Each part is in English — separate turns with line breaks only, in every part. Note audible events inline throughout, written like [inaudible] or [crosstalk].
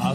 I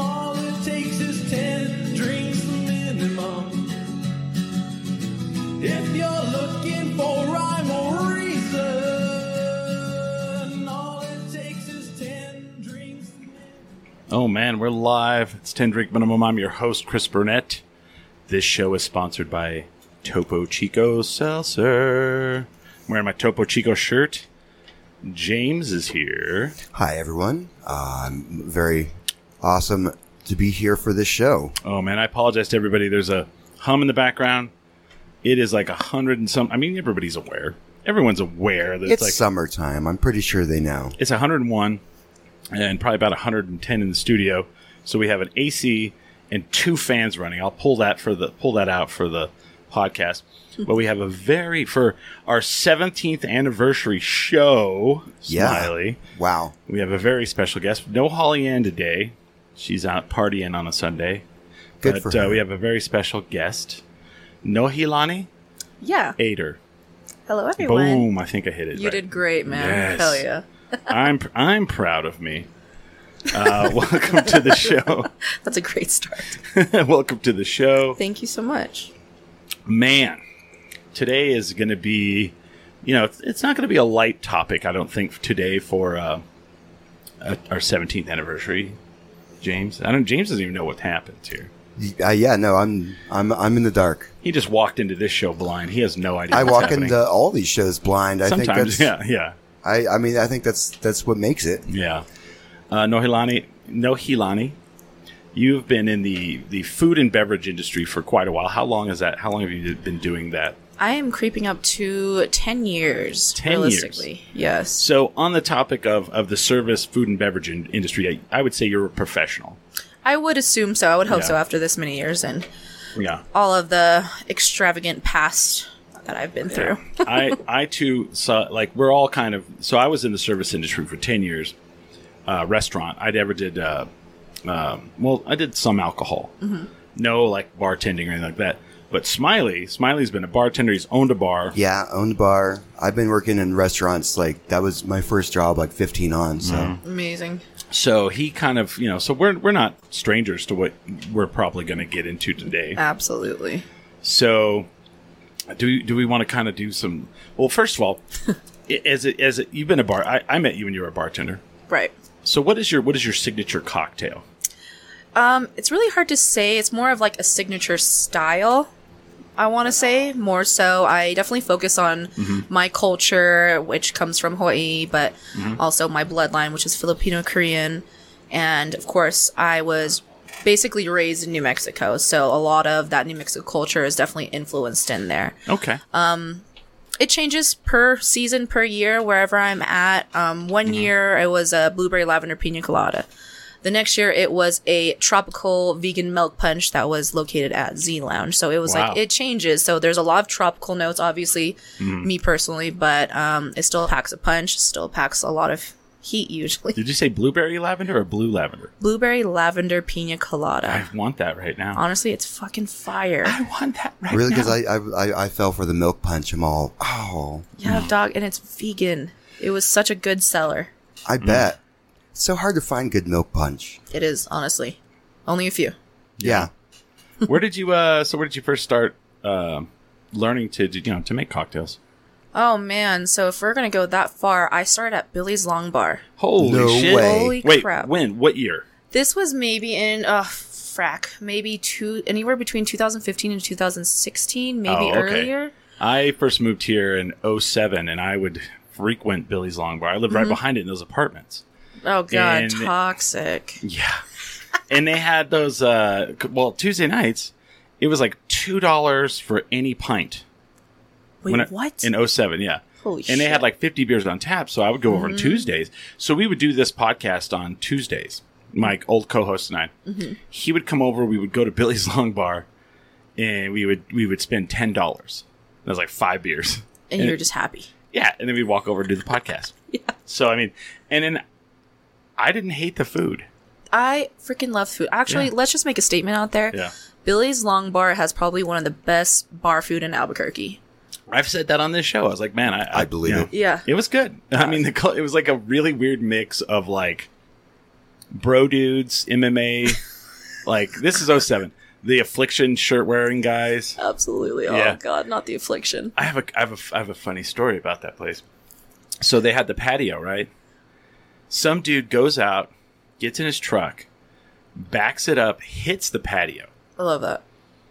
all it takes is 10 drinks minimum. If you're looking for rhyme or reason, all it takes is 10 drinks
Oh man, we're live. It's 10 Drink Minimum. I'm your host, Chris Burnett. This show is sponsored by Topo Chico Seltzer. I'm wearing my Topo Chico shirt. James is here.
Hi, everyone. Uh, I'm very awesome to be here for this show.
Oh man, I apologize to everybody. There's a hum in the background. It is like a hundred and some. I mean, everybody's aware. Everyone's aware that
It's,
it's, like
summertime. I'm pretty sure they know.
it's 101 and probably about 110 in the studio. So we have an AC and two fans running. I'll pull that for the pull that out for the podcast. But we have a very for our 17th anniversary show.
Yeah.
Smiley.
Wow.
We have a very special guest. No Holly Ann today. She's out partying on a Sunday.
Good
but
for her.
Uh, we have a very special guest. Nohilani
Yeah.
Ader.
Hello, everyone.
Boom, I think I hit it.
You
right.
did [laughs] great, man.
Yes.
Hell yeah.
I'm I'm proud of me. Uh, [laughs] welcome to the show. [laughs]
That's a great start.
welcome to the show,
Thank you so much.
man. Today is going to be, you know, it's, it's not going to be a light topic. I don't think today for uh, uh, our 17th anniversary, James. I don't. James doesn't even know what happened here.
Y- Uh, yeah, no, I'm I'm I'm in the dark.
He just walked into this show blind. He has no idea.
I
what's
walk
happening.
into all these shows blind. I
sometimes.
think
[laughs]
that's
yeah, yeah,
I I mean I think that's that's what makes it.
yeah. Uh, Nohilani, Nohilani, you've been in the the food and beverage industry for quite a while. How long is that? How long have you been doing that?
I am creeping up to 10 years,
10
realistically. Yes.
So, on the topic of, of the service, food, and beverage in- industry, I, I would say you're a professional.
I would assume so. I would hope
Yeah.
so after this many years and
Yeah.
all of the extravagant past that I've been through.
[laughs] I, I too saw, like, we're all kind of. So, I was in the service industry for 10 years, uh, restaurant. I never did, uh, um, well, I did some alcohol. No, like, bartending or anything like that. But Smiley, Smiley's been a bartender. He's owned a bar.
Yeah, owned bar. I've been working in restaurants like that was my first job like 15 on. So
Mm.
Amazing.
So, he kind of, you know, so we're, we're not strangers to what we're probably going to get into today.
Absolutely.
So, do do we want to kind of do some? Well, first of [laughs] all, i- as it, as it, you've been a bar, I, I met you when you were a bartender.
Right.
So, what is your what is your signature cocktail?
Um, it's really hard to say. It's more of like a signature style. I want to say more so. I definitely focus on my culture, which comes from Hawaii, but also my bloodline, which is Filipino Korean, and of course, I was basically raised in New Mexico, so a lot of that New Mexico culture is definitely influenced in there
Okay,
it changes per season, per year, wherever I'm at. Um, one
Mm-hmm.
year it was a blueberry lavender pina colada. The next year it was a tropical vegan milk punch that was located at Z Lounge. So it was
Wow.
like it changes. So there's a lot of tropical notes, obviously,
Mm-hmm.
me personally, but um, it still packs a punch, still packs a lot of heat
[laughs]
usually.
did you say blueberry lavender or blue lavender?
Blueberry lavender pina
I
colada.
want that right now.
Honestly, it's fucking fire.
I want that right
really,
now.
because I, I I I fell for the milk punch. I'm all oh,
Yeah, dog, and it's vegan. It was such a good seller.
I
Mm.
bet. It's so hard to find good milk punch.
It is honestly only a few.
Yeah.
where did you uh? So, where did you first start uh, learning to do- you know to make cocktails?
Oh man, so if we're gonna go that far, I started at Billy's Long Bar.
Holy
No
shit!
way.
Holy
Wait,
crap.
when? What year?
This was maybe in uh frack, maybe two anywhere between 2015 and 2016, maybe
Oh, okay.
earlier.
I first moved here in 07 and I would frequent Billy's Long Bar. I lived
Mm-hmm.
right behind it in those apartments.
Oh god,
And-
toxic.
Yeah. [laughs] and they had those uh c- well, Tuesday nights, it was like two dollars for any pint.
Wait,
When I-
what?
In 07, yeah.
Holy
and they had
shit. Mm-hmm.
like 50 beers on tap, so I would go over on Tuesdays. So we would do this podcast on
Mm-hmm.
Tuesdays. My old co-host and I. He would come over, we would go to Billy's [laughs] Long Bar and we would we would spend ten dollars. That was like five beers.
and you're just happy.
Yeah, and then we'd walk over and do the
[laughs]
podcast. yeah. So I mean, and then I didn't hate the food.
I freaking love food. Actually,
Yeah.
let's just make a statement out there.
Yeah.
Billy's Long Bar has probably one of the best bar food in Albuquerque.
I've said that on this show. I was like, man, I,
I believe it.
Yeah.
It was good. I mean, the col- it was like a really weird mix of like bro dudes,
[laughs]
MMA. like this is 07. The affliction shirt wearing guys.
Absolutely. Oh
Yeah.
God, not the affliction.
I have a I have a f- I have a funny story about that place. So they had the patio, right? Some dude goes out, gets in his truck, backs it up, hits the patio,
I love that.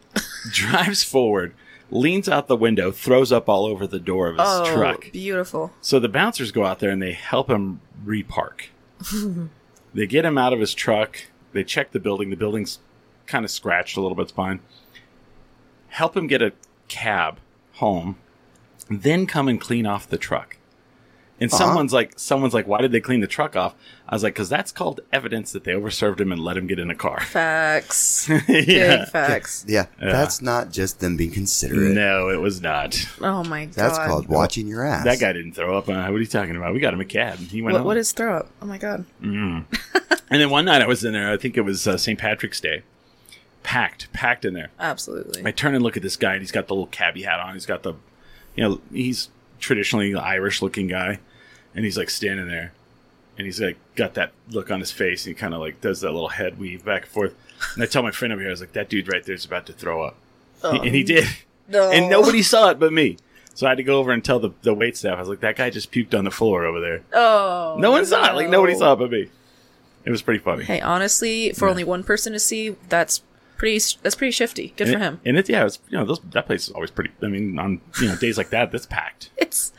[laughs] drives forward, leans out the window, throws up all over the door of his
Oh,
truck.
beautiful.
So the bouncers go out there and they help him repark. they get him out of his truck. They check the building. The building's kind of scratched a little bit. It's fine. Help him get a cab home. Then come and clean off the truck. And someone's like, someone's like, why did they clean the truck off? I was like, because that's called evidence that they overserved him and let him get in a car. [laughs]
Facts.
yeah.
Big facts.
Yeah, that's not just them being considerate.
No, it was not.
Oh my God.
That's called watching your ass.
That guy didn't throw up. Uh, what are you talking about? We got him a cab. He went.
What,
home.
what is throw up? Oh my God.
And then one night I was in there. I think it was uh, St. Patrick's Day. Packed, packed in there.
Absolutely.
I turn and look at this guy, and he's got the little cabbie hat on. He's got the, you know, he's traditionally Irish looking guy, and he's like standing there, and he's like got that look on his face, and he kind of like does that little head weave back and forth. And I tell my friend over here, I was like, that dude right there is about to throw up,
Oh.
and he did,
No.
and nobody saw it but me. So I had to go over and tell the the wait staff. I was like, that guy just puked on the floor over there.
Oh.
no one saw it. Like
no.
nobody saw it but me. It was pretty funny.
Hey, honestly, for only one person to see, that's pretty. That's pretty shifty. Good for
And-
him. [laughs]
And it's yeah, it's you know those, that place is always pretty. I mean, on you know days like that, that's packed.
It's,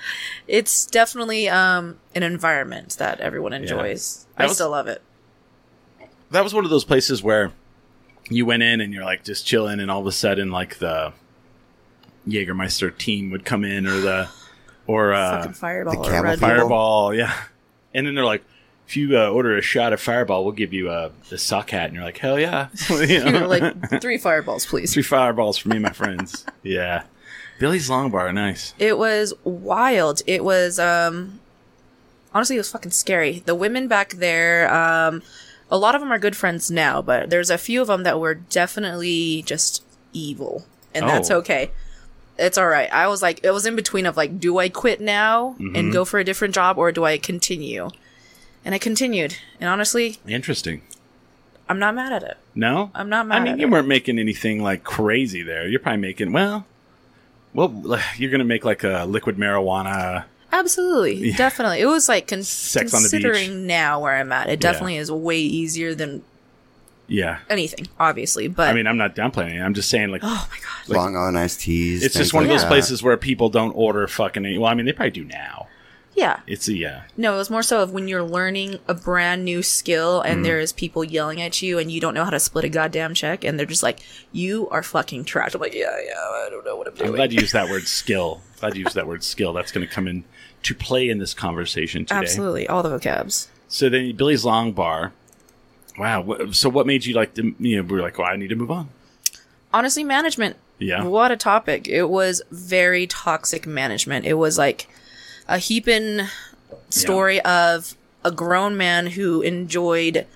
it's definitely um an environment that everyone enjoys.
That
I
was-
still love it.
That was one of those places where you went in and you're like just chilling, and all of a sudden like the Jägermeister team would come in or the or uh,
Fucking fireball.
the
or
camel
Red Bull.
people.
Fireball, yeah. And then they're like, if you uh, order a shot of Fireball, we'll give you uh, the sock hat, and you're like, hell yeah, [laughs] You know?
You're like three fireballs, please.
[laughs] three fireballs for me and my friends. yeah, Billy's Long Bar, nice.
It was wild. It was um honestly it was fucking scary. The women back there um a lot of them are good friends now, but there's a few of them that were definitely just evil. And that's
Oh.
okay. It's all right. I was like it was in between of like do I quit now and
Mm-hmm.
go for a different job or do I continue? And I continued. And honestly,
Interesting.
I'm not mad at it.
No,
I'm not mad
I mean,
at
you
it.
weren't making anything like crazy there. You're probably making well. Well, [sighs] you're gonna make like a liquid marijuana.
Absolutely, definitely. It was like con-
Sex on the beach.
considering now where I'm at, it
Yeah.
definitely is way easier than
Yeah,
anything, obviously. But
I mean, I'm not downplaying. it. I'm just saying, like,
oh my god,
Long on iced teas.
it's just
things
one of
like
those
that.
places where people don't order fucking. Any, well, I mean, they probably do now.
yeah.
It's a yeah,
No, it was more so of when you're learning a brand new skill and
Mm-hmm.
there is people yelling at you and you don't know how to split a goddamn check and they're just like, "You are fucking trash." I'm like, "Yeah, yeah, I don't know what I'm
I'm
doing."
glad you
[laughs]
used that word skill. Glad you used that word skill. That's going to come in to play in this conversation today.
Absolutely, all the vocabs.
So then Billy's Long Bar. Wow. wh- So what made you like? To, you know, we were like, well, I need to move on.
Honestly, management.
Yeah.
What a topic. It was very toxic management. It was like a heaping story of a grown man who enjoyed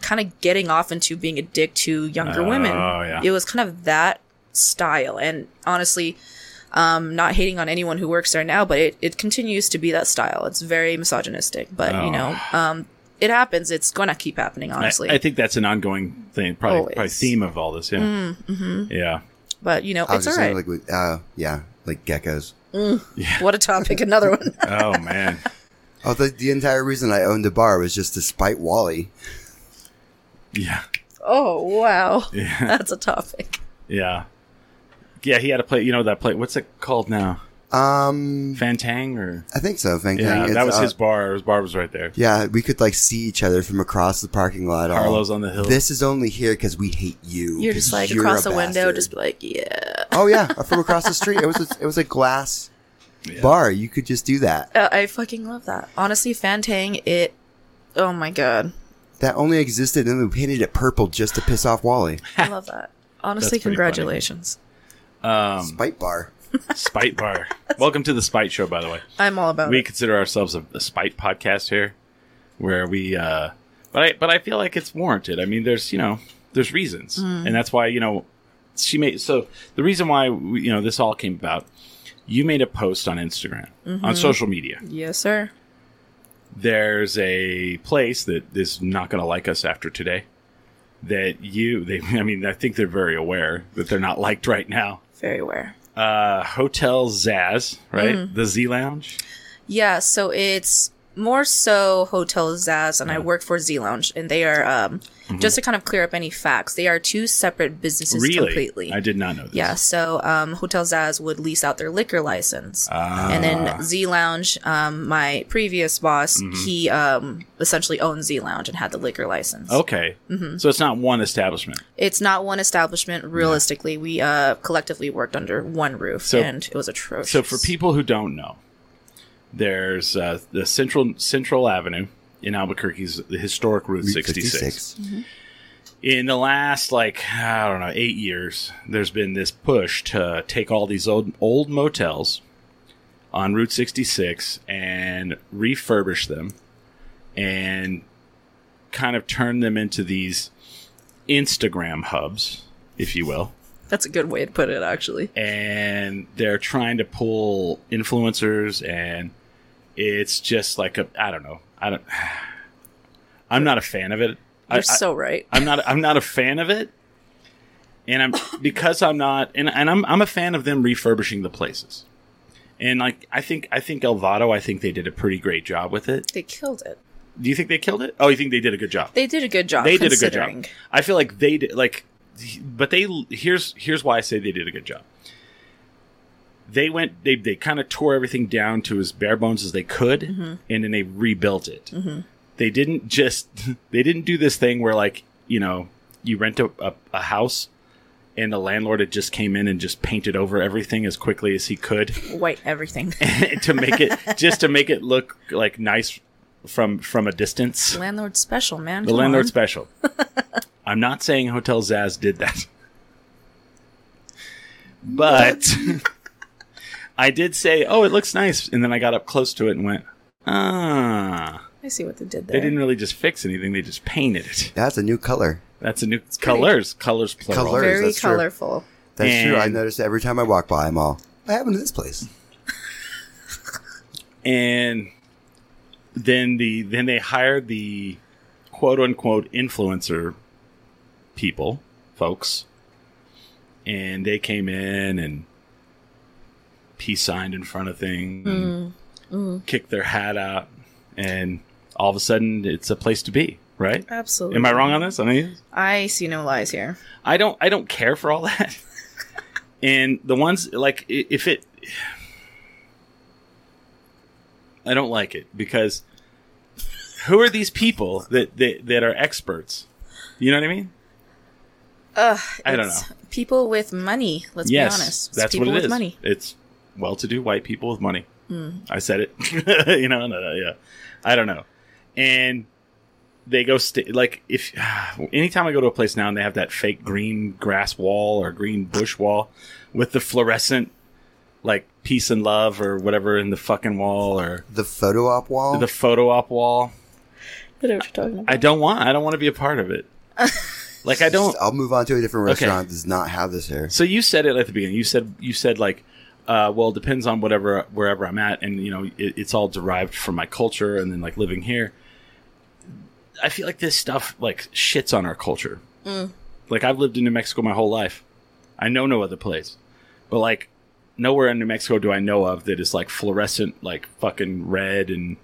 kind of getting off into being a dick to younger women.
Oh, yeah.
It was kind of that style. And honestly, um, not hating on anyone who works there now, but it, it continues to be that style. It's very misogynistic, but
Oh.
you know, um, it happens. It's going to keep happening,
I,
honestly.
I think that's an ongoing thing. Probably,
Always.
probably theme of all this. Yeah. Yeah.
but you know,
I was
it's all
just
right.
saying, like, with, uh, yeah, like geckos.
what a topic. Another one. [laughs]
Oh man.
Oh, the, the entire reason I owned a bar was just to spite Wally.
Yeah.
Oh wow,
[laughs]
that's a topic.
Yeah. Yeah, he had a play. You know that play. What's it called now?
Um,
Fantang or
I think so. Thank
yeah,
you.
that was
It's, uh,
his bar. His bar was right there.
Yeah, we could like see each other from across the parking lot. all,
Carlos on the hill.
This is only here because we hate you.
You're just like
You're
across
a
the window,
bastard."
just be like, yeah.
oh yeah, from across the street. It was a, it was
[laughs]
a glass bar. You could just do that.
Uh, I fucking love that. Honestly, Fantang, it. Oh my god,
That only existed, and we painted it purple just to piss off Wally.
[laughs]
I love that. Honestly,
That's pretty funny.
congratulations.
Spite bar.
Spite Bar. Welcome to the Spite Show, by the way.
I'm all about
We
it.
consider ourselves a, a spite podcast here, where we. Uh, but I but I feel like it's warranted. I mean, there's you know there's reasons,
Mm.
and that's why you know she made. So the reason why we, you know this all came about, you made a post on Instagram
Mm-hmm.
on social media.
Yes, sir.
There's a place that is not going to like us after today. That you, they, [laughs] I mean, I think they're very aware that they're not liked right now.
Very aware.
Uh, Hotel Zaz, right?
Mm-hmm.
The Z Lounge.
Yeah, so it's more so Hotel Zaz,
Mm.
and I work for Z Lounge, and they are um, just to kind of clear up any facts. They are two separate
Mm-hmm.
businesses
Really?
completely.
I did not know this.
Yeah, so um, Hotel Zaz would lease out their liquor license,
Ah.
and then Z Lounge, um, my previous boss,
Mm-hmm.
he um, essentially owned Z Lounge and had the liquor license.
Okay. So it's not one establishment.
It's not one establishment. Realistically, we uh, collectively worked under one roof,
So-
and it was atrocious.
So for people who don't know, there's uh, the Central Central Avenue in Albuquerque's the historic Route 66.
56.
In the last like I don't know eight years, there's been this push to take all these old old motels on Route 66 and refurbish them and kind of turn them into these Instagram hubs, if you will.
that's a good way to put it, actually.
and they're trying to pull influencers and it's just like a I don't know. I don't [sighs] I'm not a fan of it.
You're
I,
so right.
I, am not I'm not a fan of it. And
[laughs]
I'm because I'm not and, and I'm I'm a fan of them refurbishing the places. And like I think I think Elvado, I think they did a pretty great job with it.
They killed it.
Do you think they killed it? Oh, you think they did a good job?
They did a good job.
they did a good
considering.
job. I feel like they did like, but they here's here's why I say they did a good job. They went they they kind of tore everything down to as bare bones as they could, and then they rebuilt it. They didn't just [laughs] they didn't do this thing where like you know you rent a, a, a house. And the landlord had just came in and just painted over everything as quickly as he could [laughs]
White everything. [laughs]
to make it just to make it look like nice from from a distance.
landlord special, man.
The landlord special. [laughs] I'm not saying Hotel Zaz did that. But [laughs] I did say, oh, it looks nice. And then I got up close to it and went, ah.
I see what they did there.
They didn't really just fix anything, they just painted it.
That's a new color.
That's a new colors. Colors plural.
Color.
Very
That's true.
colorful.
That's true. I
And-
notice every time I walk by, I'm all, what happened to this place?
And then the then they hired the quote unquote influencer people, folks. And they came in and peace signed in front of things, and kicked their hat out, and all of a sudden it's a place to be, right?
Absolutely.
Am I wrong on this? I mean,
I see no lies here.
I don't I don't care for all that. and the ones like i- if it I don't like it because who are these people that that, that are experts? You know what I mean?
Ugh,
I don't
it's People with money. Let's
yes,
be honest. It's
that's
people
what it
with
is.
Money. Hmm.
It's well-to-do white people with money. I said it. [laughs] you know, no, no, yeah. I don't know. And they go st- like if [sighs] anytime I go to a place now and they have that fake green grass wall or green bush wall with the fluorescent like peace and love or whatever in the fucking wall or
The photo op wall?
the photo op wall.
I know what you're talking about.
I don't want. I don't want to be a part
[laughs]
of it. like I don't.
I'll move on to a different
Okay.
restaurant that does not have this here.
So you said it at the beginning. You said you said like, uh, well, it depends on whatever wherever I'm at, and you know, it, it's all derived from my culture, and then like living here. I feel like this stuff like shits on our culture. Like I've lived in New Mexico my whole life. I know no other place, but like nowhere in New Mexico do I know of that is like fluorescent, like fucking red and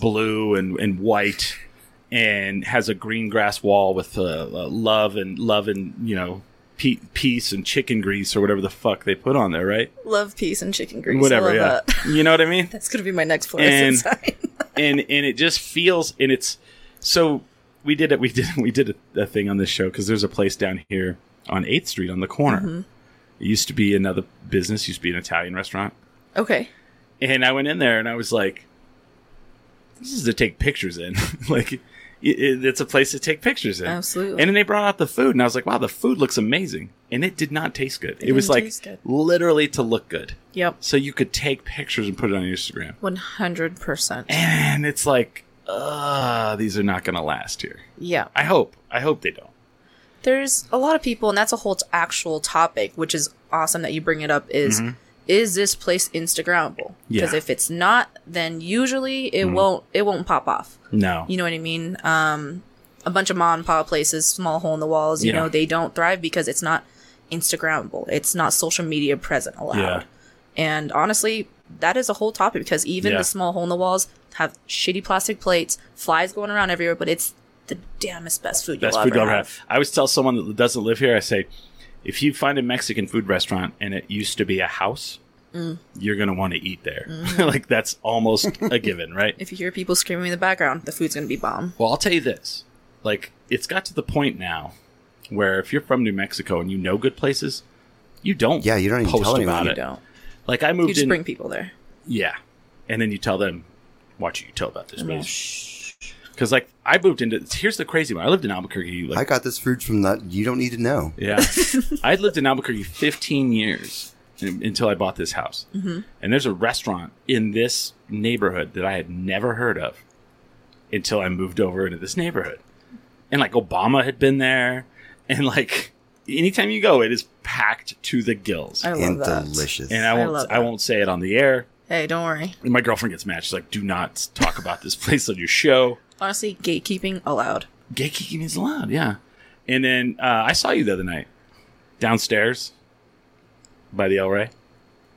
blue and and white. And has a green grass wall with uh, uh, love and love and you know pe- peace and chicken grease or whatever the fuck they put on there, right?
Love, peace, and chicken grease.
whatever,
I love
yeah. [laughs]
that. [laughs]
You know what I mean?
That's going to be my next fluorescent sign.
And- and and it just feels and it's so we did it we did we did a, a thing on this show because there's a place down here on 8th street on the corner
Mm-hmm.
it used to be another business used to be an italian restaurant
[laughs] okay.
and i went in there and i was [laughs] like this is to take pictures in like it, it's a place to take pictures in.
Absolutely.
And then they brought out the food, and I was like, wow, the food looks amazing. And it did not taste good. It, was
didn't
like
taste good.
literally to look good.
Yep.
So you could take pictures and put it on Instagram.
100%.
And it's like, uh, these are not going to last here.
Yeah.
I hope. I hope they don't.
There's a lot of people, and that's a whole t- actual topic, which is awesome that you bring it up. Is is this place Instagrammable? Because
Mm-hmm. Yeah. Mm-hmm.
if it's not, then usually it won't it won't pop off.
No.
You know what I mean? Um, a bunch of mom and pop places, small hole in the walls. You
Yeah.
know they don't thrive because it's not Instagrammable. It's not social media present allowed.
Yeah.
And honestly, that is a whole topic because even
Yeah.
the small hole in the walls have shitty plastic plates, flies going around everywhere, but it's the damnest best food
Best
you'll
food
ever
I've
have.
had. I always tell someone that doesn't live here, I say, if you find a Mexican food restaurant and it used to be a house,
Mm.
you're going to want to eat there. [laughs] like, that's almost a given, right?
[laughs] If you hear people screaming in the background, the food's gonna be bomb.
Well, I'll tell you this. Like, it's got to the point now where if you're from New Mexico and you know good places, you don't.
Yeah, you don't even
post
tell anyone.
about
You
it.
don't.
Like, I moved
You just
in.
bring people there.
yeah, and then you tell them, "Watch, you tell about this place." Because like I moved into. Here's the crazy one. I lived in Albuquerque. Like,
I got this food from that. You don't need to know.
[laughs]
yeah, I lived in Albuquerque 15 years un- until I bought this house. Mm-hmm. And there's a restaurant in this neighborhood that I had never heard of until I moved over into this neighborhood. And like Obama had been there, and like anytime you go, it is packed to the gills.
I love
and
that.
delicious.
and I
I
won't,
love
I,
that.
won't say it on the air.
Hey, don't worry.
And my girlfriend gets mad. She's like, "Do not talk about this place on your show."
Honestly, gatekeeping allowed.
Gatekeeping is allowed, yeah. And then uh, I saw you the other night downstairs by the El Rey.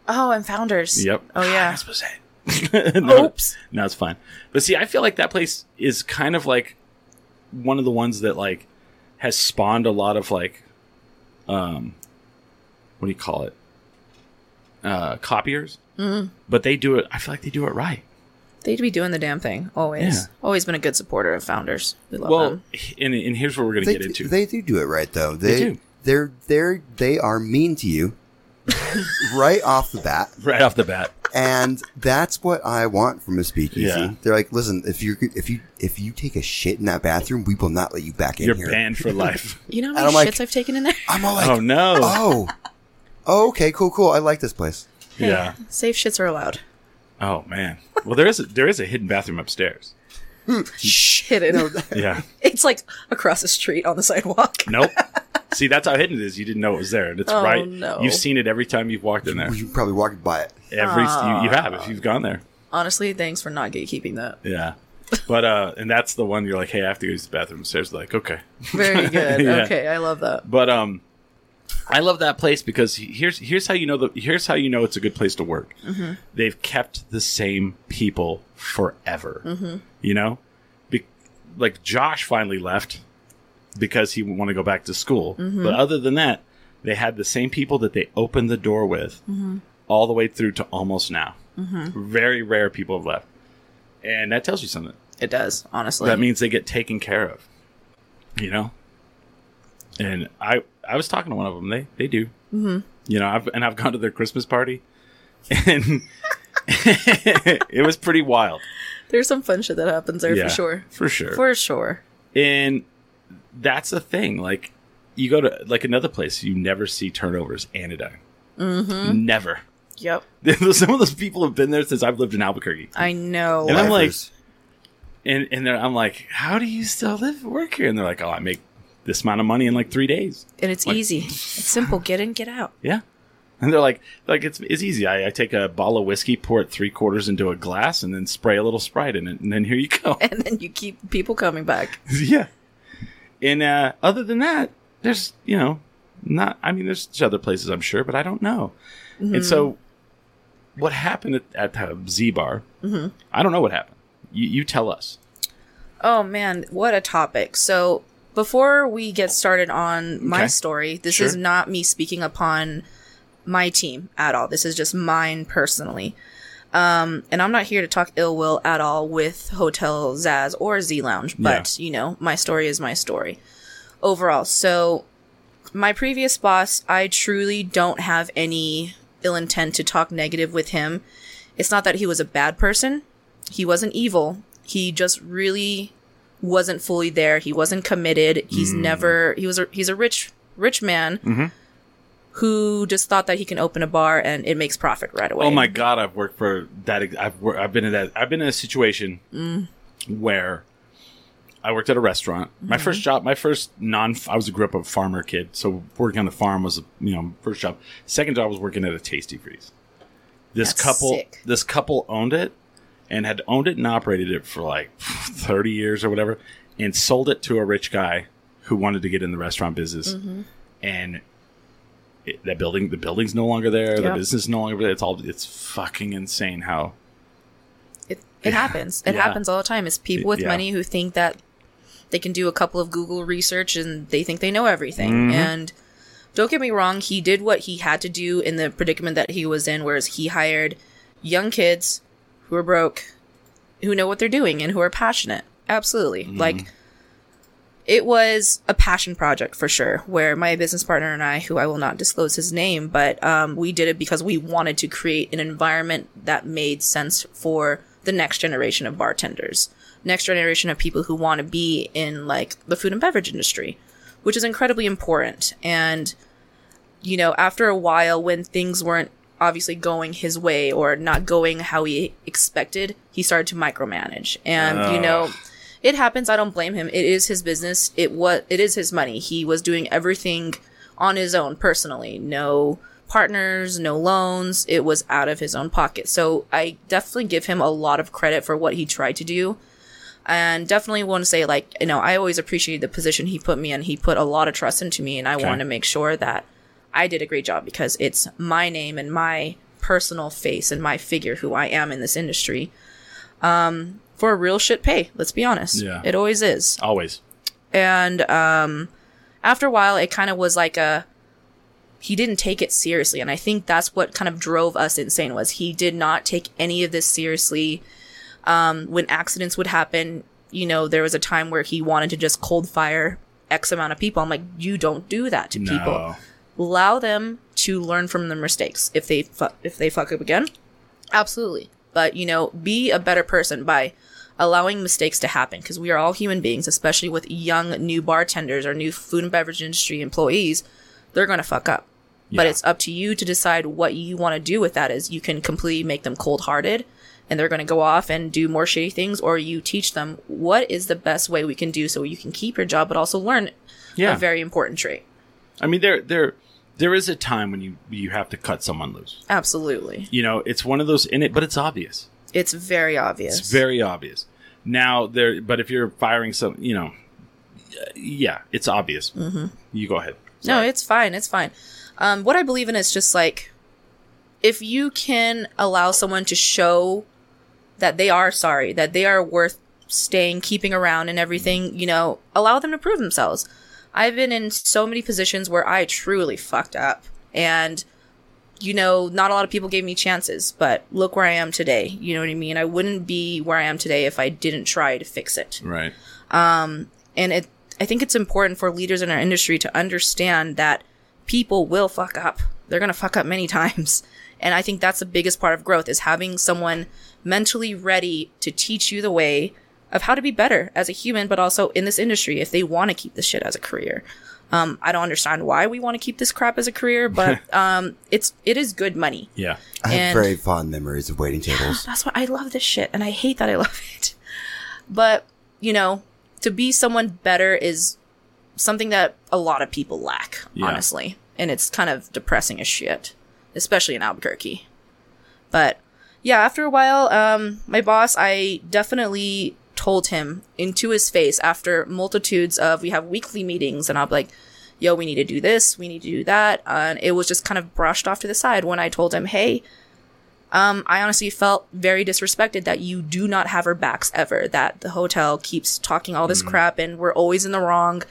Oh, and founders.
Yep. Ah,
Oh yeah.
That's what I said. [laughs] no,
Oops.
No, it's fine. But see, I feel like that place is kind of like one of the ones that like has spawned a lot of like, um, what do you call it? Uh, copiers. Mm.
Mm-hmm.
But they do it. I feel like they do it right.
They'd be doing the damn thing. Always.
Yeah.
Always been a good supporter of founders. We love
Well,
them.
and, and here's what we're gonna
they,
get
do-
into.
they do do it right though. They,
do.
They're they're they are mean to
[laughs]
you right off the bat,
right off the bat.
and that's what I want from a speakeasy.
Yeah.
They're like, listen, if you if you if you take a shit in that bathroom, we will not let you back in
You're
here.
banned
[laughs]
for life.
You know
I
how
don't
many
like-
shits I've taken in there? [laughs]
I'm all like,
oh no.
[laughs] oh, oh, okay, cool, cool. I like this place.
Yeah.
Safe shits are allowed.
Oh man. Well, there is a, there is a hidden bathroom upstairs.
Shh, hidden.
Yeah.
[laughs] it's like across the street on the sidewalk. [laughs]
Nope. See, that's how hidden it is. You didn't know it was there, and it's
Oh,
right.
no.
You've seen it every time you've walked in there.
You probably walked by it.
Every you, you have if you've gone there.
Honestly, thanks for not gatekeeping that.
Yeah. But uh, and that's the one you're like, hey, I have to go use the bathroom upstairs. Like, okay. [laughs]
Very good.
Yeah.
Okay, I love that.
But um, I love that place because he- here's here's how you know the here's how you know it's a good place to work. They've kept the same people forever. You know, Be- like Josh finally left because he wanted to go back to school. But other than that, they had the same people that they opened the door with all the way through to almost now. Very rare people have left, and that tells you something.
It does, honestly.
That means they get taken care of, you know. And I I was talking to one of them. They they do. Mm-hmm. You know, I've and I've gone to their Christmas party, [laughs] and [laughs] it was pretty wild.
There's some fun shit that happens there for sure.
for sure.
For sure.
and that's the thing. Like you go to like another place, you never see turnovers. Anodyne, mm-hmm. never. [laughs]
Yep.
Some of those people have been there since I've lived in Albuquerque.
I know.
And I'm like-
Lifers.
and and they're, I'm like, how do you still live work here? And they're like, oh, I make this amount of money in like three days.
and it's easy. It's simple. Get in, get out. [laughs]
Yeah, and they're like, like it's it's easy. I, I take a bottle of whiskey, pour it three quarters into a glass, and then spray a little Sprite in it, and then here you go.
And then you keep people coming back.
yeah. And uh, other than that, there's you know, not. I mean, there's other places I'm sure, but I don't know. And so, what happened at, at the Z Bar? I don't know what happened. You, you tell us.
Oh man, what a topic. So before we get started on my
Okay.
story, this
Sure.
is not me speaking upon my team at all. This is just mine personally. Um, and I'm not here to talk ill will at all with Hotel Zaz or Z Lounge, but you know, my story is my story overall. So my previous boss, I truly don't have any ill intent to talk negative with him. It's not that he was a bad person. He wasn't evil. He just really wasn't fully there. He wasn't committed.
Mm.
He's never he was a, he's a rich rich man
Mm-hmm.
who just thought that he can open a bar and it makes profit right away.
Oh my god, I've worked for that. ex- I've wor- I've been in that. I've been in a situation where I worked at a restaurant. My first
Mm-hmm.
job, my first non. I was grew up a farmer kid, so working on the farm was you know first job. Second job was working at a Tasty Freeze. This
That's
couple,
sick.
this couple owned it and had owned it and operated it for like [sighs] thirty years or whatever, and sold it to a rich guy who wanted to get in the restaurant business,
Mm-hmm.
and it, that building the building's no longer there the
Yeah.
business is no longer there it's all it's fucking insane how
It, it happens. It
Yeah.
happens all the time. It's people with
Yeah.
money who think that they can do a couple of Google research and they think they know everything.
Mm-hmm.
And don't get me wrong, he did what he had to do in the predicament that he was in, whereas he hired young kids who are broke, who know what they're doing, and who are passionate. Absolutely.
Mm-hmm.
Like, it was a passion project for sure, where my business partner and I, who I will not disclose his name, but um, we did it because we wanted to create an environment that made sense for the next generation of bartenders, next generation of people who want to be in like the food and beverage industry, which is incredibly important. And you know, after a while, when things weren't obviously going his way or not going how he expected, he started to micromanage, and you know it happens i don't blame him it is his business it was it is his money he was doing everything on his own personally no partners no loans it was out of his own pocket so i definitely give him a lot of credit for what he tried to do and definitely want to say like you know i always appreciated the position he put me in he put a lot of trust into me and i want to make sure that i did a great job because it's my name and my personal face and my figure who i am in this industry um for real shit pay let's be honest
Yeah.
it always is
always
and um after a while it kind of was like a he didn't take it seriously and i think that's what kind of drove us insane was he did not take any of this seriously um when accidents would happen you know there was a time where he wanted to just cold fire x amount of people i'm like you don't do that to people
no
allow them to learn from their mistakes if they fu- if they fuck up again absolutely but you know be a better person by allowing mistakes to happen because we are all human beings especially with young new bartenders or new food and beverage industry employees they're going to fuck up but
Yeah.
it's up to you to decide what you want to do with that is you can completely make them cold-hearted and they're going to go off and do more shitty things or you teach them what is the best way we can do so you can keep your job but also learn
yeah
a very important trait
i mean there there there is a time when you you have to cut someone loose
absolutely
you know it's one of those in it but it's obvious
It's very obvious.
it's very obvious now there but if you're firing some you know yeah it's obvious mm-hmm. you go ahead
no, it's fine. It's fine. Um, what I believe in is just like if you can allow someone to show that they are sorry, that they are worth staying, keeping around, and everything, you know, allow them to prove themselves. I've been in so many positions where I truly fucked up and you know, not a lot of people gave me chances, but look where I am today. You know what I mean? I wouldn't be where I am today if I didn't try to fix it.
right
and it I think it's important for leaders in our industry to understand that people will fuck up. They're going to fuck up many [laughs] times. And I think that's the biggest part of growth is having someone mentally ready to teach you the way of how to be better as a human but also in this industry if they want to keep this shit as a career. Um, I don't understand why we want to keep this crap as a career, but um, it's it is good money.
yeah
I have
And-
very fond memories of waiting
[laughs]
tables.
That's why I love this shit, and I hate that I love [laughs] it. But you know, to be someone better is something that a lot of people lack,
Yeah.
honestly, and it's kind of depressing as shit, especially in Albuquerque. But yeah, after a while, um, my boss, I definitely told him into his face after multitudes of we have weekly meetings, and I'm like, "Yo, we need to do this, we need to do that," and it was just kind of brushed off to the side when I told him, "Hey." Um, I honestly felt very disrespected that you do not have our backs ever, that the hotel keeps talking all this crap and we're always in the wrong,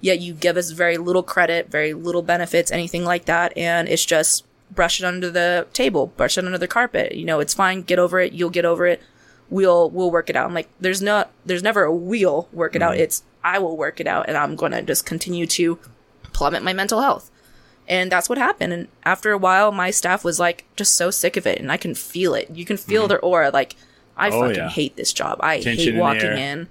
yet you give us very little credit, very little benefits, anything like that. And it's just brush it under the table, brush it under the carpet. You know, it's fine. Get over it. You'll get over it. We'll, we'll work it out. I'm like, there's no, there's never a we'll work it out.
Mm-hmm.
It's, I will work it out and I'm going to just continue to plummet my mental health. And that's what happened. And after a while, my staff was like just so sick of it, and I can feel it. You can feel their aura. Like I
Oh,
fucking
yeah.
hate this job. I
Tension in
hate
the
walking
air.
in.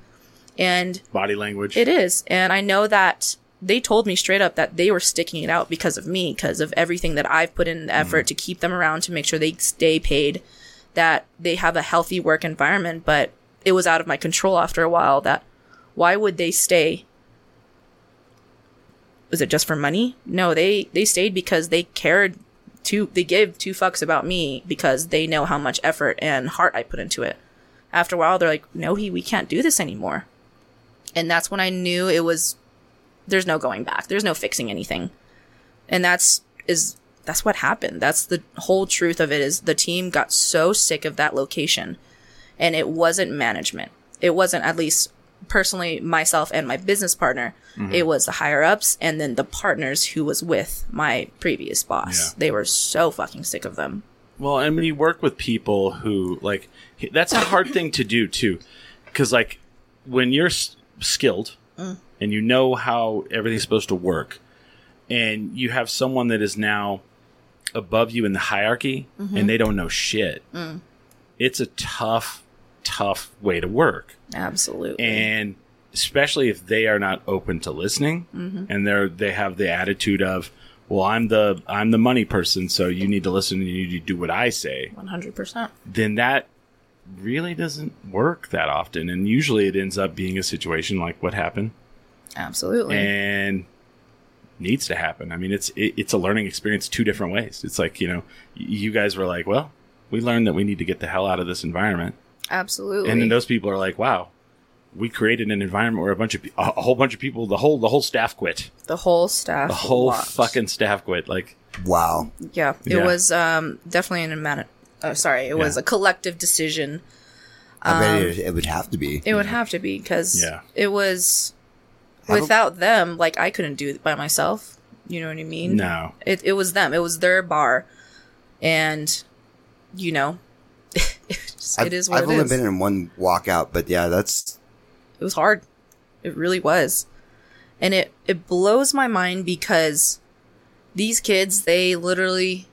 And
Body language.
it is. And I know that they told me straight up that they were sticking it out because of me, because of everything that I've put in the effort to keep them around, to make sure they stay paid, that they have a healthy work environment. But it was out of my control after a while that why would they stay? Was it just for money? No, they, they stayed because they cared two they give two fucks about me because they know how much effort and heart I put into it. After a while they're like, No, he we can't do this anymore and that's when I knew it was there's no going back. There's no fixing anything. And that's is that's what happened. That's the whole truth of it is the team got so sick of that location and it wasn't management. It wasn't at least personally myself and my business partner.
Mm-hmm.
It was the higher ups and then the partners who was with my previous boss.
Yeah.
They were so fucking sick of them.
Well, and when you work with people who like, that's a hard thing to do too, because like when you're s- skilled and you know how everything's supposed to work, and you have someone that is now above you in the hierarchy and they don't know shit, it's a tough, tough way to work
Absolutely.
and especially if they are not open to listening and they're they have the attitude of well i'm the i'm the money person so you need to listen and you need to do what i say
100%.
then that really doesn't work that often and usually it ends up being a situation like what happened
Absolutely.
and needs to happen i mean it's it, it's a learning experience two different ways it's like you know y- you guys were like well we learned that we need to get the hell out of this environment
Absolutely.
and then those people are like, "Wow, we created an environment where a bunch of pe- a a whole bunch of people, the whole the whole staff quit,
the whole staff
the whole
walked.
fucking staff quit." Like,
Wow.
Yeah, it
Yeah.
was um, definitely an amount. Oh, sorry, it was
Yeah.
a collective decision. Um,
I bet it, it would have to be.
It would have to be because
Yeah.
it was
I don't-
without them, like I couldn't do it by myself. You know what I mean?
no,
It it was them. It was their bar, and you know, [laughs] it's-
I've,
it is what
I've
it
only
is.
been in one walkout, but yeah, that's
it was hard. It really was. And it, it blows my mind because these kids, they literally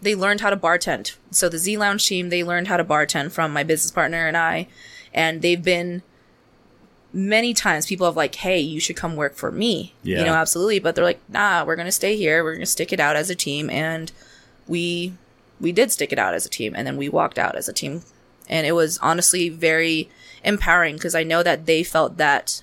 they learned how to bartend. So the Z Lounge team, they learned how to bartend from my business partner and I. And they've been many times people have like, hey, you should come work for me.
Yeah.
You know, absolutely. But they're like, nah, we're gonna stay here. We're gonna stick it out as a team. And we we did stick it out as a team and then we walked out as a team and it was honestly very empowering because i know that they felt that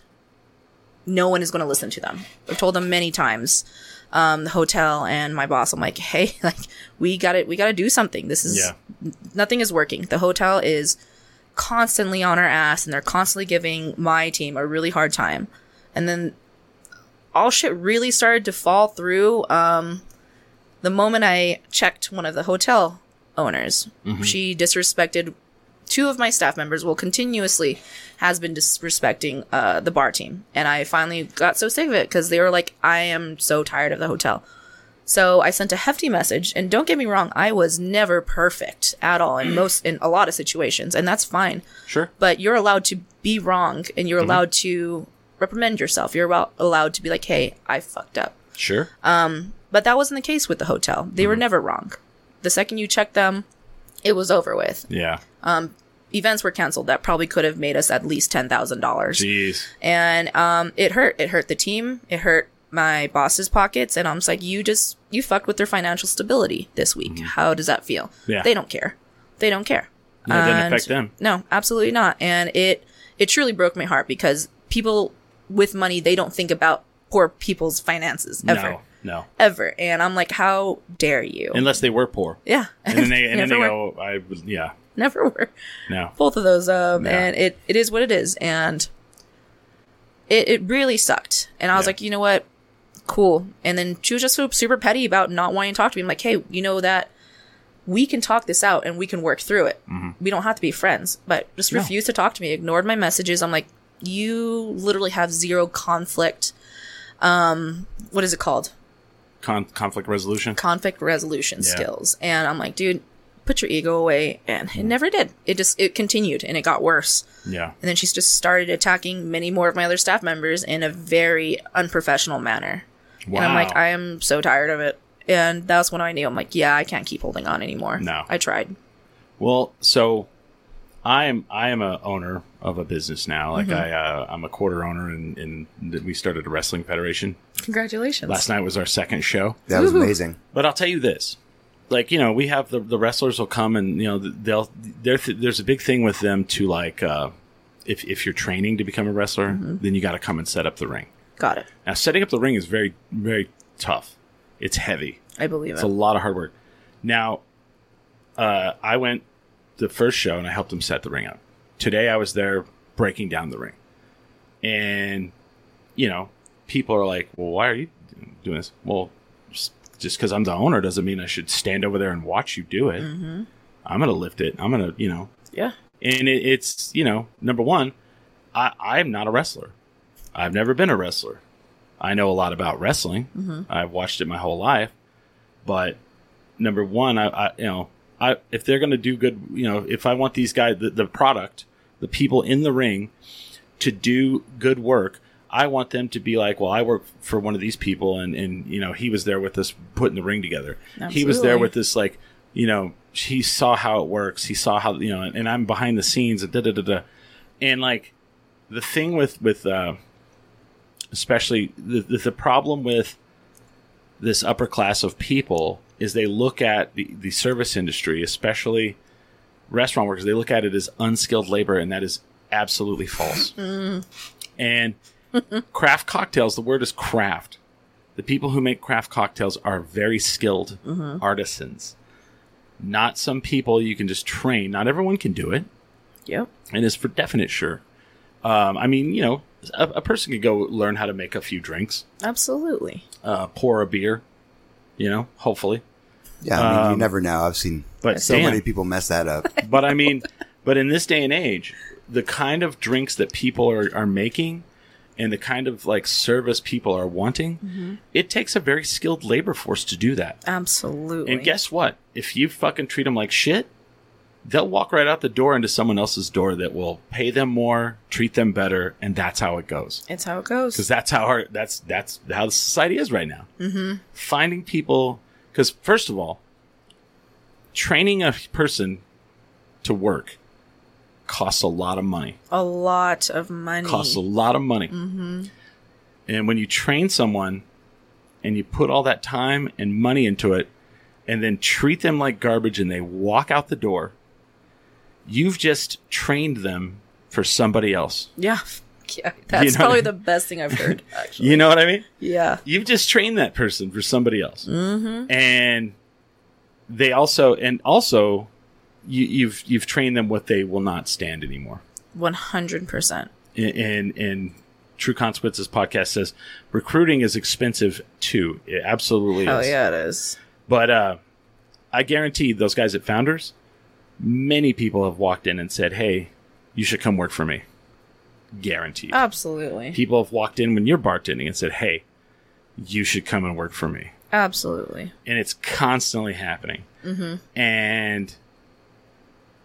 no one is going to listen to them i've told them many times um, the hotel and my boss i'm like hey [laughs] like we got to we got to do something this is
yeah,
nothing is working the hotel is constantly on our ass and they're constantly giving my team a really hard time and then all shit really started to fall through um the moment i checked one of the hotel owners she disrespected two of my staff members well continuously has been disrespecting uh, the bar team and i finally got so sick of it because they were like i am so tired of the hotel so i sent a hefty message and don't get me wrong i was never perfect at all in most in a lot of situations and that's fine
sure,
but you're allowed to be wrong and you're allowed to reprimand yourself. You're about, allowed to be like, hey, I fucked up.
sure,
Uh, But that wasn't the case with the hotel. They were never wrong. The second you checked them, it was over with.
yeah,
Events were canceled that probably could have made us at least $10,000.
jeez,
And um, it hurt. It hurt the team. It hurt my boss's pockets. And I'm just like, you just, you fucked with their financial stability this week. How does that feel?
Mm-hmm. Yeah.
They don't care. They don't care.
No, it didn't
And-
affect them.
No, absolutely not. And it it truly broke my heart because people with money they don't think about poor people's finances ever,
no, no,
ever. And I'm like, how dare you?
unless they were poor,
yeah,
[laughs] and then
[laughs]
they and then
never
they
were,
go, "I was- yeah,
never were
no,
both of those. Um,
Yeah.
and it it is what it is, and it it really sucked. And I was
Yeah.
like, you know what, cool. And then she was just so super petty about not wanting to talk to me. I'm like, hey, you know that we can talk this out and we can work through it.
Mm-hmm.
We don't have to be friends, but just refused to talk to me. Ignored my messages. I'm like, you literally have zero conflict. Um, what is it called?
Con- conflict resolution,
conflict resolution
Yeah.
skills and i'm like dude put your ego away and
Mm-hmm.
it never did it just it continued and it got worse
yeah,
and then she's just started attacking many more of my other staff members in a very unprofessional manner
wow,
and i'm like i am so tired of it and that's when i knew i'm like yeah i can't keep holding on anymore
No.
i tried
well, so I am I am a owner of a business now. Like
Mm-hmm.
I uh, I'm a quarter owner, and in, in, we started a wrestling federation.
Congratulations.
Last night was our second show.
That was amazing.
But I'll tell you this. Like, you know, we have the, the wrestlers will come and, you know, they'll, they're, there's a big thing with them to like, uh, if, if you're training to become a wrestler,
Mm-hmm.
then you got to come and set up the ring.
Got it.
Now, setting up the ring is very, very tough. It's heavy.
I believe
It's a
it.
lot of hard work. Now, uh, I went the first show and I helped them set the ring up. Today I was there breaking down the ring, and you know, people are like, "Well, why are you doing this?" Well, just because I'm the owner doesn't mean I should stand over there and watch you do it.
Mm.
I'm gonna lift it. I'm gonna, you know,
Mm-hmm. Yeah.
and it, it's you know number one i i'm not a wrestler i've never been a wrestler i know a lot about wrestling
Mm-hmm.
i've watched it my whole life but number one i, I you know I, if they're going to do good you know if i want these guys the, the product the people in the ring to do good work i want them to be like well i work for one of these people and and you know he was there with us putting the ring together he was there
Absolutely.
with this like you know he saw how it works he saw how you know and, i'm behind the scenes and da da da da and like the thing with with uh especially the the, the problem with this upper class of people is they look at the, the service industry especially restaurant workers they look at it as unskilled labor and that is absolutely false and [laughs] craft cocktails the word is craft the people who make craft cocktails are very skilled
Mm-hmm.
artisans not some people you can just train not everyone can do it
Yep.
and is for definite sure um, i mean you know a, a person could go learn how to make a few drinks
Absolutely.
uh, pour a beer you know hopefully
Yeah, I mean,
Um,
you never know. I've seen
but
so
damn.
many people mess that up.
[laughs] but I mean, but in this day and age, the kind of drinks that people are, are making and the kind of like service people are wanting,
Mm-hmm.
it takes a very skilled labor force to do that.
Absolutely.
And guess what? If you fucking treat them like shit, they'll walk right out the door into someone else's door that will pay them more, treat them better, and that's how it goes.
It's how it
Because
goes.
that's how our that's that's how society is right now. Mm-hmm. Finding people, because first of all, training a person to work costs a lot of money.
A lot of money.
Costs a lot of money. Mm-hmm. And when you train someone, and you put all that time and money into it, and then treat them like garbage, and they walk out the door, you've just trained them for somebody else.
yeah. [laughs] Yeah. That's
know-
probably the best thing I've heard,
[laughs]
actually.
You know what I mean?
yeah.
you've just trained that person for somebody else and they also and also you, you've you've trained them what they will not stand anymore
100%.
and and, and true consequences podcast says recruiting is expensive too it absolutely
Oh,
is
yeah, it is.
but uh i guarantee those guys at founders many people have walked in and said hey you should come work for me guaranteed
Uh, Absolutely.
people have walked in when you're bartending and said hey you should come and work for me
Absolutely.
and it's constantly happening.
Mm-hmm.
And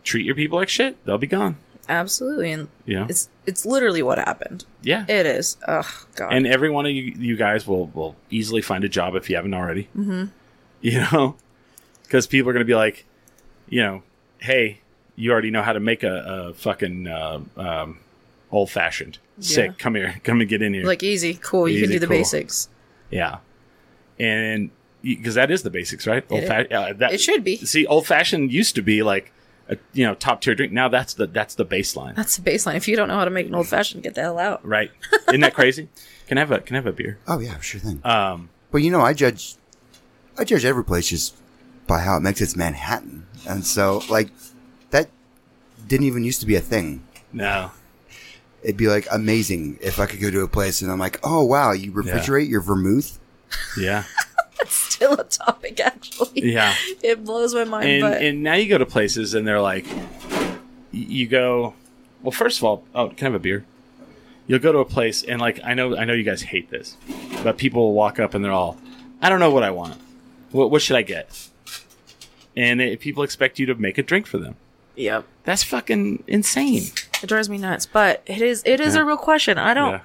treat your people like shit; they'll be gone.
Absolutely. And
You know,
it's it's literally what happened.
yeah.
It is. Oh god.
and every one of you, you guys will will easily find a job if you haven't already. Mm-hmm. You know, because people are going to be like, you know, hey, you already know how to make a, a fucking uh, um, old fashioned. Sick.
Yeah.
Come here. [laughs] Come and get in here.
like easy, cool, you can
Easy,
do the
cool.
basics.
yeah. And because that is the basics, right? Old
is.
fa- uh, that,
It should be.
See, old fashioned used to be like, a, you know, top tier drink. Now that's the that's the baseline,
That's the baseline. If you don't know how to make an old fashioned, get the hell out. [laughs]
right? Isn't that crazy? [laughs] Can I have a can I have a beer?
Oh yeah, sure thing.
Um,
But you know, I judge, I judge every place just by how it makes its Manhattan, and so like that didn't even used to be a thing.
no,
It'd be like amazing if I could go to a place and I'm like, oh wow, you refrigerate your vermouth.
yeah,
Still a topic actually.
yeah.
It blows my mind,
And
but
and now you go to places and they're like, y- you go. Well, first of all, oh, can I have a beer? You'll go to a place and like I know I know you guys hate this, but people will walk up and they're all, I don't know what I want. What what should I get? And it, people expect you to make a drink for them.
yep.
That's fucking insane.
It drives me nuts. But it is it is
Yeah.
a real question. I don't
Yeah.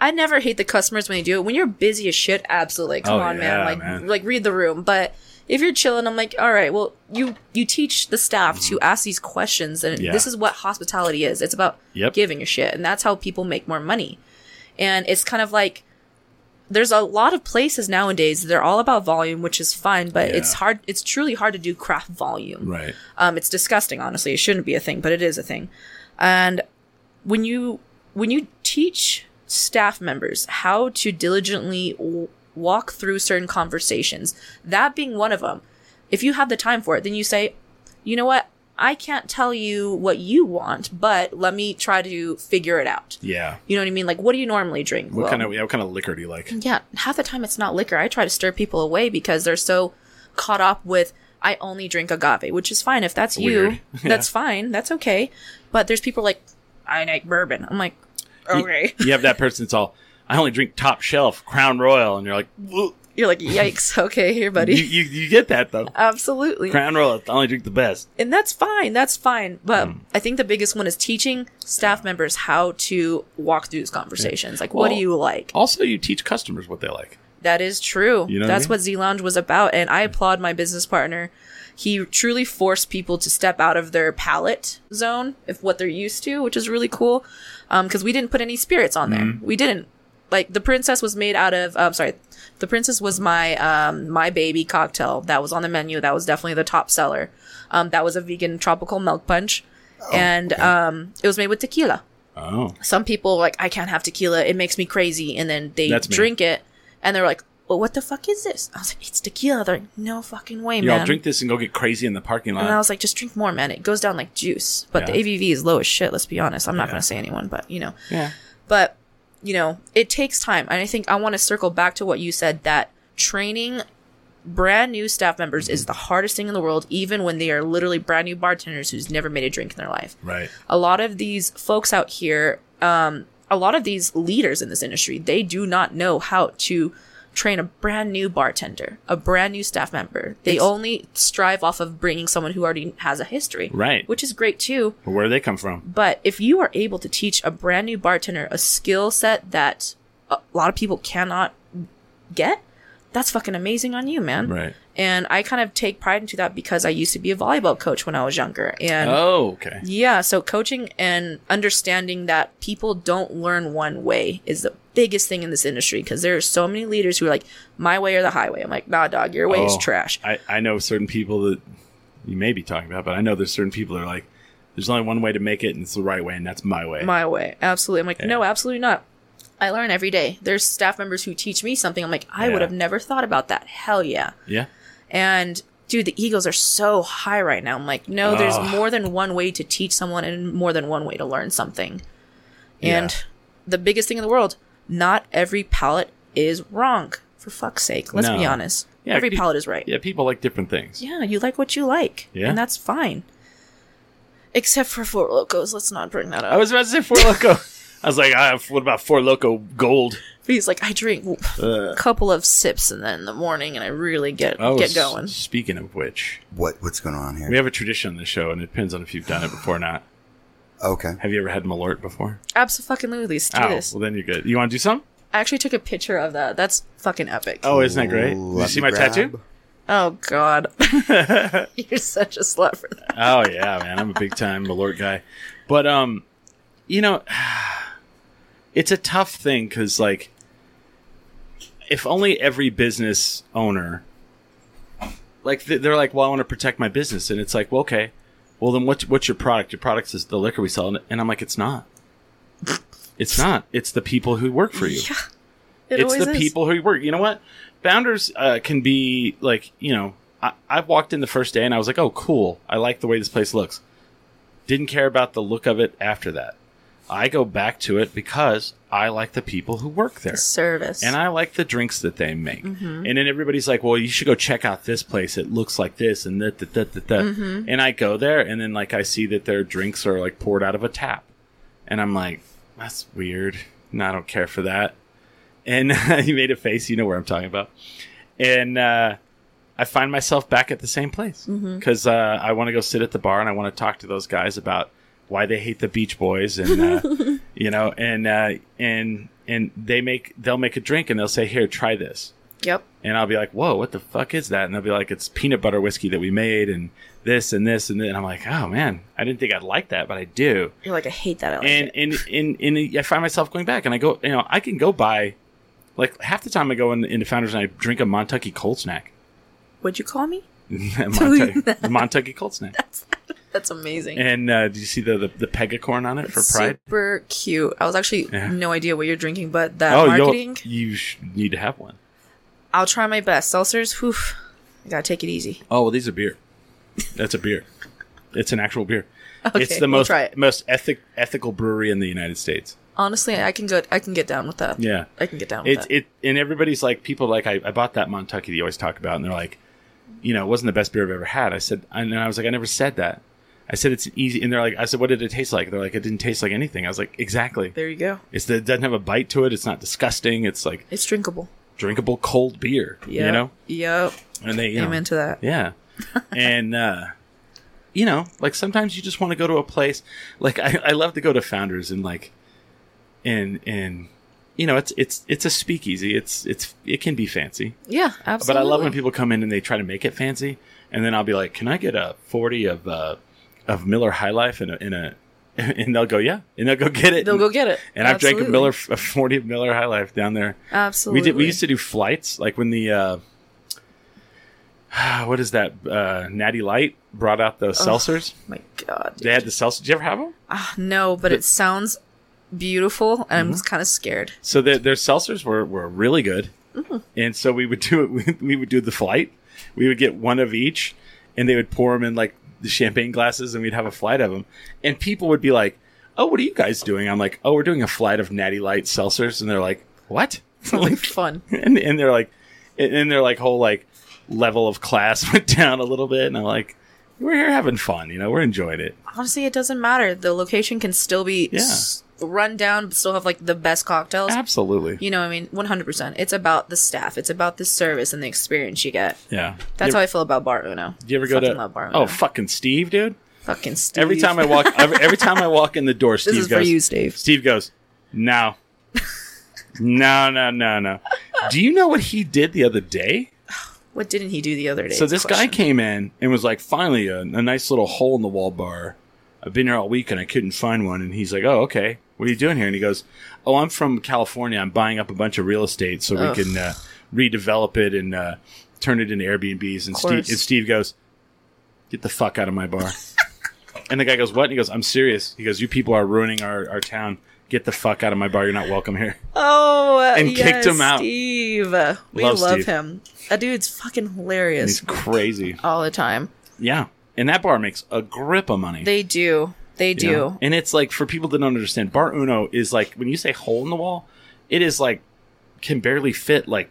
I never hate the customers when they do it. When you're busy as shit, absolutely.
Oh,
Come on,
yeah,
man. Like
man.
like read the room. But if you're chilling, I'm like, all right, well, you you teach the staff to ask these questions, and
Mm-hmm. Yeah.
this is what hospitality is. It's about
Yep.
giving a shit, and that's how people make more money. And it's kind of like there's a lot of places nowadays they're all about volume, which is fine, but
Yeah.
it's hard. It's truly hard to do craft volume.
Right.
Um, it's disgusting, honestly. It shouldn't be a thing, but it is a thing. And when you when you teach staff members how to diligently w- walk through certain conversations, that being one of them, if you have the time for it, then you say, you know what, I can't tell you what you want, but let me try to figure it out.
Yeah.
You know what I mean? Like, what do you normally drink?
What
Well,
kind of yeah, what kind of liquor do you like?
yeah, half the time it's not liquor. I try to stir people away because they're so caught up with I only drink agave, which is fine if that's
Weird. [laughs]
you. That's fine. That's okay. But there's people like I like bourbon. I'm like, okay.
[laughs]
[laughs]
You have that person that's all. I only drink top shelf Crown Royal, and you're like, "Whoa."
You're like, yikes. [laughs] Okay, here, buddy.
you, you you get that
[laughs]
though.
Absolutely.
Crown Royal, I only drink the best.
and that's fine. That's fine. But
Mm.
I think the biggest one is teaching staff members how to walk through these conversations. Like, what do
Well-
you like?
Also, you teach customers what they like.
That is true.
You know what I
That's
mean?
what Z Lounge was about, and I applaud my business partner. He truly forced people to step out of their palate zone of what they're used to, which is really cool. Because we didn't put any spirits on there,
Mm-hmm.
we didn't. Like the princess was made out of. Um, sorry, the princess was my um, my baby cocktail that was on the menu. That was definitely the top seller. Um, that was a vegan tropical milk punch, and um, it was made with tequila
Oh,
some people like I can't have tequila; it makes me crazy, and then they
That's me.
drink it, and they're like, "Well, what the fuck is this?" I was like, "It's tequila." They're like, "No fucking way,
y'all
man!"
drink this and go get crazy in the parking lot.
and I was like, "Just drink more, man. It goes down like juice." But
Yeah.
the ABV is low as shit. Let's be honest. I'm not gonna say anyone, but you know,
yeah,
but you know, it takes time, and I think I want to circle back to what you said that training brand new staff members
Mm-hmm.
is the hardest thing in the world, even when they are literally brand new bartenders who's never made a drink in their life
right.
a lot of these folks out here, um, a lot of these leaders in this industry, they do not know how to train a brand new bartender, a brand new staff member. They only strive off of bringing someone who already has a history,
Right.
Which is great too.
Well, where do they come from?
But if you are able to teach a brand new bartender a skill set that a lot of people cannot get, that's fucking amazing on you, man.
Right.
And I kind of take pride into that because I used to be a volleyball coach when I was younger, and
Oh, okay.
yeah, so coaching and understanding that people don't learn one way is the biggest thing in this industry because there are so many leaders who are like, my way or the highway. I'm like, nah, dog, your way is
Oh,
trash.
I, I know certain people that you may be talking about, but I know there's certain people that are like, there's only one way to make it, and it's the right way, and that's my way.
My way. Absolutely. I'm like, no, absolutely not. I learn every day. There's staff members who teach me something. I'm like, I
Yeah.
would have never thought about that. Hell yeah.
yeah.
And dude, the egos are so high right now. I'm like, no, there's
Ugh.
more than one way to teach someone and more than one way to learn something. And
Yeah.
the biggest thing in the world, not every palate is wrong. For fuck's sake, let's be
No.
honest.
Yeah,
every
pe-
palate is right.
Yeah, people like different things.
Yeah, you like what you like.
Yeah.
And that's fine. Except for Four Locos. Let's not bring that
I
up.
was about to say Four Loco. [laughs] I was like, ah, what about Four Loco Gold?
He's like, I drink a couple of sips and then in the morning and I really get
Oh,
get going.
Speaking of which,
What what's going on here?
we have a tradition on this show, and it depends on if you've done it before or not.
Okay.
Have you ever had Malort before?
Absolutely. Let's do
Oh,
this.
well, then you're good. You want to do some?
I actually took a picture of that. That's fucking epic.
Oh, isn't that great? Did you
Let
see my
me grab-
tattoo?
Oh
[laughs]
God, [laughs] you're such a slut for that.
oh yeah, man, I'm a big time Malort guy. But um, you know, [sighs] it's a tough thing because like, if only every business owner, like th- they're like, well, I want to protect my business, and it's like, well, okay, well then what's what's your product? Your product is the liquor we sell, and, and I'm like, it's not. [laughs] It's not. It's the people who work for you
It
it's
always
the
is.
people who work. You know what? Founders uh, can be like, you know, I, I walked in the first day and I was like, oh, cool. I like the way this place looks. Didn't care about the look of it after that. I go back to it because I like the people who work there.
Service.
And I like the drinks that they make. And then everybody's like, well, you should go check out this place. It looks like this and that, that, that, that, that. And I go there and then like I see that their drinks are like poured out of a tap. And I'm like, that's weird. No, I don't care for that. And [laughs] he made a face. You know where I'm talking about. And uh, I find myself back at the same place because uh, I want to go sit at the bar and I want to talk to those guys about why they hate the Beach Boys and uh, you know and uh, and and they make they'll make a drink and they'll say here try this
Yep.
and I'll be like, "Whoa, what the fuck is that?" And they'll be like, "It's peanut butter whiskey that we made, and this and this and then." I'm like, "Oh man, I didn't think I'd like that, but I do."
You're like, I hate that. I like
And
it.
and and and I find myself going back, and I go, you know, I can go buy, like half the time I go in, into Founders and I drink a Montucky cold
[laughs]
snack, [laughs]
Would you call me?
Montucky, the Montucky cold snack.
That's amazing.
And uh, do you see the the, the pegacorn on it for Pride?
Super cute. I was actually
Yeah.
no idea what you're drinking, but that
Oh,
marketing.
you'll, you sh- need to have one.
I'll try my best. Seltzers, whew, I gotta take it easy.
Oh well, these are beer. That's a beer. It's an actual beer. it's
Okay,
the
we'll
most
try it.
most ethic, ethical brewery in the United States.
Honestly, I can go. I can get down with that.
Yeah,
I can get down with
it's
that.
it and everybody's like people like I, I bought that Montucky that you always talk about, and they're like, you know, it wasn't the best beer I've ever had. I said, and I was like, I never said that. I said it's easy, and they're like, I said, what did it taste like? They're like, it didn't taste like anything. I was like, exactly.
there you go.
It's the, it doesn't have a bite to it. It's not disgusting. It's like
It's drinkable.
drinkable cold beer.
Yeah.
You know,
Yep.
and they you know,
Amen to that.
Yeah. and uh you know, like sometimes you just want to go to a place like I, I love to go to founders and like and and you know, it's it's it's a speakeasy. It's it's it can be fancy.
Yeah, absolutely.
But I love when people come in and they try to make it fancy and then I'll be like, "Can I get a 40 of uh of Miller High Life in a in a [laughs] and they'll go, "Yeah." And they'll go get it.
They'll go get it.
And I've drank a
Absolutely.
Miller a 40 of Miller High Life down there.
Absolutely.
We did. We used to do flights, like when the uh, [sighs] what is that? Uh, Natty Light brought out the seltzers.
My God.
They had the seltzers. Did you ever have them?
Ah, no, but it sounds beautiful, and I'm
Mm-hmm.
kind of scared.
So their their seltzers were, were really good, and so we would [laughs] do it. We, we would do the flight. We would get one of each, and they would pour them in like the champagne glasses, and we'd have a flight of them. And people would be like, "Oh, what are you guys doing?" I'm like, "Oh, we're doing a flight of Natty Light seltzers," and they're like, "What?" [laughs]
Sounds like fun.
and and they're like and and their like whole like level of class [laughs] went down a little bit and i'm like we're here having fun you know we're enjoying it
Honestly, it doesn't matter. The location can still be
Yeah.
s- run down, but still have like the best cocktails.
absolutely
You know, what I mean, 100%. It's about the staff. It's about the service and the experience you get.
yeah
That's
you,
how I feel about Bar Uno.
you ever go
fucking
to
love Bar Uno.
oh fucking steve dude
fucking Steve.
every time i walk every, every time i walk in the door steve
[laughs] this is
goes
for you, Steve.
steve goes
[laughs]
no no no no no do you know what he did the other day
What didn't he do the other day?
So this
Question.
guy came in and was like, finally, a, a nice little hole in the wall bar. I've been here all week and I couldn't find one. And he's like, oh, okay. What are you doing here? And he goes, oh, I'm from California. I'm buying up a bunch of real estate so
Ugh.
we can uh, redevelop it and uh, turn it into Airbnbs. And Steve, and
course.
Steve goes, get the fuck out of my
[laughs]
bar. and the guy goes, what? And he goes, I'm serious. He goes, you people are ruining our, our town. Get the fuck out of my bar. You're not welcome here.
Oh, uh,
and
yes,
kicked him out.
Steve. Uh, We
Love
love,
Steve.
him. That dude's fucking
And he's
hilarious
crazy.
all the time.
Yeah. And that bar makes a grip of money.
They do. They do.
you know? And it's like for people that don't understand, Bar Uno is like when you say hole in the wall, it is like can barely fit like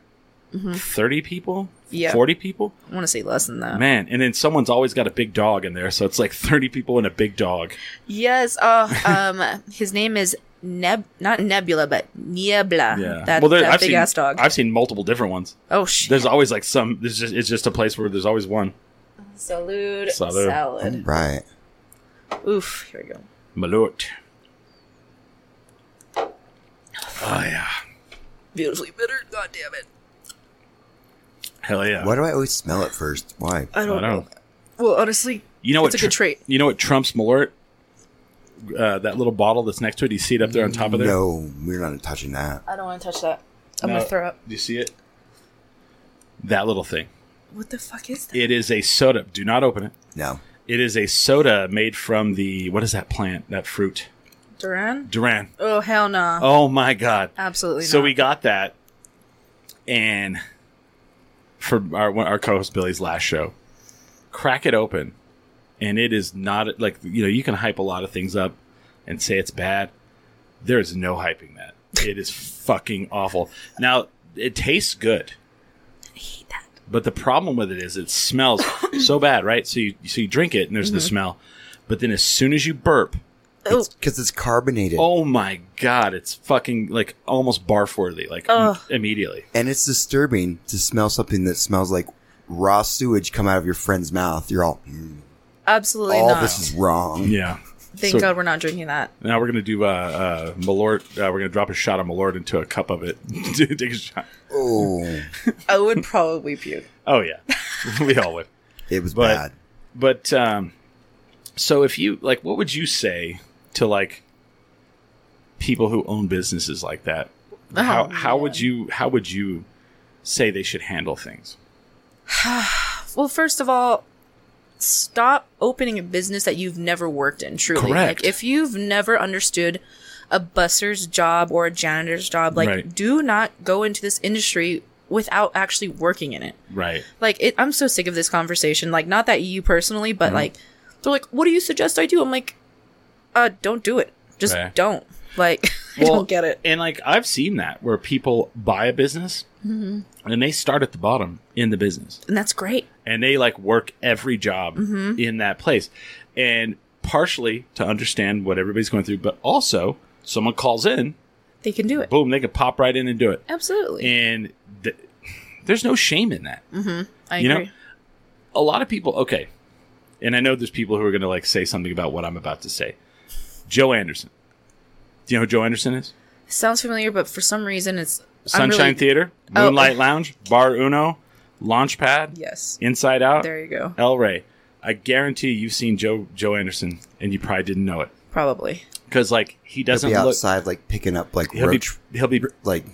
thirty people,
Mm-hmm. Yeah.
forty people,
I want to say less than that.
man. And then someone's always got a big dog in there, so it's like thirty people and a big dog.
Yes.
[laughs]
Oh, um, his name is Neb, not Nebula, but Niebla.
Yeah,
Uh-huh. That,
there-
that big
seen,
ass dog.
I've seen multiple different ones.
oh shit.
There's always like some. There's just it's just a place where there's always one.
Salud.
Salud.
Salad.
Right.
Mm.
Oof. Here we go.
Malort. Oh yeah,
Beautifully bitter. God damn it.
hell yeah.
Why do I always smell it first? Why?
I
I don't
don't, know.
know.
Well, honestly,
You know what?
It's a good trait.
You know what Trump's Malort? Uh, that little bottle that's next to it. You see it up there on top of there.
No, we're not touching that.
I don't want to touch that. I'm
No.
gonna throw up.
Do you see it? That little thing.
What the fuck is that?
It is a soda. Do not open it.
No.
It is a soda made from the what is that plant? That fruit?
Duran?
Duran.
Oh hell no.
Oh my god.
Absolutely.
So
not.
we got that, and for our our co-host Billy's last show, crack it open, and it is not like you know you can hype a lot of things up and say it's bad. There is no hyping that. It is fucking awful. Now it tastes good. But the problem with it is it smells [coughs] so bad, right? So you so you drink it and there's
Mm-hmm.
the smell, but then as soon as you burp,
Oh,
Because it's carbonated.
oh my god, it's fucking like almost barf worthy, like
Ugh.
immediately.
And it's disturbing to smell something that smells like raw sewage come out of your friend's mouth. You're all, "Mm,
absolutely
all
not.
this is wrong.
Yeah.
Thank
So-
God we're not drinking that.
Now we're gonna do uh, uh, Malort. Uh, we're gonna drop a shot of Malort into a cup of it. [laughs] Take a shot.
Oh,
I would probably puke.
Oh yeah, [laughs] we all would.
it was
But-
bad.
But um, so if you like, what would you say to like people who own businesses like that? how how would you how would you say they should handle things?
Well, first of all, stop opening a business that you've never worked in, truly.
Correct.
Like, if you've never understood a busser's job or a janitor's job, like,
Right.
do not go into this industry without actually working in it.
Right.
Like, it, I'm so sick of this conversation. Like, not that you personally,
Mm-hmm.
but like, they're like, what do you suggest I do? I'm like, uh, don't do it. Just
Right.
don't. Like, [laughs] I don't get it.
And like I've seen that where people buy a business
Mm-hmm.
and they start at the bottom in the business.
And that's great.
and they like work every job
Mm-hmm.
in that place and partially to understand what everybody's going through but also someone calls in
They can do it.
boom they can pop right in and do it
Absolutely.
and th- there's no shame in that
I
you
agree.
know? a lot of people okay and i know there's people who are going to like say something about what i'm about to say joe anderson do you know who joe anderson is
Sounds familiar, but for some reason, it's. I'm really-
sunshine theater
Oh.
moonlight lounge bar uno launchpad
Yes.
inside out
There you go.
El Rey. I guarantee you've seen Joe Joe Anderson, and you probably didn't know it
Probably.
because like he
He'll
doesn't
be
look.
outside, like picking up like
He'll be
roach,
he'll be
like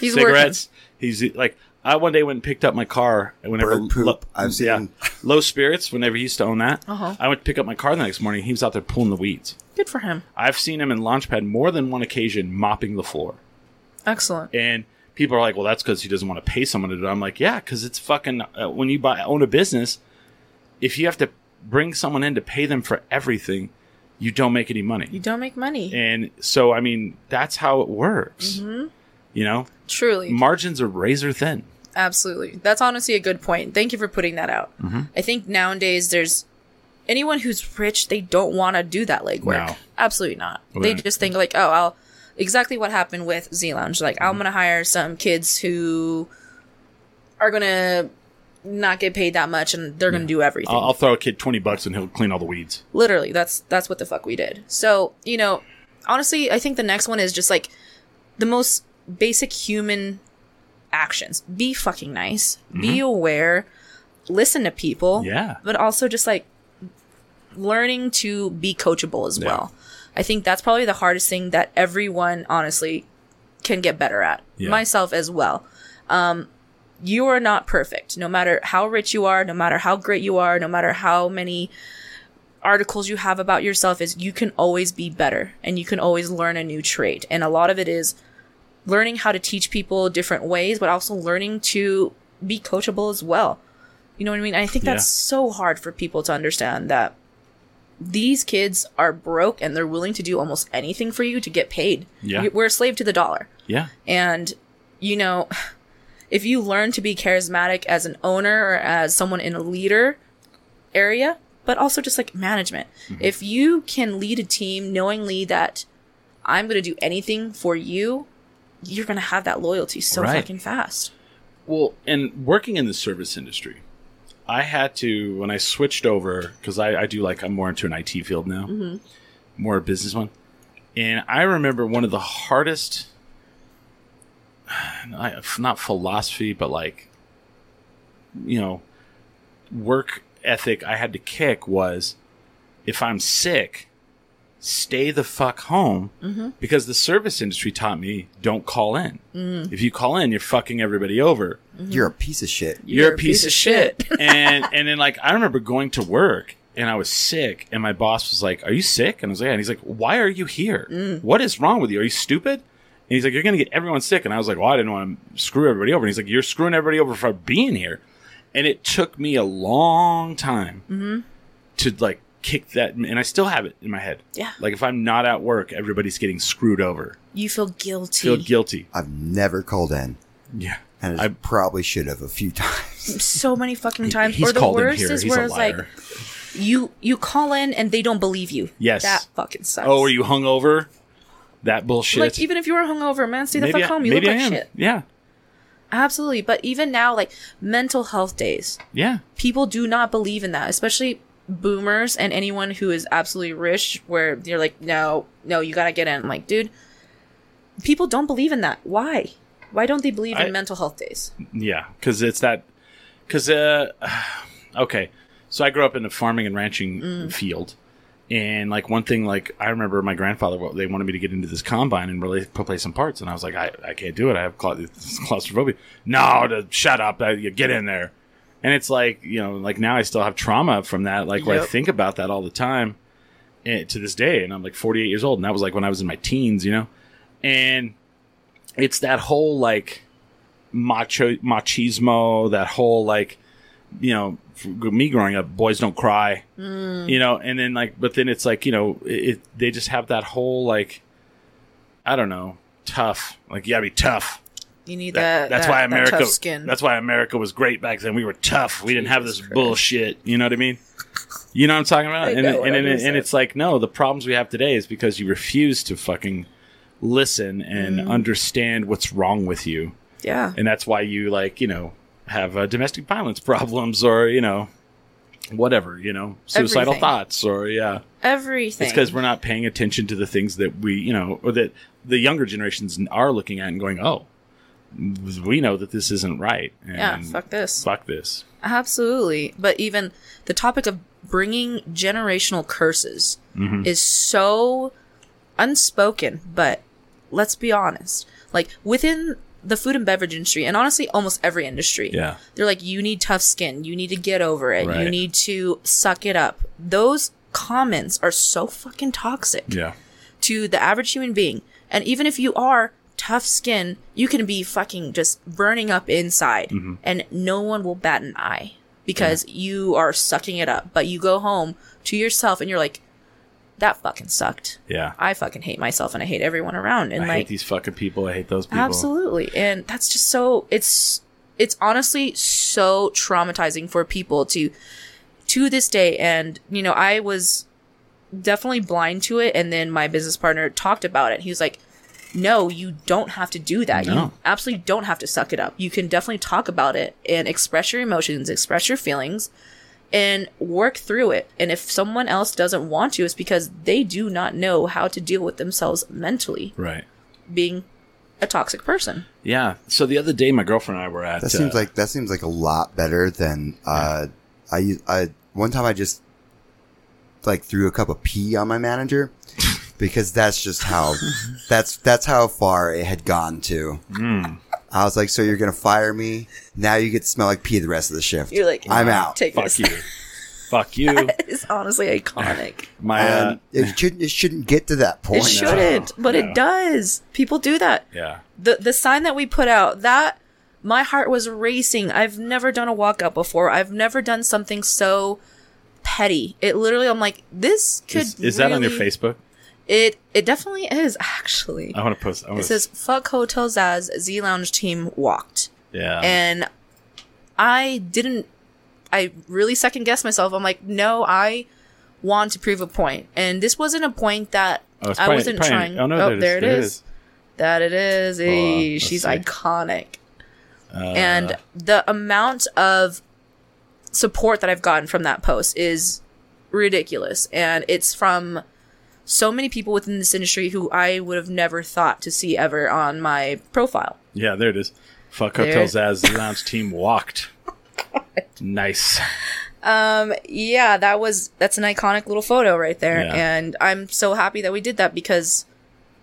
He's
cigarettes. He's like I one day went and picked up my car and whenever
Bird poop. I've seen-
low spirits. Whenever he used to own that,
Uh-huh.
I went to pick up my car the next morning. He was out there pulling the weeds.
working. Good for him.
I've seen him in Launchpad more than one occasion mopping the floor,
Excellent.
and people are like, "Well, that's because he doesn't want to pay someone to do it." I'm like, "Yeah, because it's fucking uh, when you buy own a business, if you have to bring someone in to pay them for everything." You don't make any money.
You don't make money.
And so, I mean, that's how it works. You know,
Truly.
margins are razor thin.
Absolutely. That's honestly a good point. Thank you for putting that out.
Mm-hmm.
I think nowadays there's anyone who's rich, they don't want to do that legwork.
No.
Absolutely not. They
Right.
just think like, oh, I'll exactly what happened with Z Lounge. Like,
Mm-hmm.
I'm gonna hire some kids who are gonna not get paid that much, and they're gonna do everything.
I'll, I'll throw a kid 20 bucks and he'll clean all the weeds.
literally that's that's what the fuck we did so you know honestly i think the next one is just like the most basic human actions be fucking nice be aware listen to people
Mm-hmm. Yeah.
but also just like learning to be coachable as
Yeah.
well i think that's probably the hardest thing that everyone honestly can get better at
Yeah.
myself as well um you are not perfect no matter how rich you are no matter how great you are no matter how many articles you have about yourself is you can always be better and you can always learn a new trait. And a lot of it is learning how to teach people different ways, but also learning to be coachable as well. You know what I mean? I think that's so hard for people to understand that these kids are broke and they're willing to do almost anything for you to get paid.
Yeah.
You- We're a slave to the dollar.
Yeah.
And, you know, if you learn to be charismatic as an owner or as someone in a leader area, but also just like management,
Mm-hmm.
if you can lead a team knowingly that I'm going to do anything for you, you're going to have that loyalty so
Right.
fucking fast.
Well, and working in the service industry, I had to, when I switched over, because I, I do like, I'm more into an IT field now, more a business one. And I remember one of the hardest, [sighs] not not philosophy, but like, you know, work ethic I had to kick was if I'm sick, stay the fuck home because the service industry taught me don't call in. If you call in, you're fucking everybody over
Mm-hmm.
you're a piece of shit.
you're a piece, of shit. and and then like I remember going to work and I was sick and my boss was like, "Are you sick?" And I was like, "Yeah." And he's like, "Why are you here? What is wrong with you? Are you stupid?" And he's like, "You're going to get everyone sick." And I was like, "Well, I didn't want to screw everybody over." And he's like, "You're screwing everybody over for being here." And it took me a long time to like kick that and I still have it in my head.
Yeah.
Like if I'm not at work, everybody's getting screwed over.
[laughs] You feel guilty.
Feel guilty.
I've never called in,
Yeah.
and I probably should have a few [laughs] times.
so many fucking times.
He's
or the
called in
worst
here.
is
He's
where
a
it's like
liar.
you you call in and they don't believe you.
Yes.
That fucking sucks.
oh, are you hungover? That bullshit.
like even if you were hungover, man, stay the fuck
I-
home. You look
maybe
like
I am.
shit.
Yeah,
Absolutely. But even now, like mental health days,
yeah,
people do not believe in that, especially boomers and anyone who is absolutely rich where they're like no no you gotta get in I'm like dude people don't believe in that why why don't they believe
I-
in mental health days
Yeah, because it's that. Because uh, [sighs] okay, so I grew up in a farming and ranching field, and like one thing, like I remember my grandfather, well, they wanted me to get into this combine and really put play some parts, and I was like, I, I can't do it. I have cla- it's [laughs] claustrophobia. No, to, shut up. I, you get in there, and it's like you know, like now I still have trauma from that. Like where I
Yep.
think about that all the time, eh, to this day, and I'm like 48 years old, and that was like when I was in my teens, you know, and it's that whole like macho machismo, that whole like, you know, f- me growing up, boys don't cry,
Mm.
you know, and then like, but then it's like, you know, it, it they just have that whole like, I don't know, tough, like you gotta be tough.
you need
That-
that,
that's
that-
why
that
America.
tough skin
That's why America was great back then. We were tough. We didn't have this
Jesus Christ.
bullshit. You know what I mean? You know what I'm talking about?
I
and
know
and
what
and,
I'm
and,
gonna say.
it's like no, the problems we have today is because you refuse to fucking listen and
Mm.
understand what's wrong with you,
yeah
and that's why you like you know have uh, domestic violence [laughs] problems or you know whatever you know suicidal
Everything.
thoughts or yeah
everything
it's because we're not paying attention to the things that we, you know, or that the younger generations are looking at and going, "Oh, we know that this isn't right." And
yeah fuck this
Fuck this.
Absolutely. But even the topic of bringing generational curses
Mm-hmm.
is so unspoken, but let's be honest. Like within the food and beverage industry, and honestly, almost every industry,
Yeah.
they're like, you need tough skin. You need to get over it.
Right.
You need to suck it up. Those comments are so fucking toxic
Yeah.
to the average human being. And even if you are tough skin, you can be fucking just burning up inside
Mm-hmm.
and no one will bat an eye because you are sucking it up. But you go home to yourself and you're like, that fucking sucked.
Yeah. I,
I fucking hate myself and I hate everyone around. And
hate
like,
these fucking people. I hate those people.
absolutely. And that's just so, it's, it's honestly so traumatizing for people to, to this day. And, you know, I was, definitely blind to it and then my business partner talked about it he was like no you don't have to do that
No.
you absolutely don't have to suck it up you can definitely talk about it and express your emotions express your feelings and work through it and if someone else doesn't want to it's because they do not know how to deal with themselves mentally
Right.
being a toxic person
Yeah. So the other day, my girlfriend and I were at.
That
uh,
seems like that seems like a lot better than uh, I. u- I one time I just like threw a cup of pee on my
[laughs]
manager because that's just how that's that's how far it had gone to.
Hmm.
I was like, so you're gonna fire me? Now you get to smell like pee the rest of the shift.
you're like "Ah,
I'm out.
take
fuck
this
you, fuck you.
[laughs] it's honestly iconic
My uh,
And it shouldn't it shouldn't get to that point.
it shouldn't but
No.
it does people do that
yeah.
the the sign that we put out that my heart was racing i've never done a walkout before i've never done something so petty it literally i'm like this could
Is, is that on your
really-
Facebook?
it it definitely is [laughs] actually
I want to post. Oh, I wanna,
it says fuck hotel zaz z lounge team walked
yeah.
and i didn't i really second guessed myself i'm like no i want to prove a point and this wasn't a point that
Oh, it's
i
probably-
wasn't
probably-
trying
oh, no, there it is,
there
there it
is.
is.
That it is. Hey,
let's
she's
see.
iconic.
Uh,
and the amount of support that I've gotten from that post is ridiculous. And it's from so many people within this industry who I would have never thought to see ever on my profile.
Yeah, there it is. Fuck
There-
hotels as
[laughs]
the lounge team walked. nice.
Yeah, that was that's an iconic little photo right there.
Yeah.
And I'm so happy that we did that because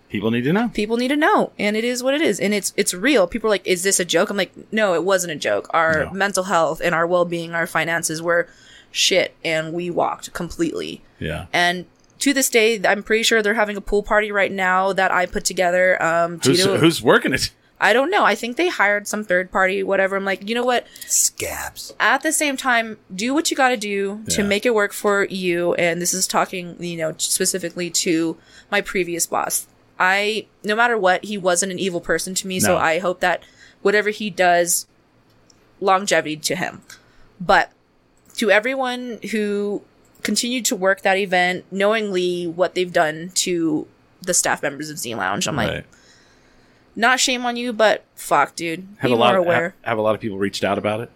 People need to know.
people need to know and it is what it is and it's it's real people are like is this a joke i'm like no it wasn't a joke our
No.
mental health and our well-being our finances were shit and we walked completely
Yeah.
and to this day i'm pretty sure they're having a pool party right now that i put together um
Who's,
Tito-
who's working it?
i don't know i think they hired some third party whatever i'm like you know what
Scabs.
at the same time, do what you got to do to
Yeah.
make it work for you. And this is talking, you know, specifically to my previous boss. I, no matter what, he wasn't an evil person to me. So
No.
I hope that whatever he does, longevity to him. But to everyone who continued to work that event, knowingly what they've done to the staff members of Z Lounge, I'm like,
Right.
not shame on you, but fuck, dude.
Have
Be
a lot.
more
Of,
aware.
have, have a lot of people reached out about it.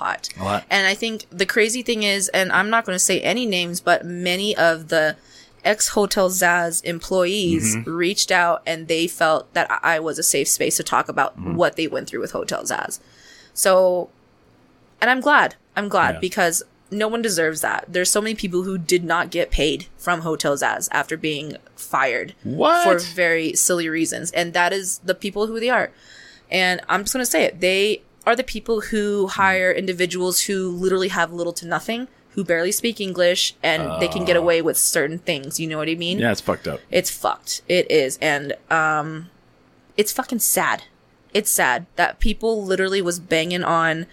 lot.
A lot.
And I think the crazy thing is, and I'm not going to say any names, but many of the ex Hotel Zaz employees
Mm-hmm.
reached out and they felt that I I was a safe space to talk about
Mm-hmm.
what they went through with Hotel Zaz. So, and I'm glad. I'm glad
Yeah.
because no one deserves that. There's so many people who did not get paid from Hotel Zaz after being fired
What?
for very silly reasons. And that is the people who they are. And I'm just going to say it. They are the people who hire individuals who literally have little to nothing, who barely speak English, and they can get away with certain things. You know what I mean?
Ah. Yeah, it's fucked up.
It's fucked. It is. And um it's fucking sad. It's sad that people literally was banging on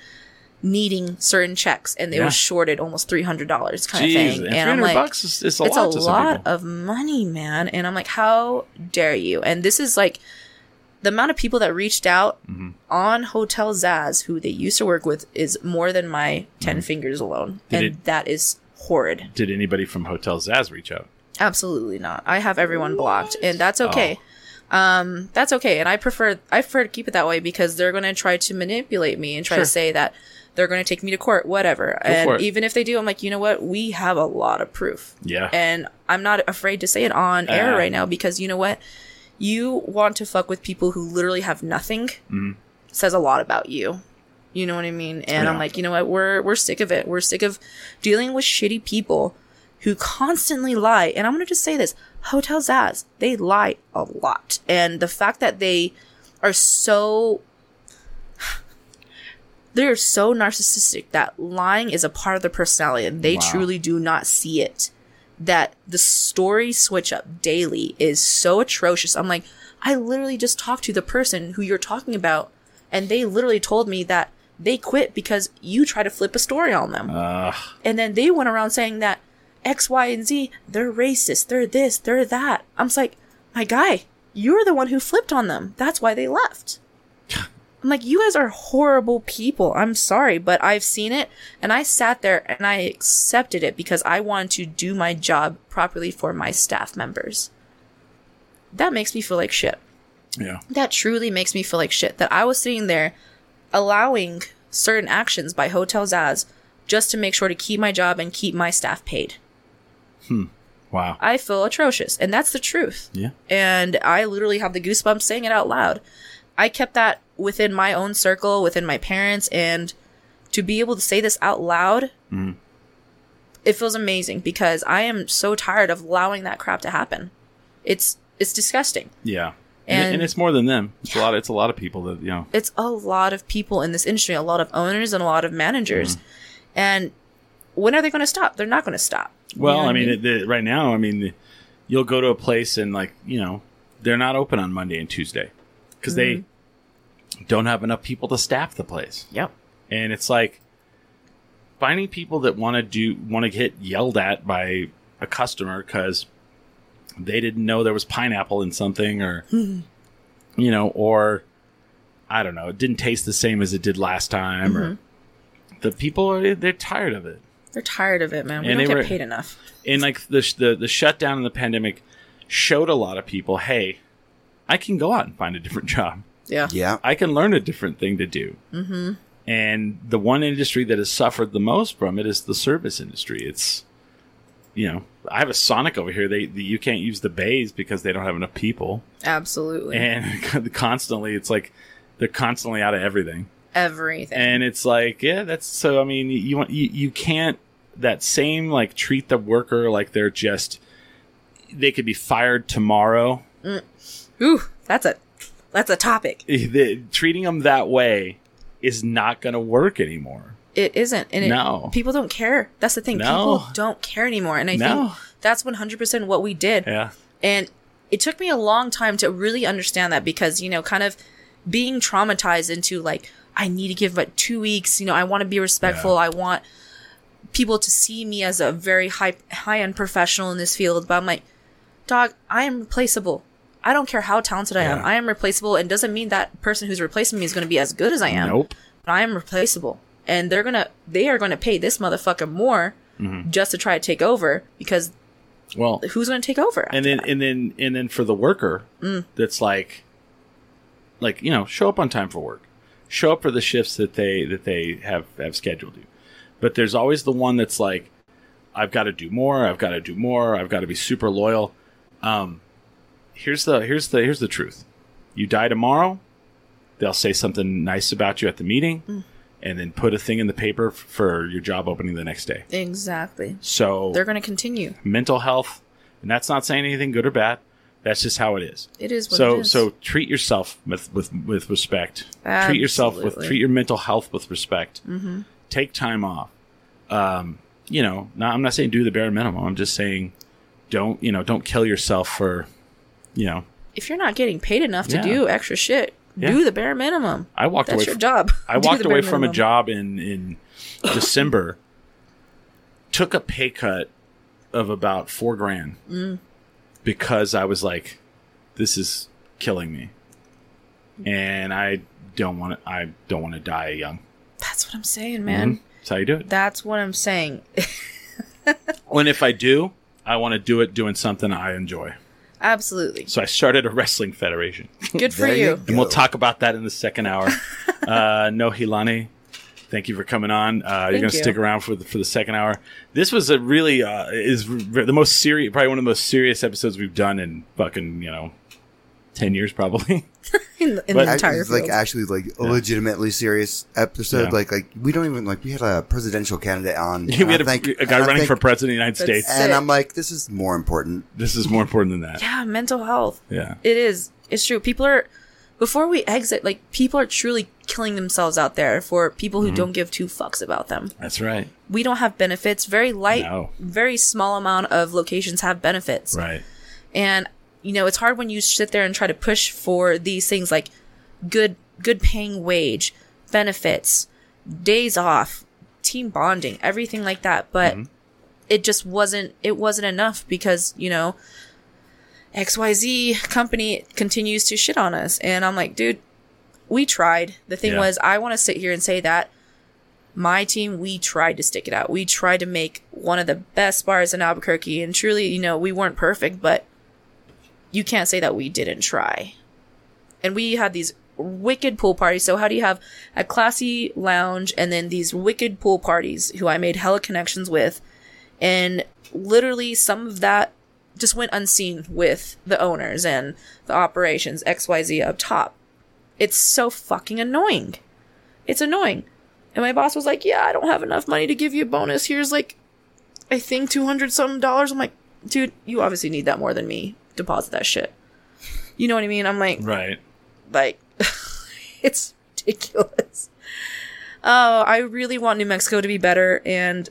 needing certain checks and they
Yeah.
were shorted almost three hundred dollars kind
Jeez,
of thing.
and
And I'm
300
like
bucks is, is a
it's
lot
a
to some
lot
people.
of money, man. And I'm like, how dare you? And this is like the amount of people that reached out
Mm-hmm.
on Hotel Zaz, who they used to work with, is more than my 10 fingers alone.
Mm-hmm. Did
and
it-
that is horrid.
Did anybody from Hotel Zaz reach out?
Absolutely not. I have everyone blocked, and that's
Oh.
okay. Um, that's okay, and I prefer I prefer to keep it that way because they're going to try to manipulate me and try
Sure.
to say that they're going to take me to court, whatever.
for
and
it.
even if they do, I'm like, you know what? We have a lot of proof.
Yeah.
and I'm not afraid to say it on air
Uh.
right now because you know what? You want to fuck with people who literally have nothing.
Mm-hmm.
Says a lot about you. You know what I mean? And
Yeah.
I'm like, you know what? We're we're sick of it. We're sick of dealing with shitty people who constantly lie. And I'm gonna just say this: Hotel Zaz, they lie a lot. And the fact that they are so [sighs] they're so narcissistic that lying is a part of their personality and they
Wow.
truly do not see it. That the story switch up daily is so atrocious. I'm like, I literally just talked to the person who you're talking about, and they literally told me that they quit because you try to flip a story on them.
Uh,
And then they went around saying that X, Y, and Z, they're racist, they're this, they're that. I'm just like, my guy, you're the one who flipped on them. That's why they left. I'm like, you guys are horrible people. I'm sorry, but I've seen it and I sat there and I accepted it because I wanted to do my job properly for my staff members. That makes me feel like shit
yeah.
that truly makes me feel like shit that I was sitting there allowing certain actions by Hotel Zaz just to make sure to keep my job and keep my staff paid.
Wow.
I feel atrocious, and that's the truth.
Yeah.
And I literally have the goosebumps saying it out loud. I kept that within my own circle, within my parents, and to be able to say this out loud, it feels amazing because I am so tired of allowing that crap to happen. It's it's disgusting.
Yeah. And,
And-
and it's more than them. It's a lot. It's a lot of people that you know.
it's a lot of people in this industry, a lot of owners and a lot of managers. And when are they going to stop? They're not going to stop. You
Mm-hmm. Well,
know what
I mean, the, right now, I mean, you'll go to a place and like you know, they're not open on Monday and Tuesday because they don't have enough people to staff the place,
yep.
and it's like finding people that want to do want to get yelled at by a customer because they didn't know there was pineapple in something or you know or i don't know it didn't taste the same as it did last time or the people are they're tired of it
They're tired of it, man. We
And
don't
they
get
were-
paid enough.
and like the, sh- the the shutdown and the pandemic showed a lot of people, hey, I can go out and find a different [laughs] job.
Yeah.
Yeah.
I can learn a different thing to do. Mm-hmm. And the one industry that has suffered the most from it is the service industry. It's you know, I have a Sonic over here. They, the, you can't use the bays because they don't have enough people,
Absolutely.
and [laughs] constantly it's like they're constantly out of everything
Everything.
and it's like yeah that's so i mean you want you, you can't that same like treat the worker like they're just they could be fired tomorrow [laughs]
Ooh, that's a that's a topic.
The- treating them that way is not going to work anymore
It isn't. And it,
No.
people don't care. That's the thing.
No.
People don't care anymore. And I
No.
think that's 100% what we did.
yeah
And it took me a long time to really understand that because, you know, kind of being traumatized into like, I need to give like two weeks, you know, I want to be respectful. I want people to see me as a very high high end professional in this field. But I'm like, dog, I am replaceable. I don't care how talented I am.
Yeah.
I am replaceable and doesn't mean that person who's replacing me is gonna be as good as I am.
nope
But I am replaceable. And they're gonna they are gonna pay this motherfucker more
Mm-hmm.
just to try to take over because
well
who's gonna take over?
and then and then and then for the worker that's like like you know show up on time for work show up for the shifts that they that they have have scheduled you. But there's always the one that's like, I've got to do more. I've got to do more. I've got to be super loyal. Um, here's the here's the here's the truth. You die tomorrow, they'll say something nice about you at the meeting, and then put a thing in the paper f- for your job opening the next day.
Exactly.
So
They're going to continue.
mental health, and that's not saying anything good or bad. That's just how it is.
It is what
So
it is.
so treat yourself with with, with respect. Treat yourself with
Absolutely. Mm-hmm.
treat your mental health with respect. Take time off. Um, you know, not, I'm not saying do the bare minimum. I'm just saying don't you know don't kill yourself for you know.
if you're not getting paid enough to
Yeah.
do extra shit,
Yeah.
do the bare minimum.
I walked away.
That's your
from-
job.
[laughs] I
Do
walked
the
away
bare
from a
minimum.
job in in December. took a pay cut of about four grand
Mm.
because I was like, "This is killing me," and I don't want to. I don't want to die young.
That's what I'm saying, man.
That's how you do it.
That's what I'm saying. [laughs]
And if I do, I want to do it doing something I enjoy. [laughs]
Absolutely.
So I started a wrestling federation,
Good for
There you
you.
go.
and we'll talk about that in the second hour. uh, no Hilani. Thank you for coming on. Uh, you're going to
you.
stick around for the, for the second hour. This was a really uh, is r- the most serious, probably one of the most serious episodes we've done in fucking you know ten years probably. [laughs]
[laughs] In the, in
But
the
I-
entire
It's like
field.
actually like a legitimately serious episode.
Yeah.
Like like we don't even like we had a presidential candidate
[laughs]
on.
we
and I
had a,
think-
a guy
and I
running
think-
for president of the United
That's-
States.
And I'm like, this is more important.
This is more important than that.
yeah, mental health.
Yeah.
It is. It's true. People are before we exit, like people are truly killing themselves out there for people
Mm-hmm.
who don't give two fucks about them.
That's right.
We don't have benefits. Very light,
No.
very small amount of locations have benefits.
Right.
and you know it's hard when you sit there and try to push for these things like good good paying wage benefits days off team bonding everything like that but it just wasn't it wasn't enough because you know xyz company continues to shit on us and i'm like dude we tried the thing
Yeah.
was i want to sit here and say that my team, we tried to stick it out. We tried to make one of the best bars in Albuquerque, and truly, you know, we weren't perfect, but you can't say that we didn't try. And we had these wicked pool parties. So how do you have a classy lounge and then these wicked pool parties who I made hella connections with? And literally some of that just went unseen with the owners and the operations XYZ up top. It's so fucking annoying. It's annoying. And my boss was like, "Yeah, I don't have enough money to give you a bonus. Here's like, I think two hundred something dollars." I'm like, "Dude, you obviously need that more than me. Deposit that shit." You know what I mean? I'm like,
Right.
like, [laughs] it's ridiculous. Oh, I really want New Mexico to be better, and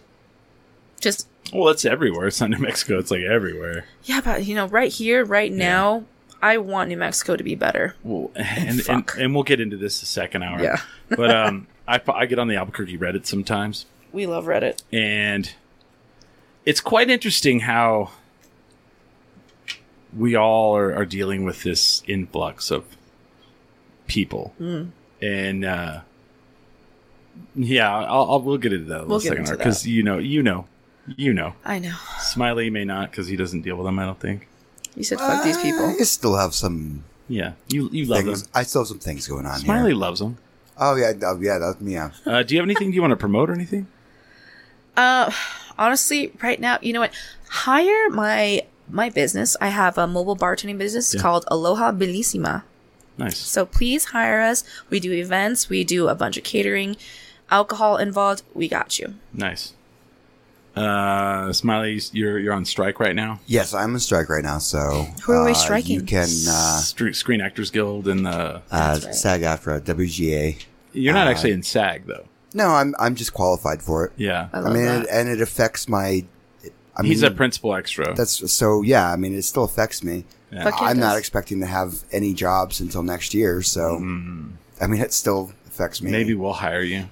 just
Well, it's everywhere. It's not New Mexico. It's like everywhere.
yeah, but you know, right here, right now, I want New Mexico to be better.
Well, and, and,
Fuck.
and we'll get into this the second hour.
Yeah.
but um, I, I get on the Albuquerque Reddit sometimes,
We love Reddit.
and it's quite interesting how we all are, are dealing with this influx of people, and uh, yeah, I'll, I'll we'll get into that in
We'll
the
get
second
into
hour because you know, you know, you know,
I know.
Smiley may not because he doesn't deal with them. I don't think.
You said fuck these people.
Uh, I still have some
Yeah, you you love
things.
them.
I still have some things going on
Smiley
here.
loves them.
Oh yeah, oh, yeah, that's me. Yeah.
Uh, do you have anything? do you want to promote or anything?
Uh, honestly, right now, you know what? Hire my my business. I have a mobile bartending business
Yeah.
called Aloha Bellissima.
Nice.
So please hire us. We do events. We do a bunch of catering, alcohol involved. We got you.
Nice. Uh, Smiley, you're you're on strike right now.
Yes, I'm on strike right now, so
Who are we
uh, You
striking?
can uh,
Str- Screen Actors Guild and the
uh,
That's right.
SAG AFTRA, WGA.
you're not
Uh,
actually in SAG though.
No, I'm I'm just qualified for it.
Yeah,
I
I,
love
mean,
that.
it, and it affects my. I mean,
he's a principal extra.
That's so. Yeah, I mean, it still affects me.
Yeah.
Fuck yeah, it
I'm not
does.
expecting to have any jobs until next year, so I mean, it still affects me.
Mm-hmm. Maybe we'll hire you.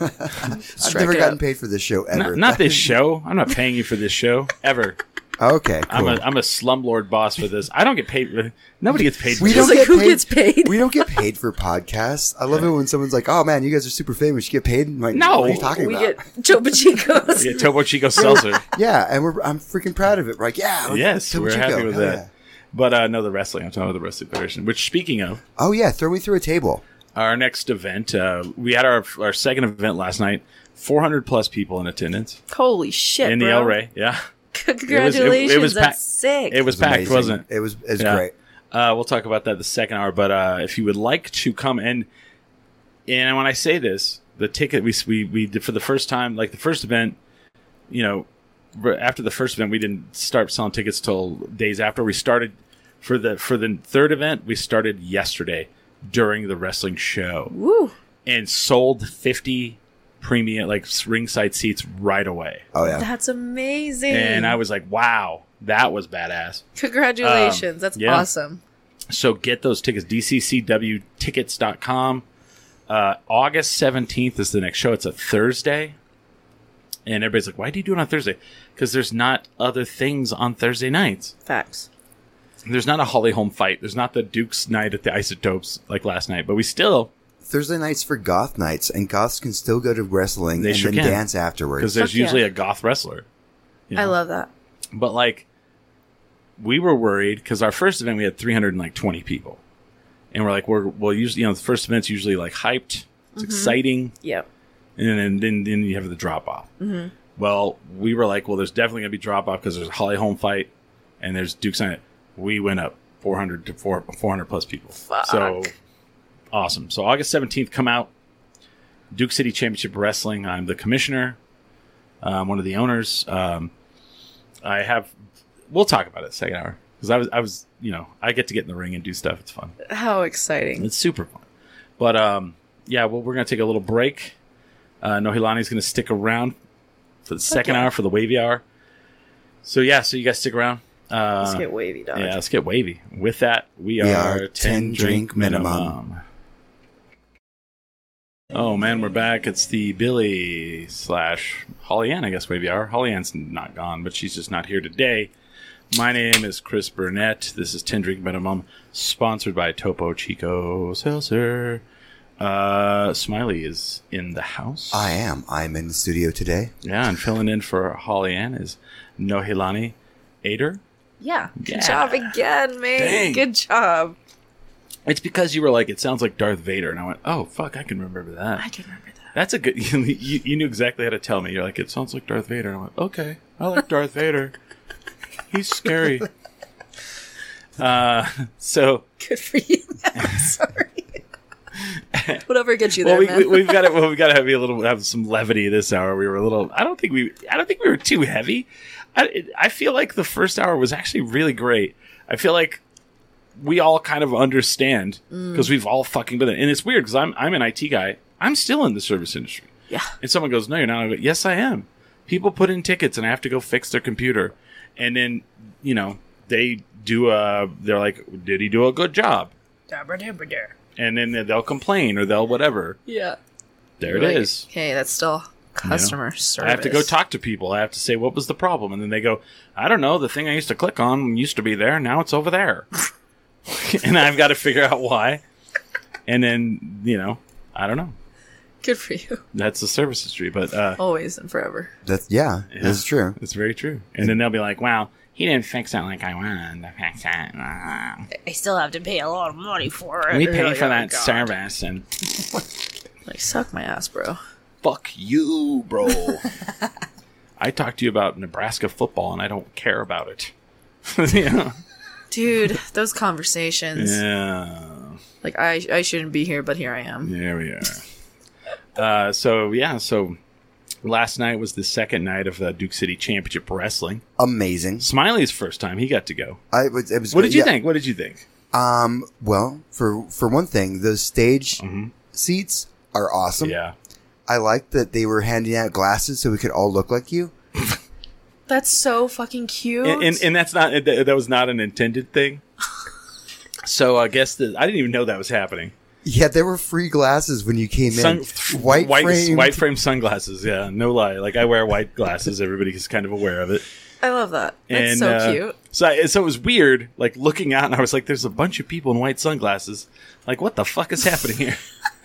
I've never
it
gotten
up.
paid for this show ever.
Not, not this show. I'm not paying you for this show ever.
[laughs] okay, cool.
I'm a I'm a slumlord boss for this. I don't get paid. Nobody gets paid. For
we
this.
don't
Like,
get
who
paid,
gets paid?
We don't get paid for podcasts. I love it when someone's like, "Oh man, you guys are super famous. You get paid." I'm like,
No.
what are you talking
we
about?
get Chopa
[laughs]
Chicos.
We get Topo Chico Seltzer.
yeah, and we're I'm freaking proud of it. We're like, yeah, look-
yes,
look
we're
what you
happy
go.
with
Hell
that.
yeah.
But uh, no, the wrestling. I'm talking about the wrestling federation. Which, speaking of,
Oh yeah, throw me through a table.
Our next event, uh, we had our our second event last night. 400 plus people in attendance
Holy shit,
in the
bro.
El
[laughs]
Rey. Yeah,
Congratulations. That's
packed.
sick.
It was packed,
amazing.
wasn't it?
It was, it was
Yeah.
great.
Uh, we'll talk about that the second hour. But uh, if you would like to come and and when I say this, the ticket we we we did for the first time, like the first event, you know, r- after the first event, we didn't start selling tickets till days after we started for the for the third event. We started yesterday during the wrestling show
Woo.
and sold fifty premium like ringside seats right away.
Oh, yeah.
That's amazing.
Uh, And I was like, wow, that was badass.
Congratulations.
Um,
That's
yeah.
awesome.
So get those tickets, dccwtickets.com. Uh, August 17th is the next show. It's a Thursday. And everybody's like, why do you do it on Thursday? Because there's not other things on Thursday nights.
Facts.
There's not a Holly Holm fight. There's not the Duke's night at the Isotopes like last night. But we still,
Thursday nights for goth nights, and goths can still go to wrestling
They
and
sure
then
can.
dance afterwards.
because there's
Fuck yeah.
usually a goth wrestler. you
I
know?
love that.
But like, we were worried because our first event we had 320 people, and we're like, we're well, usually you know the first event's usually like hyped, it's exciting,
Yep.
and then then, then you have the drop off. Well, we were like, well, there's definitely gonna be drop off because there's a Holly Holm fight, and there's Duke Senate. We went up 400 to four, 400 plus people. So
Fuck.
awesome. So August 17th, come out. Duke City Championship Wrestling. I'm the commissioner. I'm one of the owners. Um, I have. We'll talk about it second hour because I was I was you know I get to get in the ring and do stuff. It's fun.
How exciting.
It's super fun. But um, yeah, well, we're gonna take a little break. Uh, Nohilani's gonna stick around for the second
yeah.
hour for the wavy hour. So yeah, so you guys stick around. Uh,
Let's get wavy, dog.
yeah, let's get wavy. With that, we, are, 10 drink minimum. Oh man, we're back. It's the Billy slash Holly Ann, I guess wavy hour. Holly Ann's not gone, but she's just not here today. My name is Chris Burnett. This is 10 Drink Minimum, sponsored by Topo Chico Seltzer. Uh, Smiley is in the house.
I am. I'm in the studio today.
Yeah, and filling in for Holly Ann is Nohilani Ader.
Yeah.
Yeah.
Good job again, mate.
Dang.
Good job.
It's because you were like, it sounds like Darth Vader, and I went, oh fuck, I can remember
I
that.
can remember that.
That's a good. [laughs] You, you, you knew exactly how to tell me. You're like, it sounds like Darth Vader, and I went, okay, I like Darth Vader. He's scary. Uh, so
Good for you.
[laughs]
I'm sorry. Whatever gets you
well,
there,
we,
man.
we, we've got to well, we've got to have a little have some levity this hour. We were a little. I don't think we. I don't think we were too heavy. I it- I feel like the first hour was actually really great. I feel like we all kind of understand
Mm.
because we've all fucking been. in- And it's weird because I'm I'm an IT guy. I'm still in the service industry.
yeah.
And someone goes, "No, you're not." I go, "Yes, I am." People put in tickets, and I have to go fix their computer. And then you know they do a. They're like, "Did he do a good job?" And then they'll complain or they'll whatever.
Yeah.
There it is.
Okay, that's still customer service.
I have to go talk to people. I have to say what was the problem, and then they go, "I don't know. The thing I used to click on used to be there. Now it's over there," [laughs] and I've got to figure out why. And then you know, I don't know.
Good for you.
That's the service history, but uh,
[laughs] Always and forever.
That's yeah, this is true.
it's very true. And then they'll be like, "Wow, he didn't fix it like I wanted to fix it.
I still have to pay a lot of money for it.
We
"Oh
pay for that service, and
Like, suck my ass, bro.
fuck you, bro." I talk to you about Nebraska football, and I don't care about it. [laughs] yeah.
Dude, [laughs] those conversations.
Yeah.
Like, I, I shouldn't be here, but here I am.
There we are. uh, so yeah, so last night was the second night of the Duke City Championship Wrestling.
Amazing.
Smiley's first time; he got to go.
I was. It was
What
great.
did you
Yeah.
think? What did you think?
Um. Well, for for one thing, those stage seats are awesome.
Mm-hmm. Yeah,
I like that they were handing out glasses so we could all look like you.
That's so fucking cute.
and, and and that's not that that was not an intended thing. So I guess that I didn't even know that was happening.
Yeah, there were free glasses when you came in.
Sun-
white,
white,
framed.
white frame sunglasses. Yeah, no lie. Like I wear white glasses. Everybody's kind of aware of it.
I love that. That's
and
so
uh,
cute.
So, I, so it was weird, like looking out, and I was like, "There's a bunch of people in white sunglasses. Like, what the fuck is happening here?"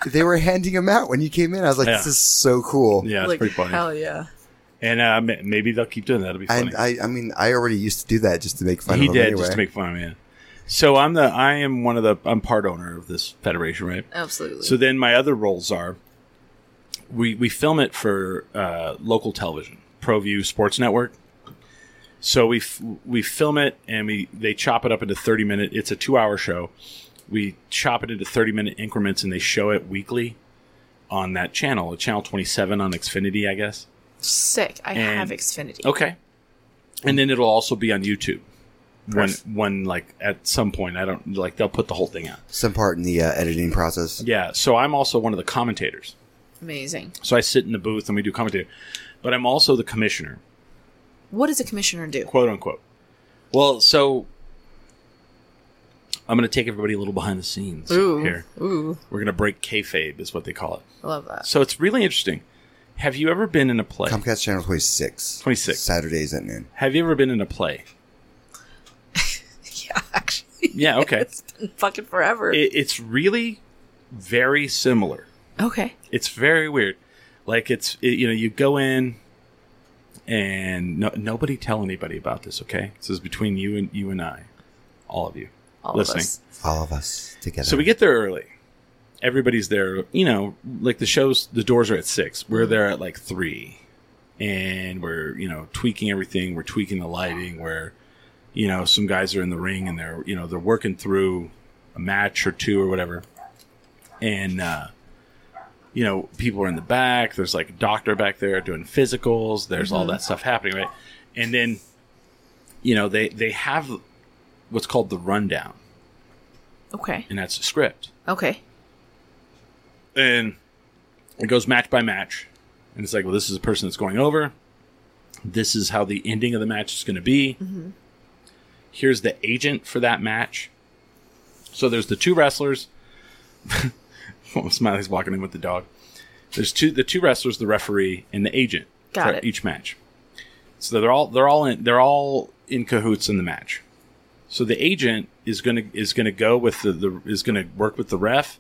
They were handing them out when you came in. I was like,
Yeah.
this is so cool.
yeah, it's
like,
pretty funny.
Hell yeah.
And uh, ma- maybe they'll keep doing that. It'll be funny.
And I, I mean, I already used to do that just to make fun
he
of
did
him anyway.
just to make fun of me. So I'm the I am one of the I'm part owner of this federation, right?
Absolutely.
So then my other roles are we, we film it for uh, local television, ProView Sports Network. So we f- we film it and we they chop it up into 30 minute. It's a 2-hour show. We chop it into 30 minute increments and they show it weekly on that channel, channel 27 on Xfinity, I guess.
Sick. I
And-
have Xfinity.
Okay. And then it'll also be on YouTube. When when like at some point, I don't like they'll put the whole thing out.
Some part in the uh, editing process.
Yeah, so I'm also one of the commentators.
Amazing.
So I sit in the booth and we do commentary. But I'm also the commissioner,
What does a commissioner do?
quote unquote. Well, so I'm going to take everybody a little behind the scenes
Ooh.
here.
Ooh.
We're going to break kayfabe, is what they call it.
I
[laughs]
love that.
So it's really interesting. Have you ever been in a play?
Comcast Channel 26.
26.
Saturdays at noon.
Have you ever been in a play?
Yeah, actually.
Yeah, okay.
[laughs] it's been fucking forever.
it, it's really very similar.
okay.
It's very weird. Like it's it, you know you go in and no, nobody tell anybody about this. Okay, this is between you and you and I, all of you
All
listening.
of us.
All of us together.
So we get there early. Everybody's there. You know, like the shows. The doors are at six. We're there at like three, and we're you know tweaking everything. We're tweaking the lighting. We're you know some guys are in the ring and they're you know they're working through a match or two or whatever, and uh, you know people are in the back. There's like a doctor back there doing physicals. There's all that stuff happening, right? And then you know they they have what's called the rundown,
Okay.
and that's a script
Okay.
and it goes match by match. And it's like, well, this is the person that's going over. This is how the ending of the match is going to be.
Mm-hmm.
Here's the agent for that match. So there's the two wrestlers. [laughs] Oh, Smiley's walking in with the dog. There's two the two wrestlers, the referee, and the agent
Got
for
it.
each match. So they're all they're all in they're all in cahoots in the match. So the agent is gonna is gonna go with the, the is gonna work with the ref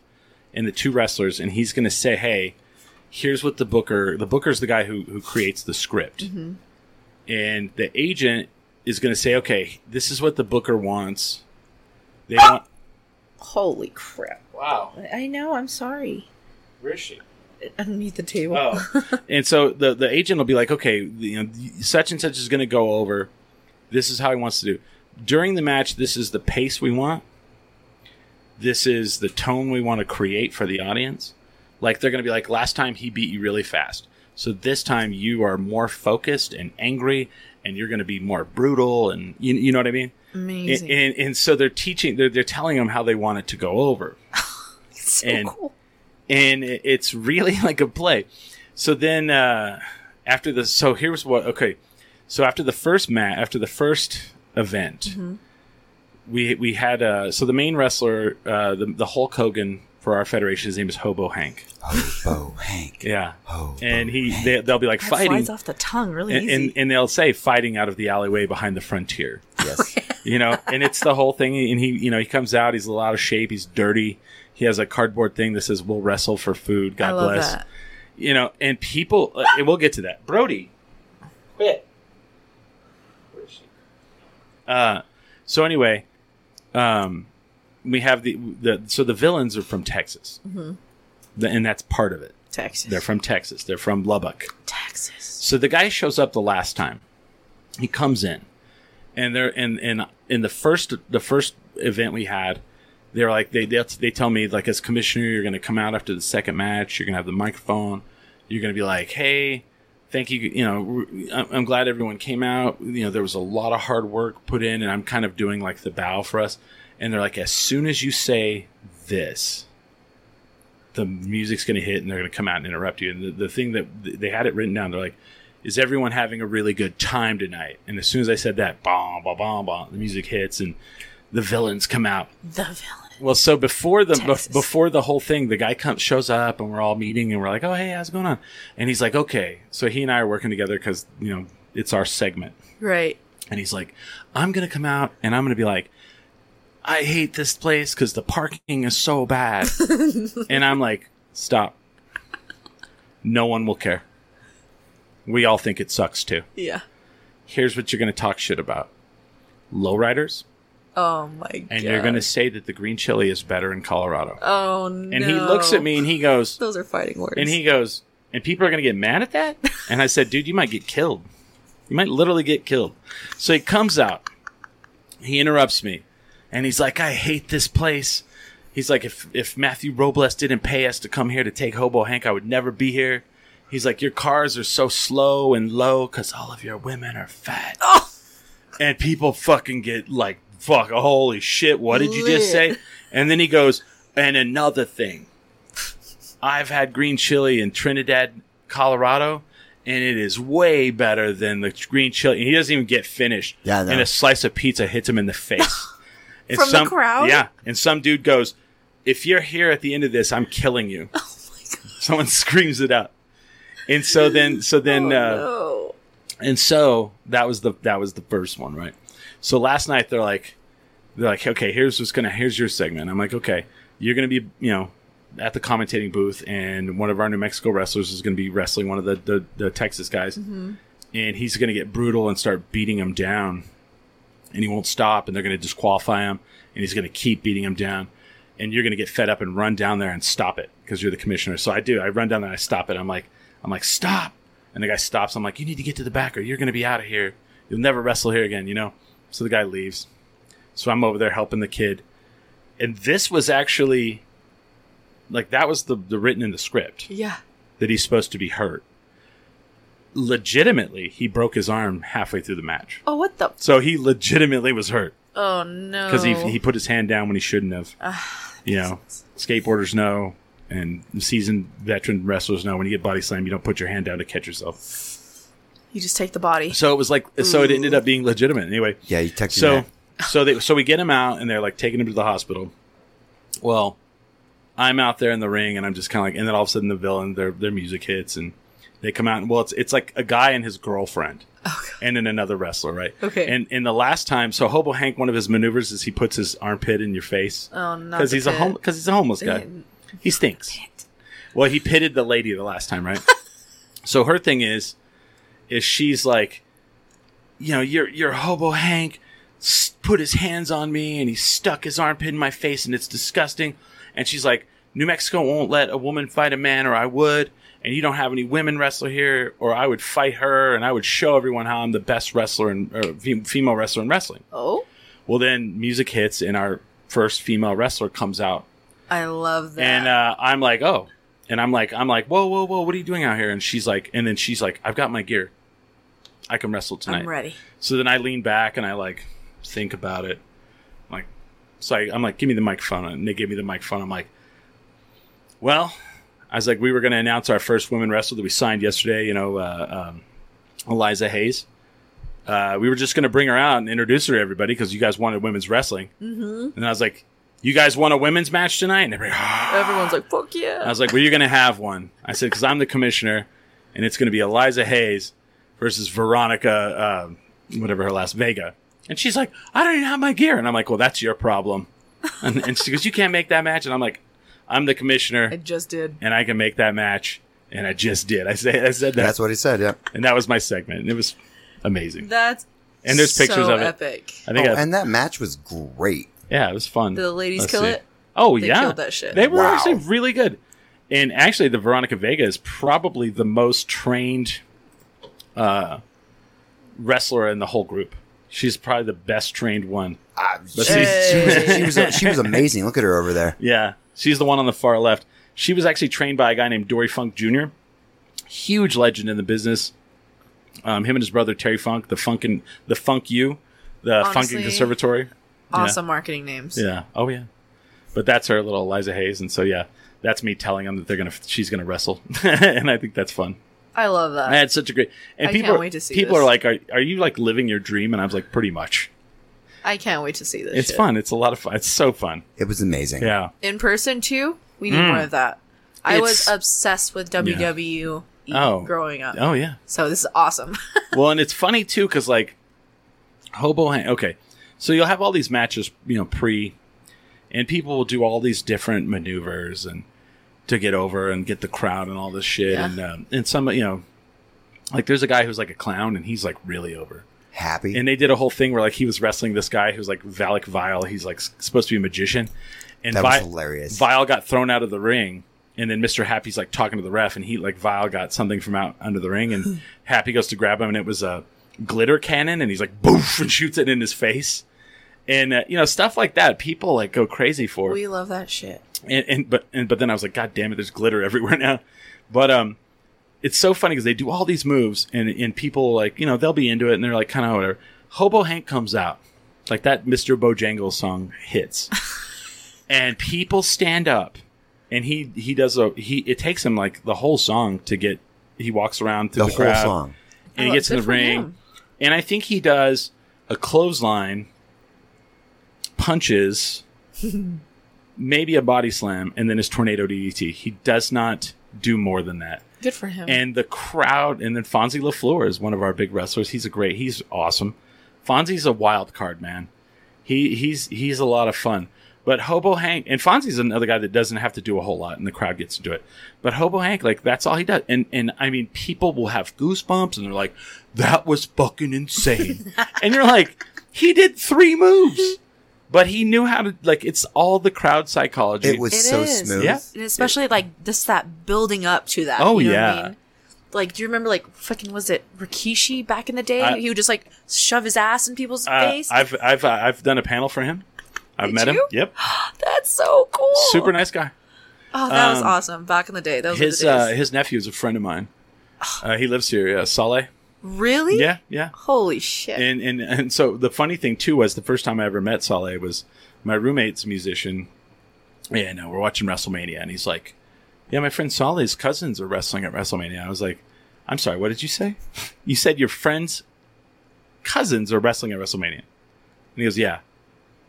and the two wrestlers, and he's going to say, "Hey, here's what the booker. The booker's the guy who who creates the script, and the agent is going to say, "Okay, this is what the booker wants. They want."
Holy crap.
Wow,
I know, I'm sorry.
where is she?
Underneath the table.
Oh, and so the the agent will be like, "Okay, the- you know, such and such is going to go over. This is how he wants to do during the match. This is the pace we want." This is the tone we want to create for the audience. Like they're going to be like, last time he beat you really fast. So this time you are more focused and angry and you're going to be more brutal. And you, you know what I mean?
[laughs] Amazing.
And, and, and so they're teaching, they're, they're telling them how they want it to go over.
so
and-
cool.
And it- it's really [laughs] like a play. So then uh, after the, so here's what, okay. So after the first mat, after the first event,
Mm-hmm.
we we had uh, so the main wrestler, uh, the the Hulk Hogan for our federation, his name is Hobo Hank.
Hobo Oh,
[laughs]
Hank.
Yeah,
Hobo
and he they, they'll be like
That
fighting,
flies off the tongue really
and,
easy.
and and they'll say fighting out of the alleyway behind the frontier.
Yes.
You know, and it's the whole thing. And he you know he comes out, he's a lot of shape, he's dirty. He has a cardboard thing that says "We'll wrestle for food." God
I love
bless.
that.
You know, and people, uh, and we'll get to that. Brody, quit. Where is she? Uh, so anyway, um, we have the the so the villains are from Texas,
Mm-hmm.
The- and that's part of it.
Texas.
They're from Texas. They're from Lubbock.
Texas.
So the guy shows up the last time. He comes in, and they're and and in the first the first event we had, they're like they they, they tell me like as commissioner you're going to come out after the second match. You're going to have the microphone. You're going to be like, hey, thank you. You know, we're- I'm- I'm glad everyone came out. You know, there was a lot of hard work put in, and I'm kind of doing like the bow for us. And they're like, as soon as you say this, the music's going to hit and they're going to come out and interrupt you. And the, the thing that th- they had it written down, they're like, is everyone having a really good time tonight? And as soon as I said that, bomb, bomb, bomb, bomb, the music hits and the villains come out.
The villain.
Well, so before the
Texas.
bef- before the whole thing, the guy comes shows up and we're all meeting and we're like, "Oh, hey, how's it going on?" And he's like, "Okay." So he and I are working together because you know it's our segment.
Right.
And he's like, I'm going to come out and I'm going to be like, I hate this place because the parking is so bad. and I'm like, stop. No one will care. We all think it sucks too.
Yeah.
Here's what you're going to talk shit about lowriders,
Oh my god.
and you're going to say that the green chili is better in Colorado.
Oh no.
and he looks at me and he goes,
Those are fighting words.
and he goes, and people are going to get mad at that? And I said, dude, you might get killed. You might literally get killed. So he comes out. He interrupts me. And he's like, I hate this place. He's like, if, if Matthew Robles didn't pay us to come here to take Hobo Hank, I would never be here. He's like, your cars are so slow and low because all of your women are fat. And people fucking get like, fuck, holy shit, what did you just say? And then he goes, and another thing. I've had green chili in Trinidad, Colorado, and it is way better than the green chili. And he doesn't even get finished.
Yeah, I know.
and a slice of pizza hits him in the face. And
From the crowd?
Yeah, and some dude goes, "If you're here at the end of this, I'm killing you." Oh my god! Someone screams it out, and so then, so then, uh,
Oh.
and so that was the that was the first one, right? So last night they're like they're like, okay, here's what's gonna here's your segment. I'm like, okay, you're gonna be you know at the commentating booth, and one of our New Mexico wrestlers is gonna be wrestling one of the the, the Texas guys, and he's gonna get brutal and start beating him down, and he won't stop, and they're gonna disqualify him, and he's gonna keep beating him down. And you're gonna get fed up and run down there and stop it because you're the commissioner. So I do. I run down there and I stop it. I'm like, I'm like, stop. And the guy stops. I'm like, you need to get to the back or you're going to be out of here. You'll never wrestle here again, you know? So the guy leaves. So I'm over there helping the kid. And this was actually like that was the, the written in the script
Yeah.
that he's supposed to be hurt. Legitimately, he broke his arm halfway through the match.
Oh what the
So he legitimately was hurt
Oh no.
because he, he put his hand down when he shouldn't have. you know, skateboarders know, and seasoned veteran wrestlers know when you get body slammed, you don't put your hand down to catch yourself.
You just take the body.
So it was like, so it ended up being legitimate anyway.
Yeah, you text your
So,
man.
[laughs] so they, so we get him out, and they're like taking him to the hospital. Well, I'm out there in the ring, and I'm just kind of like, and then all of a sudden the villain, their their music hits, and they come out, and well, it's it's like a guy and his girlfriend, and then another wrestler, right?
Oh, Okay.
And and the last time, so Hobo Hank, one of his maneuvers is he puts his armpit in your face.
Oh, not
because
the
he's a
pit.
home because he's a homeless guy. He stinks. Well, he pitted the lady the last time, right? so her thing is, is she's like, you know, your your hobo Hank s- put his hands on me and he stuck his armpit in my face and it's disgusting. And she's like, New Mexico won't let a woman fight a man, or I would. And you don't have any women wrestler here, or I would fight her, and I would show everyone how I'm the best wrestler and or fem- female wrestler in wrestling.
Oh.
Well, then music hits, and our first female wrestler comes out
I love that.
and uh, I'm like, oh, and I'm like, I'm like, whoa, whoa, whoa, what are you doing out here? And she's like, and then she's like, I've got my gear. I can wrestle tonight.
I'm ready.
So then I lean back and I like think about it. Like, so I, I'm like, give me the microphone, and they give me the microphone. I'm like, well, I was like, we were going to announce our first women wrestler that we signed yesterday. You know, uh, um, Eliza Hayes. Uh, we were just going to bring her out and introduce her to everybody because you guys wanted women's wrestling. Mm-hmm. And I was like, you guys want a women's match tonight? And everybody,
Everyone's like, fuck
I
yeah.
was like, "Well, you're gonna have one." I said, "Because I'm the commissioner, and it's gonna be Eliza Hayes versus Veronica, uh, whatever her last Vega." And she's like, "I don't even have my gear," and I'm like, "Well, that's your problem." And, and she goes, "You can't make that match," and I'm like, "I'm the
I
commissioner,
just did.
and I can make that match." And I just did. I said, I said that,
That's what he said. Yeah.
and that was my segment. And it was amazing.
That's
And there's pictures
so
of it.
Epic.
I think,
Oh,
I,
and that match was great.
yeah, it was fun.
The ladies
Let's
kill
see.
it.
Oh
They
yeah,
killed that shit.
They were
Wow.
actually really good. And actually, the Veronica Vega is probably the most trained uh, wrestler in the whole group. She's probably the best trained one.
Ah, she,
Let's see.
she was, she, was,
[laughs]
she was amazing. Look at her over there.
Yeah, she's the one on the far left. She was actually trained by a guy named Dory Funk Jr. Huge legend in the business. Um, him and his brother Terry Funk, the Funk and the Funk U, the Funk
Honestly,
and Conservatory.
Awesome marketing names.
Yeah. Oh yeah. But that's her little Eliza Hayes, and so yeah, that's me telling them that they're gonna she's gonna wrestle, [laughs] and I think that's fun.
I love that.
I had such a great and
I
people
can't
are-
wait to see
people
this.
are like, are, are you like living your dream? And I was like, pretty much.
I can't wait to see this.
It's
shit.
fun. It's a lot of fun. It's so fun.
It was amazing.
Yeah.
In person too, we need more of that. I was
Mm. It's-
obsessed with WWE
Oh.
growing up.
Oh yeah.
So this is awesome. [laughs]
well, and it's funny too because like Hobo Hank. Okay, so you'll have all these matches, you know, pre, and people will do all these different maneuvers and to get over and get the crowd and all this shit,
Yeah.
and um, and some you know, like there's a guy who's like a clown and he's like really over.
happy.
and they did a whole thing where like he was wrestling this guy who's like Valak Vile. He's like s- supposed to be a magician, and
That was
Vi-
hilarious.
Vile got thrown out of the ring, and then Mister Happy's like talking to the ref, and he like Vile got something from out under the ring, and Happy goes to grab him, and it was a glitter cannon, and he's like boof and shoots it in his face. And uh, you know stuff like that, people like go crazy for
We love that shit.
and, and but and but then I was like, God damn it, there's glitter everywhere [laughs] now. But um, it's so funny because they do all these moves, and and people like you know they'll be into it, and they're like kind of whatever. Hobo Hank comes out, like that Mister Bojangles song hits,
[laughs]
and people stand up, and he he does a he it takes him like the whole song to get he walks around through
the
the,
whole
crowd
song.
and he
Oh,
gets in
good
the
for
ring,
him.
and I think he does a clothesline, punches, maybe a body slam, and then his tornado DDT. He does not do more than that.
Good for him.
And the crowd, and then Fonzie LaFleur is one of our big wrestlers. He's a great, he's awesome. Fonzie's a wild card, man. He he's he's a lot of fun. But Hobo Hank and Fonzie's another guy that doesn't have to do a whole lot, and the crowd gets to do it. But Hobo Hank, like that's all he does, and and I mean, people will have goosebumps, and they're like, "That was fucking
[laughs]
insane," and you're like, "He did three moves, but he knew how to like." It's all the crowd psychology.
It was
It
so
is.
smooth.
Yeah.
and especially like just that building up to that.
Oh,
you know
yeah.
What I mean? Like, do you remember like fucking was it Rikishi back in the day?
I-
he would just like shove his ass in people's
Uh,
face.
I've I've I've done a panel for him. I've
Did
met him.
you?
Yep,
That's so cool.
super nice guy.
Oh, that was
um,
awesome back in the day. Those
his
were the
uh,
days.
his nephew is a friend of mine. Uh, he lives here, yeah, Saleh.
really?
Yeah, yeah.
Holy shit.
And and and so the funny thing too was the first time I ever met Saleh was my roommate's a musician. Yeah, no, we're watching WrestleMania, and he's like, "Yeah, my friend Saleh's cousins are wrestling at WrestleMania." I was like, "I'm sorry, what did you say? [laughs] You said your friend's cousins are wrestling at WrestleMania?" And he goes, "Yeah,"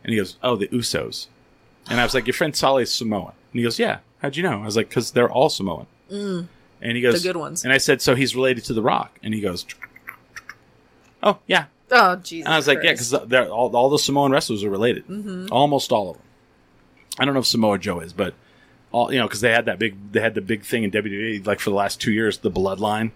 and he goes, "Oh, the Usos," and I was like, "Your friend Saleh's Samoan?" And he goes, "Yeah." How'd you know? I was like, "Cause they're all Samoan." And he goes,
Mm. The good ones.
And I said, "So he's related to The Rock?" And he goes, "Oh, yeah."
oh Jesus.
And I was like, yeah,
Christ.
because all, all the Samoan wrestlers are related,
Mm-hmm.
almost all of them. I don't know if Samoa Joe is, but all you know, because they had that big, they had the big thing in WWE like for the last two years, the Bloodline,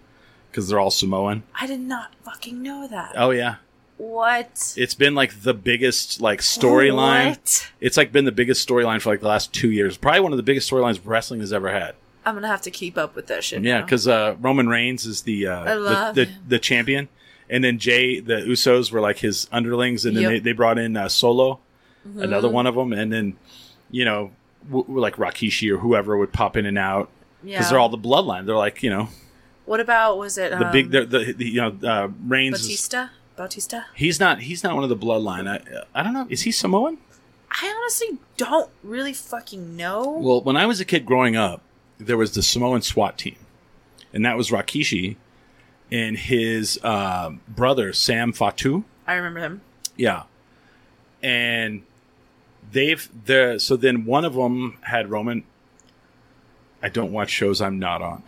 because they're all Samoan.
I did not fucking know that.
Oh yeah,
what?
it's been like the biggest like storyline.
What?
It's like been the biggest storyline for like the last two years. Probably one of the biggest storylines wrestling has ever had.
I'm gonna have to keep up with that shit.
Yeah,
now.
because uh, Roman Reigns is the uh,
I
the,
love
the,
him.
the champion, and then Jay the Usos were like his underlings, and then
Yep.
they, they brought in uh, Solo,
Mm-hmm.
another one of them, and then you know w- w- like Rakishi or whoever would pop in and out because
Yeah.
they're all the bloodline. They're like you know
What about was it
the
um,
big they're, the, the you know uh, Reigns. Is,
Batista? Batista?
he's not he's not one of the bloodline. I I don't know. Is he Samoan?
I honestly don't really fucking know.
Well, when I was a kid growing up, there was the Samoan SWAT team, and that was Rakishi and his um, brother Sam Fatu.
I remember him.
Yeah. And they've the so then one of them had Roman. I don't watch shows I'm not on.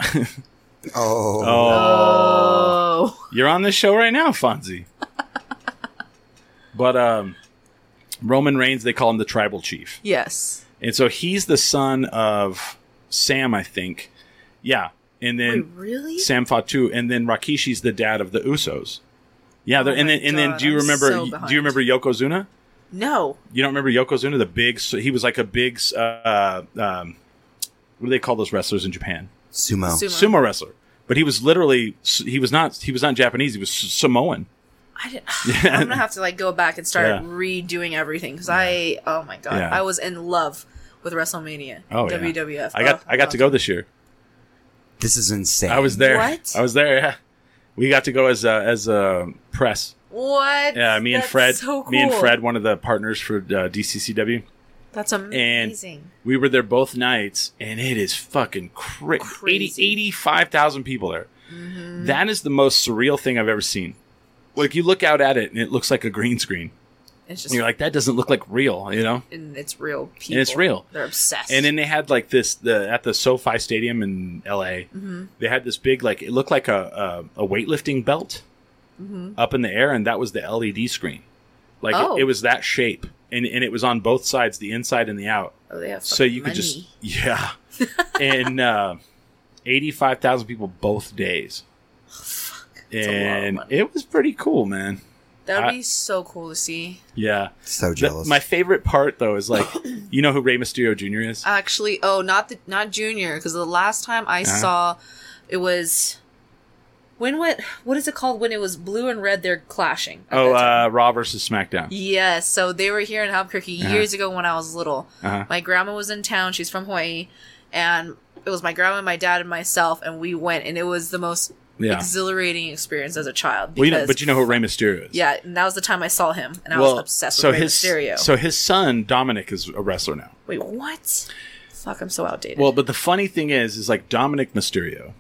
Oh,
Oh,
[laughs] You're on this show right now, Fonzie. but um Roman Reigns, they call him the tribal chief.
yes.
And so he's the son of Sam, I think. Yeah. And then
Wait, really?
Sam Fatu, and then Rakishi's the dad of the Usos. Yeah, they're
Oh
and
my
then and then
God,
do you
I'm
remember
so
do you
behind.
remember Yokozuna?
no.
You don't remember Yokozuna, the big? So he was like a big. Uh, um, what do they call those wrestlers in Japan?
sumo.
Sumo.
Sumo wrestler. But he was literally he was not he was not Japanese. He was S- Samoan.
I didn't, [sighs] I'm gonna have to like go back and start
Yeah.
redoing everything because I oh my god
Yeah.
I was in love with WrestleMania
Oh yeah.
WWF
I got
Oh,
I got to
God.
go this year.
This is insane.
I was there.
What?
I was there. Yeah. We got to go as uh, as uh, press.
what
Yeah, me and
That's
Fred.
so cool.
Me and Fred, one of the partners for uh, DCCW.
that's amazing
We were there both nights, and it is fucking cra-
Crazy. Mm-hmm.
80 85,000 people there. That is the most surreal thing I've ever seen. Like, you look out at it, and it looks like a green screen.
it's just
And you're like, that doesn't look like real, you know?
and it's real people
it's real.
they're obsessed
And then they had like this the at the SoFi Stadium in LA.
Mm-hmm.
They had this big like it looked like a a, a weightlifting belt
Mm-hmm.
up in the air, and that was the LED screen. Like it-
Oh.
it, was that shape, and and it was on both sides, the inside and the out.
oh, they have
so
fucking
you could just
money.
[laughs] yeah and uh 85,000 people both days
a lot of
and
money.
it was pretty cool man
That would
I-
be so cool to see.
Yeah.
So
The-
jealous.
my favorite part though
[coughs]
is like, you know who Rey Mysterio Jr. is?
Actually, oh, not the not Junior, because the last time I
Uh-huh.
saw, it was when what what is it called when it was blue and red they're clashing. at
oh,
that time?
uh, Raw versus SmackDown.
Yes, so they were here in Albuquerque
Uh-huh.
years ago when I was little.
Uh-huh.
My grandma was in town. She's from Hawaii, and it was my grandma, my dad, and myself, and we went, and it was the most
Yeah.
exhilarating experience as a child.
well, you know,
because-
but you know who Rey Mysterio is.
yeah, and that was the time I saw him, and I was obsessed
so
with Rey
his,
Mysterio.
So his son Dominic is a wrestler now.
Wait, what? Fuck, I'm so outdated.
Well, but the funny thing is, is like Dominic Mysterio,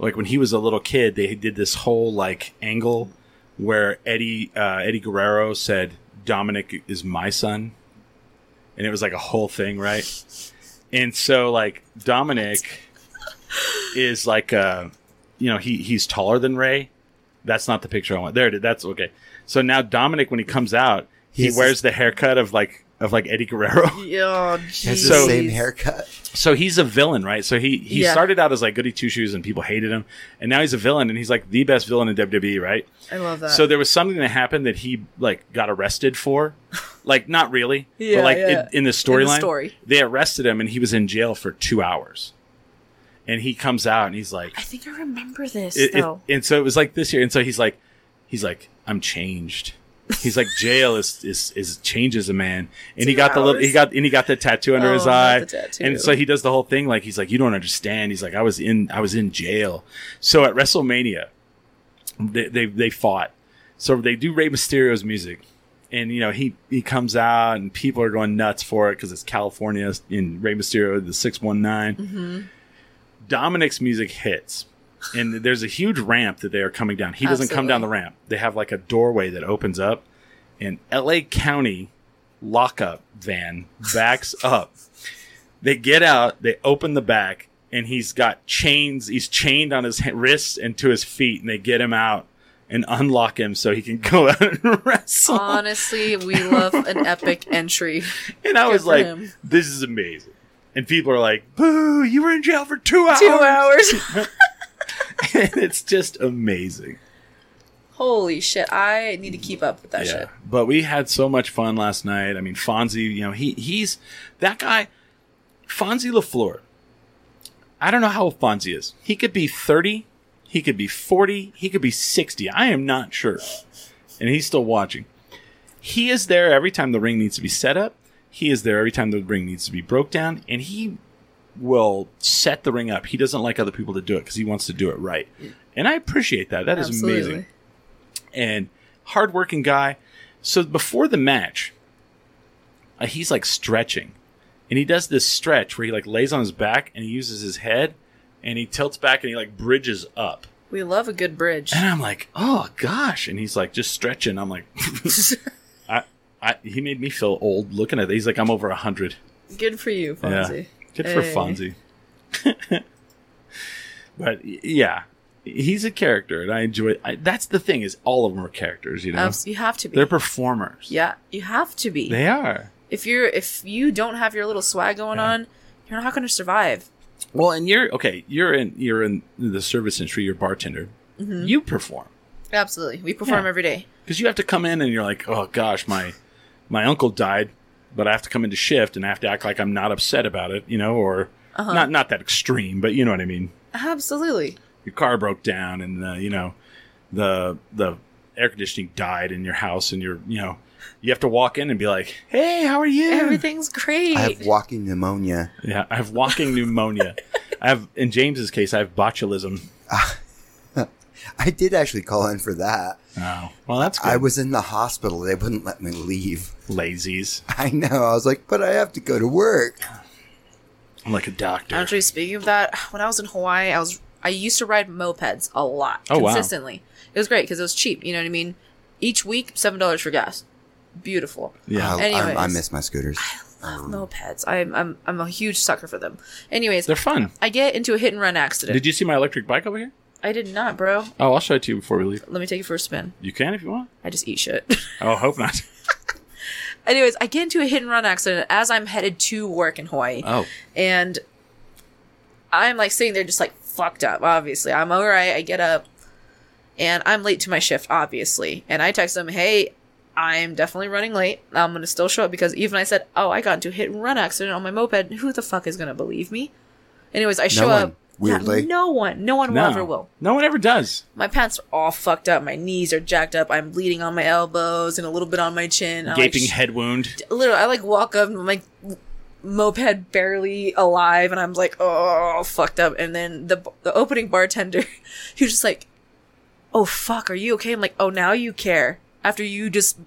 like when he was a little kid, they did this whole like angle where Eddie uh, Eddie Guerrero said Dominic is my son, and it was like a whole thing, right? And so like Dominic is like uh you know he he's taller than Ray. That's not the picture I want. There it is. That's okay. So now Dominic, when he comes out, he
He's-
wears the haircut of like of like Eddie Guerrero.
oh,
He has
jeez.
the
So-
same haircut.
So he's a villain, right? So he he
Yeah.
started out as like goody two shoes and people hated him, and now he's a villain and he's like the best villain in WWE, right?
I love that.
So there was something that happened that he like got arrested
[laughs]
for, like not really,
Yeah,
but like
yeah.
in, in the storyline,
story.
they arrested him and he was in jail for two hours, and he comes out and he's like,
I think I remember this
it- it-
though.
and so it was like this year, and so he's like, he's like, I'm changed. He's like jail is is, is changes a man, and he
Two
got the little,
hours.
he got and he got the tattoo under
Oh,
his
not
eye,
the tattoo.
and so he does the whole thing like he's like you don't understand. He's like I was in I was in jail. So at WrestleMania, they they, they fought. So they do Rey Mysterio's music, and you know he he comes out and people are going nuts for it because it's California in Rey Mysterio the six one nine. Dominic's music hits, and there's a huge ramp that they are coming down. He doesn't come
Absolutely.
down the ramp. They have like a doorway that opens up, and L.A. County lockup van backs up. They get out, they open the back, and he's got chains. He's chained on his ha- wrists and to his feet, and they get him out and unlock him so he can [laughs] go out and wrestle.
Honestly, we
[laughs]
love an epic entry.
and I was
for
like,
him.
this is amazing. And people are like, boo, you were in jail for two hours.
Two hours.
[laughs] and it's just amazing.
Holy shit! I need to keep up with that shit.
But we had so much fun last night. I mean, Fonzie, you know, he he's that guy, Fonzie LaFleur. I don't know how old Fonzie is. He could be 30, he could be 40, he could be 60. I am not sure. And he's still watching. He is there every time the ring needs to be set up. He is there every time the ring needs to be broke down, and he will set the ring up. He doesn't like other people to do it because he wants to do it right. And I appreciate that. That is amazing and hardworking guy. So before the match, uh, he's like stretching, and he does this stretch where he like lays on his back and he uses his head, and he tilts back and he like bridges up.
We love a good bridge.
And I'm like, oh gosh, and he's like just stretching. I'm like, [laughs] I, I, he made me feel old looking at it. He's like, I'm over a hundred.
Good for you, Fonzie.
Good for
Hey.
Fonzie. [laughs] but y- yeah, he's a character, and I enjoy. I, that's the thing is, all of them are characters. You know,
Abs- you have to be.
they're performers.
yeah, you have to be.
They are.
if you're if you don't have your little swag going on, you're not going to survive.
Well, and you're okay, you're in you're in the service industry, you're a bartender. You perform.
Absolutely, we perform
Yeah.
every day.
Because you have to come in and you're like, "Oh gosh, my my uncle died, but I have to come into shift and I have to act like I'm not upset about it, you know, or not not that extreme, but you know what I mean.
Absolutely.
Your car broke down and uh, you know, the the air conditioning died in your house and you're, you know, you have to walk in and be like, "Hey, how are you?"
Everything's great.
I have walking pneumonia.
Yeah, I have walking pneumonia. I have in James's case, I have botulism.
I did actually call in for that.
Oh, well, that's good.
I was in the hospital. They wouldn't let me leave. [laughs]
lazies.
I know. I was like, but I have to go to work.
I'm like a doctor.
Actually, speaking of that, when I was in Hawaii, I was I used to ride mopeds a lot
Oh, wow.
consistently. It was great because it was cheap. You know what I mean? Each week, seven dollars for gas. Beautiful.
yeah,
I- I, I
Anyways.
miss my scooters. Um,
Mm.
Mopeds. I'm I'm I'm a huge sucker for them. Anyways,
they're fun.
I get into a hit and run accident.
Did you see my electric bike over here?
I did not, bro.
Oh, I'll show it to you before we leave.
Let me take you for a spin.
You can if you want.
I just eat shit. [laughs]
Oh, hope
[laughs]
not.
Anyways, I get into a hit and run accident as I'm headed to work in Hawaii.
Oh,
And I'm like sitting there just like fucked up, obviously. I'm all right. I get up and I'm late to my shift, obviously. And I text him, hey, I'm definitely running late. I'm gonna still show up because even I said, oh, I got into a hit and run accident on my moped. Who the fuck is gonna believe me? Anyways, I show
one,
up. Yeah,
weirdly.
no one, no one will ever will.
No one ever does.
My pants are all fucked up. My knees are jacked up. I'm bleeding on my elbows and a little bit on my chin. I'm
Gaping
like, sh-
head wound.
Literally, I like walk up, my moped barely alive, and I'm like, oh, fucked up. And then the the opening bartender, [laughs] he was just like, oh fuck, are you okay? I'm like, oh, now you care after you just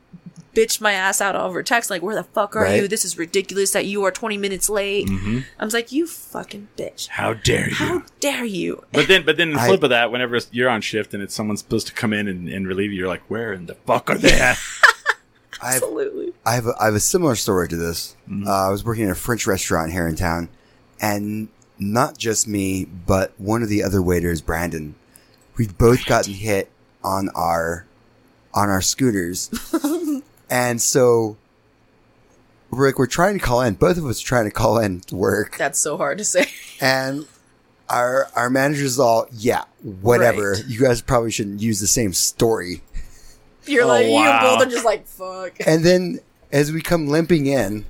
bitched my ass out over text, like, where the fuck are
Right.
you? This is ridiculous that you are 20 minutes late. I was like, you fucking bitch.
How dare you?
How dare you?
But then, but then, the
I-
flip of that, whenever you're on shift and it's someone supposed to come in and, and relieve you, you're like, "Where in the fuck are they
[laughs]
at?"
I've
Absolutely.
I have a, I have a similar story to this.
Mm-hmm.
Uh, I was working at a French restaurant here in town, and not just me, but one of the other waiters, Brandon. We'd both gotten hit on our on our scooters, and so Rick, we're trying to call in. Both of us are trying to call in to work,
That's so hard to say.
and our our manager's all, yeah, whatever.
Right.
You guys probably shouldn't use the same story.
You're
Oh,
like, you and
wow.
both are just like, fuck. [laughs]
And then as we come limping in,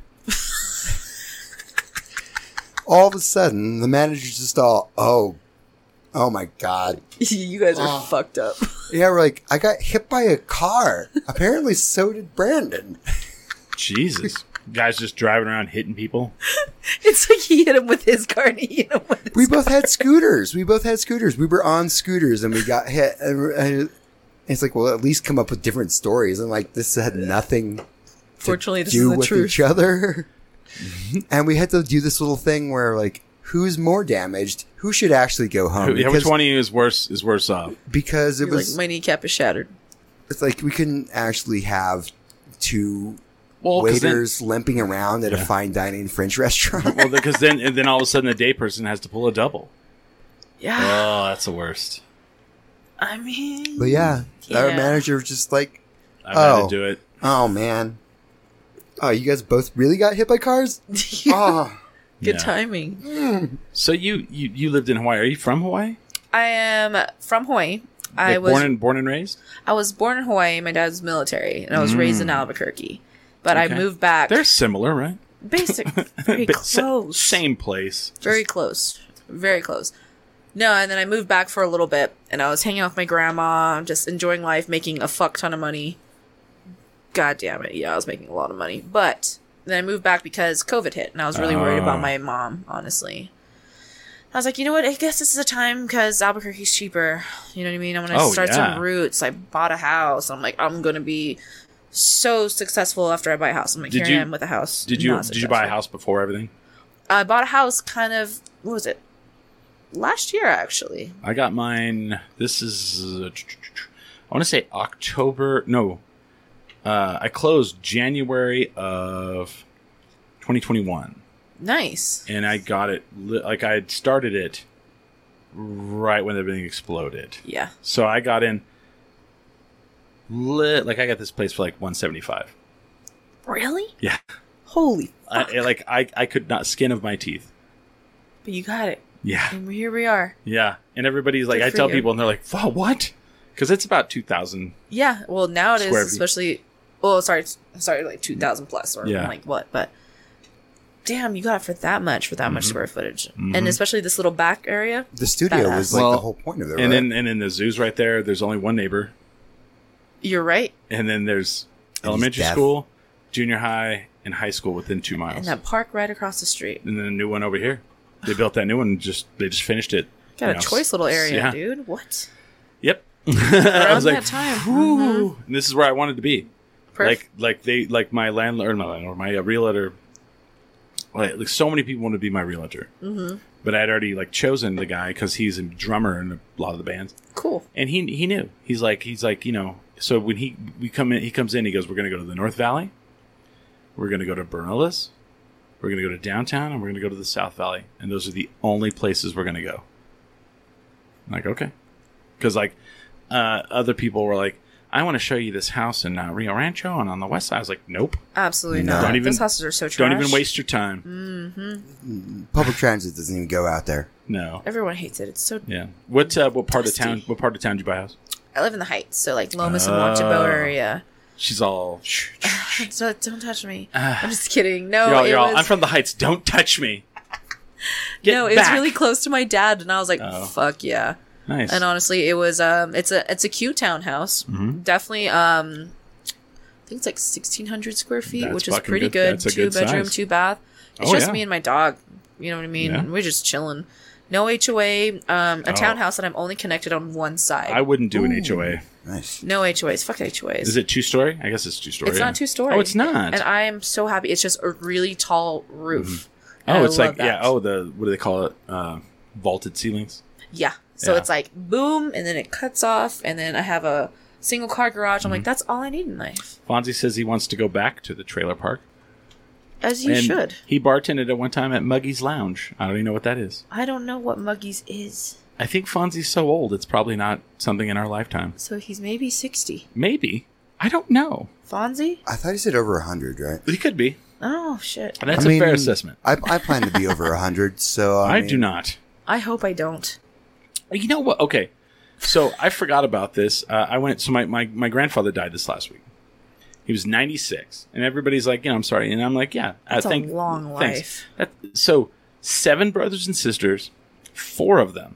all of a sudden the manager's just all, oh, oh my God.
you guys are
Oh.
fucked up. [laughs]
Yeah, we're like, I got hit by a car. Apparently, so did Brandon.
[laughs] Jesus, guys, just driving around hitting people.
It's like he hit him with his car and he hit him with his
We both had scooters. We both had scooters. We were on scooters and we got hit. And we're- and it's like, well, at least come up with different stories. And like, this had nothing
Fortunately, this
do
is the
with
truth.
each other. [laughs] and we had to do this little thing where like who's more damaged? Who should actually go home?
Yeah,
Uh, because,
which one of you is worse? Is worse off?
because it
You're like,
was
my kneecap is shattered.
it's like we couldn't actually have two
Well, 'cause then-
waiters limping around at a fine dining French [laughs] restaurant.
Well, because then, and then all of a sudden, the day person has to pull a double.
Yeah.
Oh, that's the worst.
I mean, [laughs]
but yeah, our
Yeah.
manager was just like,
I'd rather
Oh.
do it.
"Oh man, oh you guys both really got hit by
[laughs]
cars? Oh,
good
Yeah.
timing.
So you, you you lived in Hawaii. Are you from Hawaii?
I am from Hawaii. I
Like,
was
born and born and raised.
I was born in Hawaii. My dad's military, and I was raised in Albuquerque. But
Mm. Okay.
I moved back.
They're similar, right? [laughs]
basic, very
But sa-
close.
same place.
Very close. Very close. No, and then I moved back for a little bit and I was hanging out with my grandma, just enjoying life, making a fuck ton of money. God damn it. Yeah, I was making a lot of money. But then I moved back because COVID hit and I was really worried
Oh.
about my mom, honestly. I was like, you know what? I guess this is a time because Albuquerque's cheaper. You know what I mean? I want to
Oh,
start
yeah.
some roots. I bought a house. I'm like, I'm going to be so successful after I buy a house. I'm like,
Did
here
you-
I am with a house.
Did you
Not
did you buy a
successful.
house before everything?
I bought a house kind of what was it? Last year actually.
I got mine. This is uh, I want to say October. No, uh, I closed January of 2021,
Nice.
and I got it. li- Like I had started it right when everything exploded.
Yeah.
So I got in. Lit, like I got this place for like 175.
Really?
Yeah,
Holy
I, I- like I, I could not skin of my teeth.
but you got it.
Yeah.
And here we are.
Yeah, and everybody's like,
Good
I
for
tell
you.
people, and they're like, "Wow, what?" Because it's about two thousand.
Yeah. Well now it is
Square feet.
especially well sorry it's- sorry like two thousand plus or
Yeah.
like what, but damn, you got it for that much for that
Mm-hmm.
much square footage. And especially this little back area.
the studio was like the
Well,
whole point of
And
it, right?
then, and then the zoo's right there. There's only one neighbor,
You're right.
and then there's
And he's
elementary
deaf.
school, junior high, and high school within two miles.
And
And,
that park right across the street.
then a new one over here. They built that new one. and Just they just finished it.
Got
you
a
know,
choice little
s-
area,
yeah.
dude. What?
Yep. [laughs] I
Around
was
that
like,
time. Mm-hmm.
"Whew." And this is where I wanted to be.
Perf.
Like, like they, like my landlord, or my landlord, my uh, realtor. Like, like so many people want to be my realtor, mm-hmm. but I'd already like chosen the guy because he's a drummer in a lot of the bands.
cool.
and he he knew. He's like he's like you know. So when he we come in, he comes in. He goes, "We're going to go to the North Valley. We're going to go to Bernalillas. We're going to go to downtown, and we're going to go to the South Valley. And those are the only places we're going to go." I'm like okay, because like uh, other people were like, "I want to show you this house in uh, Rio Rancho and on the West Side." I was like, "Nope,
Absolutely
No.
not.
Don't even-
Those houses are so trash. Mm.
don't even waste your time.
Public transit doesn't even go out there.
No."
Everyone hates it. It's so
Yeah. What uh, what part of
Dusty.
town? What part of town did you buy a house?
I live in the Heights, so like Lomas and Wantabo
Oh.
area.
She's all. Shh, shh, shh.
So don't
[sighs]
touch me. I'm just kidding. No,
You're all-
Oh, it
you're all,
was,
Ah. I'm from the heights. Don't touch me. Get
no, it was
back."
really close to my dad, and I was like,
Oh.
fuck yeah.
nice.
And honestly, it was um, it's a it's a cute townhouse.
Mm-hmm.
Definitely um, I think it's like 1,600 square feet,
That's
which is
fucking
pretty
good.
good.
That's a
Two
good
bedroom,
size.
two bath. It's
Oh,
just
yeah.
me and my dog. You know what I mean?
Yeah. Oh.
We're just chilling. No HOA. Um, a townhouse that I'm only connected on one side.
I wouldn't do an HOA.
Nice.
no HOAs. Fuck HOAs.
Is it two story? I guess it's two story.
It's not two story.
Oh, it's not.
And I am so happy. It's just a really tall roof. And
oh,
I
it's like
love that.
yeah. Oh, the what do they call it? Uh, vaulted ceilings.
yeah. So
Yeah.
it's like boom, and then it cuts off, and then I have a single car garage. I'm like,
Mm-hmm.
that's all I need in life.
Fonzie says he wants to go back to the trailer park.
As you
and
should.
He bartended at one time at Muggy's Lounge. I don't even know what that is.
I don't know what Muggies is.
I think Fonzie's so old, it's probably not something in our lifetime.
So he's maybe 60.
Maybe. I don't know.
Fonzie?
I thought you said over 100, right?
He could be.
Oh, shit.
That's
I
a fair
mean,
assessment.
I, I plan to be over 100, so.
I,
I,
do
mean,
not.
I hope I don't.
You know what? Okay. So I forgot about this. Uh, I went. So my, my my grandfather died this last week. He was 96, and everybody's like, "You know, I'm sorry," and I'm like, "Yeah,
That's
I
a
think
long
thanks." That- so seven brothers and sisters, four of them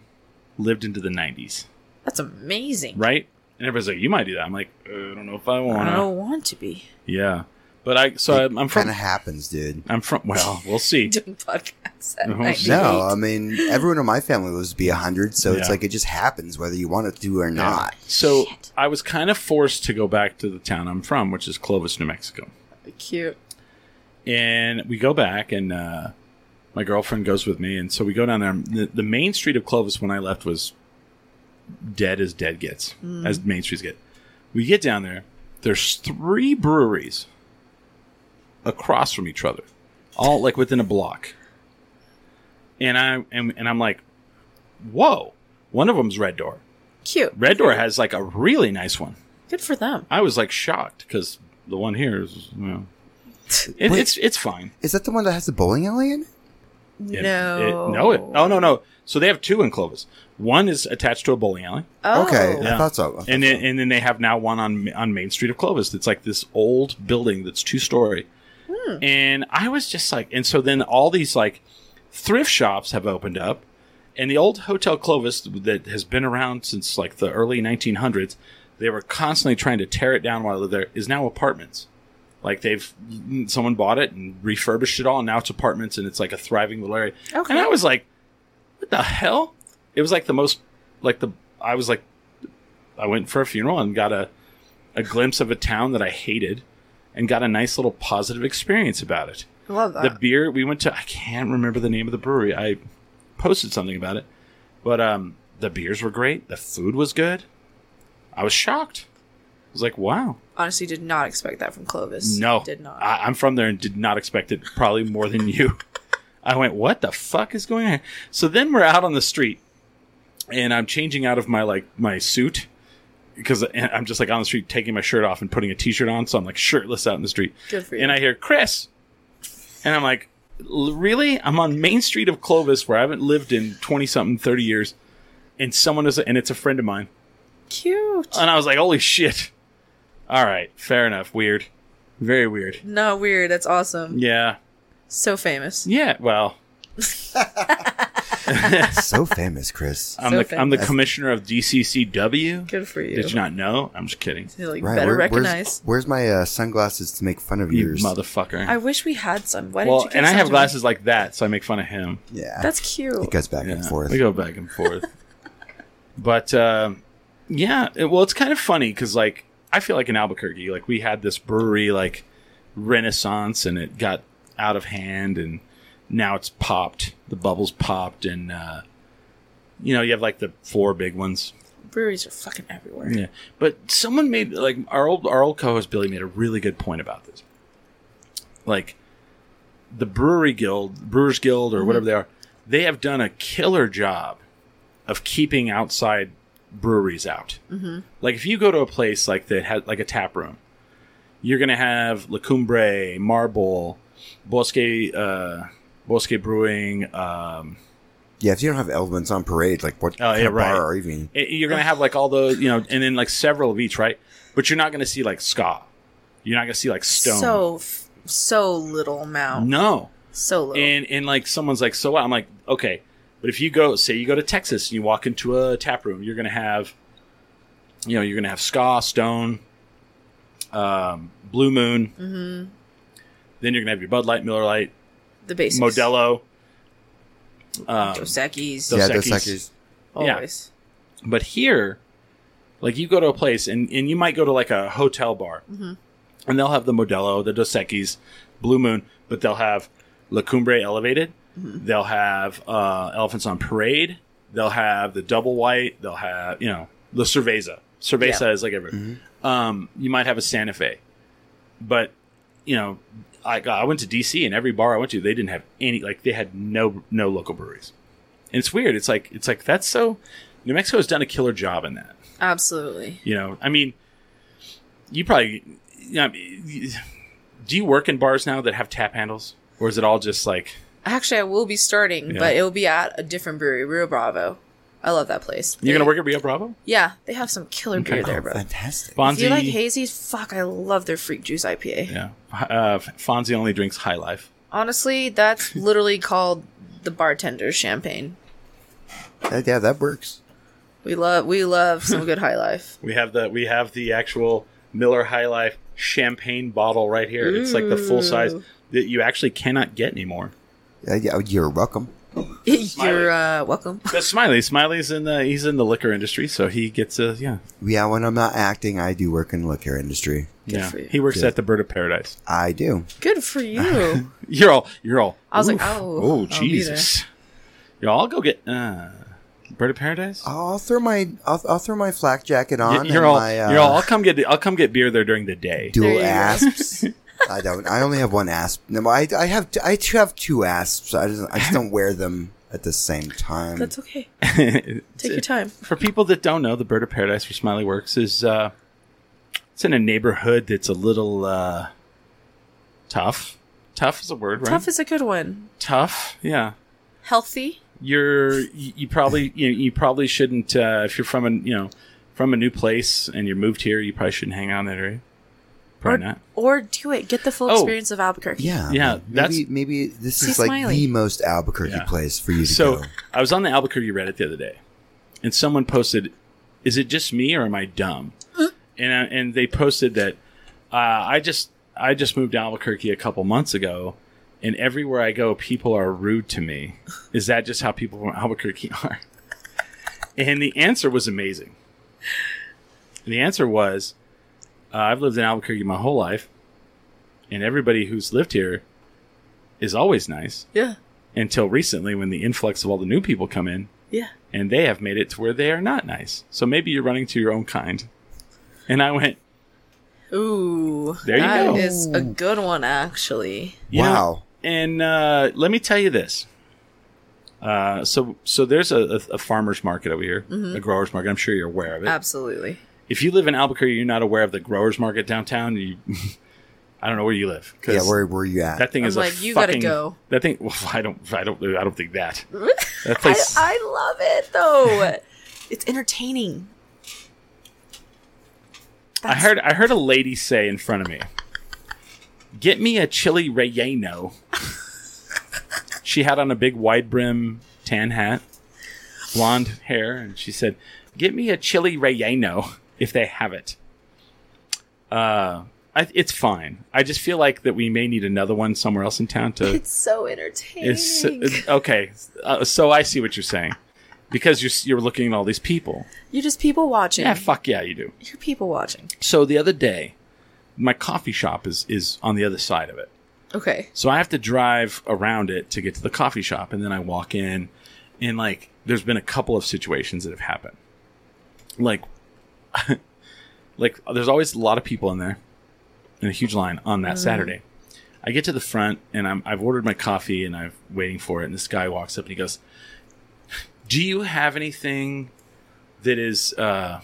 lived into the 90s,
That's amazing.
right? And everybody's like, "You might do that." I'm like, "Uh, "I don't know if I
I
want to."
don't want to be [laughs]
Yeah, but I. So I, I'm
Kind
from.
of happens, dude.
I'm from. Well, we'll see.
doing podcasts at
Oh,
night.
No, I mean, everyone in my family was be 100, so
Yeah.
it's like it just happens whether you want it to or not.
So I was kind of forced to go back to the town I'm from, which is Clovis, New Mexico.
Cute.
and we go back and uh, my girlfriend goes with me and so we go down there the, the main street of clovis when i left was dead as dead gets as main streets get we get down there there's three breweries across from each other all like within a block and i and, and i'm like whoa one of them's red door
Cute.
red door has like a really nice one
Good for them.
i was like shocked because the one here is you know it,
Wait.
it's it's fine
Is that the one that has the bowling alley in? it?
It-
no.
it- no. It, oh no no. So they have two in Clovis. One is attached to a bowling alley,
Oh.
Okay,
Yeah.
I thought so. I thought
and
so.
then, and then they have now one on on Main Street of Clovis. That's like this old building that's two story.
Hmm.
And I was just like, and so then all these like thrift shops have opened up, and the old Hotel Clovis that has been around since like the early 1900s. They were constantly trying to tear it down while I lived there. Is now apartments. Like they've someone bought it and refurbished it all, and now it's apartments, and it's like a thriving little area.
Okay.
And I was like, what the hell? It was like the most, like the, I was like, I went for a funeral and got a, a glimpse of a town that I hated and got a nice little positive experience about it.
I love that.
The beer, we went to, I can't remember the name of the brewery. I posted something about it, but um, the beers were great. The food was good. I was shocked. I was like, wow.
Honestly, did not expect that from Clovis.
No,
Did not.
I, I'm from there and did not expect it. Probably more than you. I went, what the fuck is going on? So then we're out on the street, and I'm changing out of my like my suit because and I'm just like on the street taking my shirt off and putting a t-shirt on, so I'm like shirtless out in the street.
Good for you.
And I hear Chris, and I'm like, "L- really? I'm on Main Street of Clovis where I haven't lived in twenty something, thirty years, and someone is, and it's a friend of mine.
Cute.
And I was like, holy shit. All right, fair enough. Weird. Very weird.
No, weird. That's awesome.
Yeah.
So famous.
Yeah. Well,
so famous, Chris.
[laughs]
I'm
So
the I'm the
famous.
commissioner of DCCW.
Good for you.
Did you not know? I'm just kidding.
You're, like,
Right,
better
where-
recognize.
Where's, where's my uh, sunglasses to make fun of
You
yours?
motherfucker.
I wish we had some. Why
well,
didn't you? get
and I
some
have
to me?
glasses like that, so I make fun of him.
yeah,
That's cute.
it goes back and
Yeah,
forth.
We go back and
[laughs]
forth. but uh, yeah, it- well, it's kind of funny because like I feel like in Albuquerque, like we had this brewery like renaissance, and it got out of hand, and now it's popped. The bubbles popped, and uh, you know you have like the four big ones.
Breweries are fucking everywhere.
Yeah, but someone made like our old our old co-host Billy made a really good point about this. Like the brewery guild, brewers guild, or whatever they are, they have done a killer job of keeping outside breweries out. Like if you go to a place like that has like a tap room, you're gonna have La Cumbre, Marble, Bosque, uh, Bosque Brewing, um,
Yeah, if you don't have elements on parade, like what
Oh,
kind
yeah,
of
right.
bar are you in?
I- You're gonna have like all the you know, and then like several of each, right? But you're not gonna see like ska. You're not gonna see like stone.
So f- so little amount.
no,
So little.
and and like someone's like, so what? I'm like, okay, but if you go, say you go to Texas and you walk into a tap room, you're gonna have, you know, you're gonna have ska, stone, um, Blue Moon. Mm-hmm. Then you're gonna have your Bud Light, Miller Light,
the basics.
Modelo. Um,
Joseki's.
Those
yeah, those
Sekis.
Sekis.
yeah.
Always.
But here, like you go to a place and, and you might go to like a hotel bar and they'll have the Modelo, the Dos Equis, Blue Moon, but they'll have La Cumbre Elevated. They'll have uh, Elephants on Parade. They'll have the Double White. They'll have, you know, the Cerveza. Cerveza is like every. Um, you might have a Santa Fe. But, you know, I, I went to DC and every bar I went to, they didn't have any, like, they had no no local breweries. And it's weird. It's like, it's like, that's so. New Mexico's done a killer job in that.
Absolutely.
You know, I mean, you probably. You know, do you work in bars now that have tap handles, or is it all just like?
Actually, I will be starting,
Yeah.
but it will be at a different brewery, Rio Bravo. I love that place.
You're gonna
They-
work at Rio Bravo,
Yeah, they have some killer beer
Oh,
there, bro.
Fantastic.
Bonzi.
If you like hazies, fuck, I love their Freak Juice IPA.
yeah, uh, Fonzie only drinks High Life. [laughs]
Honestly, that's literally called the bartender's champagne.
That- yeah, that works.
We love we love some good high
[laughs]
life.
We have the we have the actual Miller High Life champagne bottle right here. It's like the full size that you actually cannot get anymore.
Yeah, yeah, you're welcome.
You're uh, welcome.
But Smiley, Smiley's in the he's in the liquor industry, so he gets a yeah
Yeah, when I'm not acting, I do work in the liquor industry.
yeah.
for you.
He works
Good.
at the Bird of Paradise.
I do.
Good
[laughs]
for you.
You're all. You're all.
I was like,
"Oof,
oh,
oh,
I'll be
Jesus. Y'all, I'll go get uh, Bird of Paradise.
I'll throw my I'll, I'll throw my flak jacket
Y-
on.
you're
and
all.
my, uh,
you're all. I'll come get. I'll come get beer there during the day. [laughs]
There you
dual
go.
asps. I don't. I only have one asp. No, I I have t- I do have two asps. I just I just don't wear them at the same time.
That's okay.
Take your time.
For people that don't know, the Bird of Paradise where Smiley works is uh, it's in a neighborhood that's a little uh, tough. Tough is a word, right?
Tough is a good one.
Tough, Yeah.
Healthy.
You're. You, you probably. You you probably shouldn't. Uh, if you're from a you know from a new place and you're moved here, you probably shouldn't hang out in that area. Probably not.
Or do it. Get the full
Oh.
experience of Albuquerque.
yeah,
Yeah,
Maybe
that's-
maybe this
See
is like
Smiley.
the most Albuquerque
Yeah.
place for you to
So
go.
I was on the Albuquerque Reddit the other day, and someone posted, "Is it just me or am I dumb?" and I, and they posted that uh, I just I just moved to Albuquerque a couple months ago, and everywhere I go, people are rude to me. Is that just how people from Albuquerque [laughs] are? and the answer was amazing. And the answer was, uh, I've lived in Albuquerque my whole life, and everybody who's lived here is always nice
Yeah.
until recently when the influx of all the new people come in
Yeah.
and they have made it to where they are not nice. So maybe you're running to your own kind. And I went,
Ooh.
There you
that
go.
is a good one, actually.
you know,
wow.
and uh, let me tell you this. Uh, so, so there's a, a, a farmer's market over here,
Mm-hmm.
a grower's market. I'm sure you're aware of it.
Absolutely.
if you live in Albuquerque, you're not aware of the grower's market downtown. You, [laughs] I don't know where you live. 'cause
Yeah, where were you at?
that thing
I'm
is
like,
a
you gotta
fucking,
go.
That thing. [laughs] Well, I don't. I don't. I don't think that. That
[laughs] I,
place.
I love it though. [laughs] it's entertaining.
I heard I heard a lady say in front of me, "Get me a chili relleno." she had on a big wide brim tan hat, blonde hair, and she said, "Get me a chili relleno if they have it." Uh, I, it's fine. I just feel like that we may need another one somewhere else in town
[laughs]
to.
It's so entertaining.
It's okay. Uh, so I see what you're saying, because you're you're looking at all these people.
You're just people watching.
Yeah, fuck yeah, you do.
You're people watching.
So the other day, my coffee shop is is on the other side of it.
Okay.
So I have to drive around it to get to the coffee shop and then I walk in and like there's been a couple of situations that have happened. Like [laughs] like there's always a lot of people in there and a huge line on that Saturday. I get to the front and I'm I've ordered my coffee and I'm waiting for it and this guy walks up and he goes, "Do you have anything that is uh,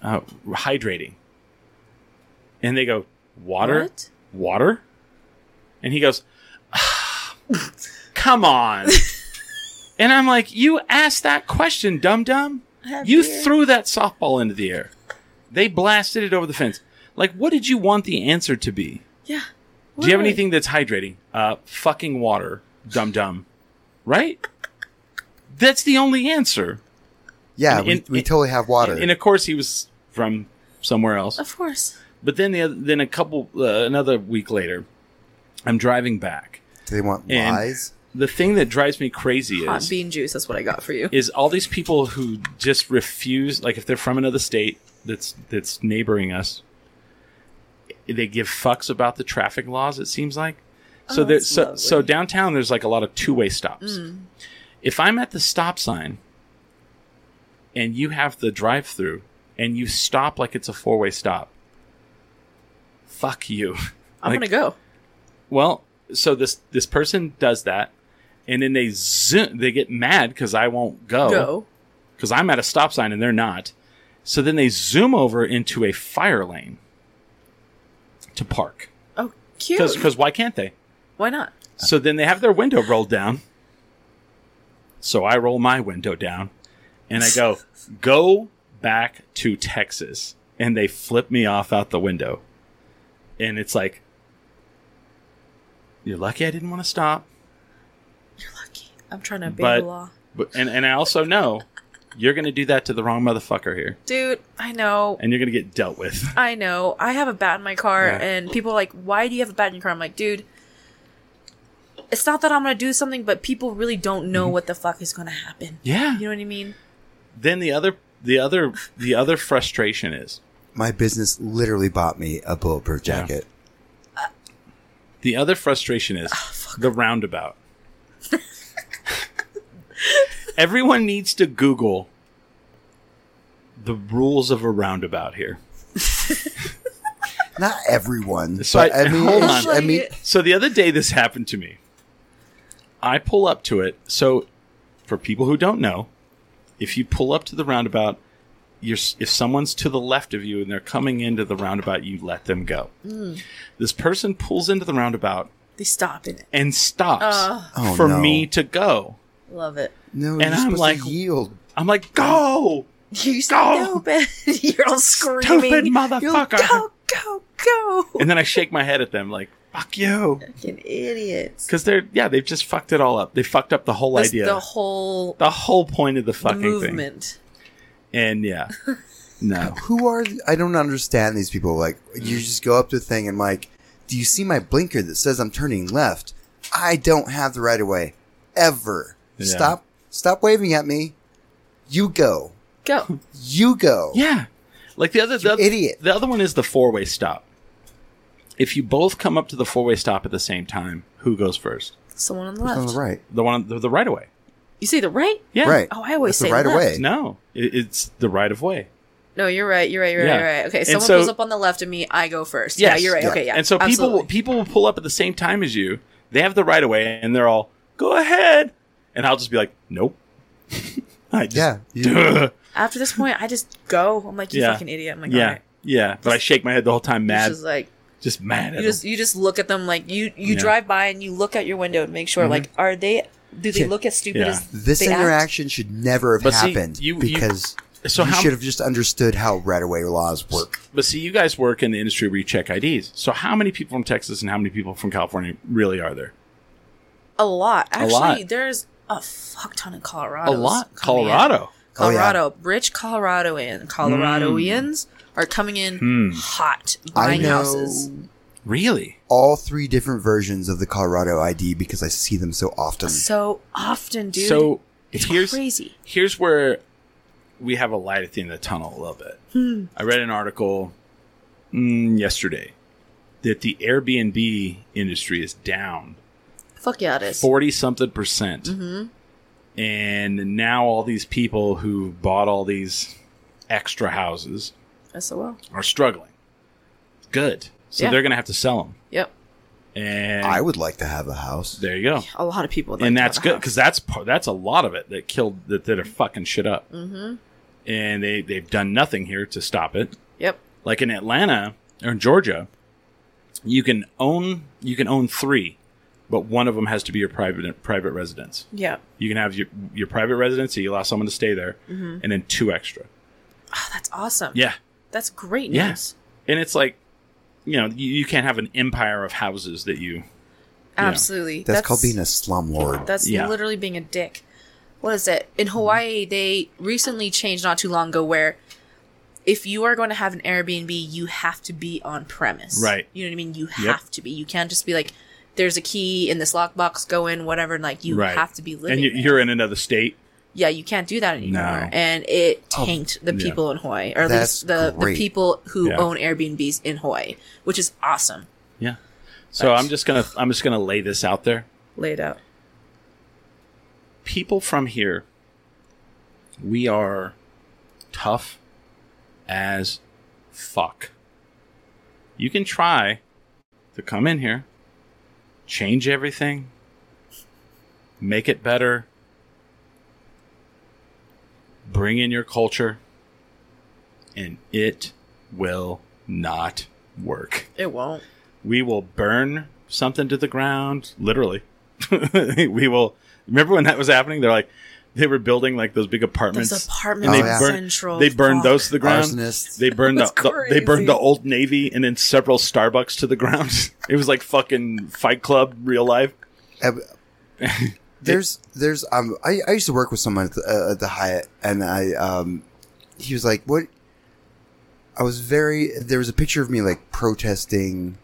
uh hydrating?" And they go, "Water."
What?
[laughs]
water? And he goes, "Ah, Come on. And I'm like, you asked that question, dum dum.
have
You
beer.
threw that softball into the air. They blasted it over the fence. Like, what did you want the answer to be?
Yeah.
Do you have
Literally.
anything that's hydrating? Uh, fucking water, dum dum. Right? That's the only answer.
Yeah,
In-
we,
in-
we totally have water.
And, and of course, he was from somewhere else.
Of course.
But then the other, then a couple uh, another week later, I'm driving back.
Do they want
and-
lies?
The thing that drives me crazy
Hot
is
bean juice. That's what I got for you.
is all these people who just refuse. Like if they're from another state that's that's neighboring us, they give fucks about the traffic laws. It seems like
Oh,
so. there,
that's
so
lovely.
so downtown there's like a lot of two way stops.
Mm.
If I'm at the stop sign and you have the drive through and you stop like it's a four way stop, fuck you.
I'm
Like-
gonna go.
Well, so this this person does that, and then they zoom, they get mad because I won't go
Go.
because I'm at a stop sign and they're not. So then they zoom over into a fire lane to park
Oh, cute.
because why can't they?
Why not?
So then they have their window rolled down. So I roll my window down, and I go go back to Texas, and they flip me off out the window, and it's like. You're lucky I didn't want to stop.
I'm trying to obey
But-
the law,
But, and, and I also know you're going to do that to the wrong motherfucker here.
dude. I know.
And you're going to get dealt with.
I know. I have a bat in my car,
Yeah.
and people are like, "Why do you have a bat in your car?" I'm like, dude. It's not that I'm gonna do something, but people really don't know what the fuck is gonna happen.
Mm-hmm. Yeah.
You know what I mean?
Then the other the other the other frustration is
My business literally bought me a bulletproof
Yeah.
jacket.
the other frustration is the roundabout. Everyone needs to Google the rules of a roundabout here.
Not everyone.
So
but
I-
I, mean,
hold
it's-
on.
I mean,
So the other day, this happened to me. I pull up to it. So, for people who don't know, if you pull up to the roundabout, you're, s- if someone's to the left of you and they're coming into the roundabout, you let them go. This person pulls into the roundabout
They stop in it.
and stops
Oh,
for
no.
me to go.
Love it. [laughs]
no,
and
you're
I'm
supposed
like-
to yield.
I'm like, go,
You
Go!
stupid. [laughs] You're all screaming.
stupid
You're
motherfucker!
like, go, go, go.
And then I shake my head at them like, fuck you,
Fucking idiots.
because they're yeah, they've just fucked it all up. They fucked up the whole
That's
idea.
The whole
the whole point of the fucking thing.
movement.
And yeah. No.
Who are? th- I don't understand these people. Like,
Mm.
you just go up to a thing and like, do you see my blinker that says I'm turning left? I don't have the right of way. Ever.
Yeah.
Stop. Stop waving at me. You go.
[laughs]
Go.
You go.
Yeah. Like the other the,
You
other-
idiot.
the other one is the four way stop. If you both come up to the four way stop at the same time, who goes first?
Someone on the
On the
left.
right.
The one on the, the right of way.
You say the right?
Yeah.
Right.
Oh, I
That's
always say
the right
left.
away.
No. It, it's the right of way.
No, you're right. You're right. You're
Yeah.
right. You're right. Okay,
And
someone
so-
pulls up on the left of me. I go first.
Yes.
Yeah, you're right.
Yeah.
Okay, yeah.
And so people will
Absolutely.
people will pull up at the same time as you. They have the right of way and they're all, go ahead. And I'll just be like, Nope. [laughs] I just [laughs]
Yeah. You-
Duh.
After this point, I just go. I'm like, you
Yeah.
fucking idiot. I'm like,
Yeah.
all right.
Yeah. But I shake my head the whole time
It's
mad.
just
Just,
like
mad at
you
them.
just you just look at them like you you
Yeah. Mm-hmm.
drive by and you look out your window and make sure like are they do they
Yeah.
look as stupid
Yeah.
as
This
they act?
interaction should never have
But see,
happened
you- you-
because you,
so how-
should have just understood how right away laws work.
But see, you guys work in the industry where you check IDs. So how many people from Texas and how many people from California really are there?
A lot. Actually,
lot.
there's a fuck ton of Colorado. coming in.
Colorado.
Oh, yeah.
Colorado. Rich Coloradoan
Mm.
Coloradoans are coming in
Hmm.
hot
I
buying
know
houses.
Really?
all three different versions of the Colorado ID because I see them so often.
So often, dude.
so
it's
here's
crazy.
here's where we have a light at the end of the tunnel a little bit.
Hmm.
I read an article mm, yesterday that the Airbnb industry is down
Fuck yeah, it is.
forty something percent,
Mm-hmm.
and now all these people who bought all these extra houses
SOL.
are struggling. Good. So
Yeah.
they're going to have to sell them.
Yep.
And
I would like to have a house.
there you go.
A lot of people. would like
and
to
that's
have a
good
house.
because that's par- that's a lot of it that killed that that are fucking shit up. Mm-hmm. And they they've done nothing here to stop it.
Yep.
Like in Atlanta or in Georgia, you can own you can own three, but one of them has to be your private private residence.
Yeah.
You can have your your private residency, you allow someone to stay there,
Mm-hmm.
and then two extra.
Oh, that's awesome.
Yeah,
That's great
Yeah.
news.
and it's like, you know, you, you can't have an empire of houses that you.
Absolutely.
That's, called being a slumlord.
That's
Yeah.
literally being a dick. What is it? In Hawaii, they recently changed not too long ago where if you are going to have an Airbnb, you have to be on premise.
Right.
You know what I mean? You have
Yep.
to be. You can't just be like, there's a key in this lockbox, go in, whatever. Like, you
Right.
have to be living.
and you,
there.
you're in another state.
yeah, you can't do that anymore.
No.
And it tanked the
yeah.
people in Hawaii, or at
Oh, That's
least the, the
great.
people who
Yeah.
own Airbnbs in Hawaii, which is awesome.
Yeah. So I'm just gonna I'm just gonna lay this out there.
Laid out.
people from here, we are tough as fuck. You can try to come in here, change everything, make it better, bring in your culture, and it will not work
It won't.
we will burn something to the ground literally [laughs] we will remember when that was happening they're like they were building like those big apartments
Those apartments
And
in
they
yeah.
burn-
Central.
they burned
Park.
those to the ground
Arsonists.
they burned the, the-
That's
they burned the
crazy.
old navy and then several starbucks to the ground [laughs] it was like fucking fight club real life
Uh, there's there's um I, I used to work with someone at the, uh, at the Hyatt and I um he was like what I was very there was a picture of me like protesting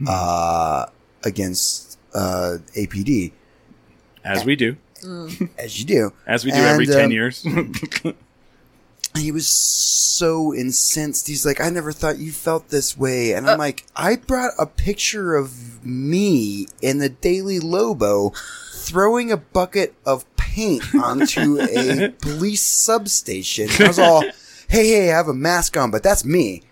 Hmm.
uh against uh APD
as we do
Mm.
as you do
as we do
And,
every 10
um,
years [laughs]
and he was so incensed he's like I never thought you felt this way and
Uh,
I'm like I brought a picture of me in the Daily Lobo throwing a bucket of paint onto
[laughs]
a police substation I was all hey hey I have a mask on but that's me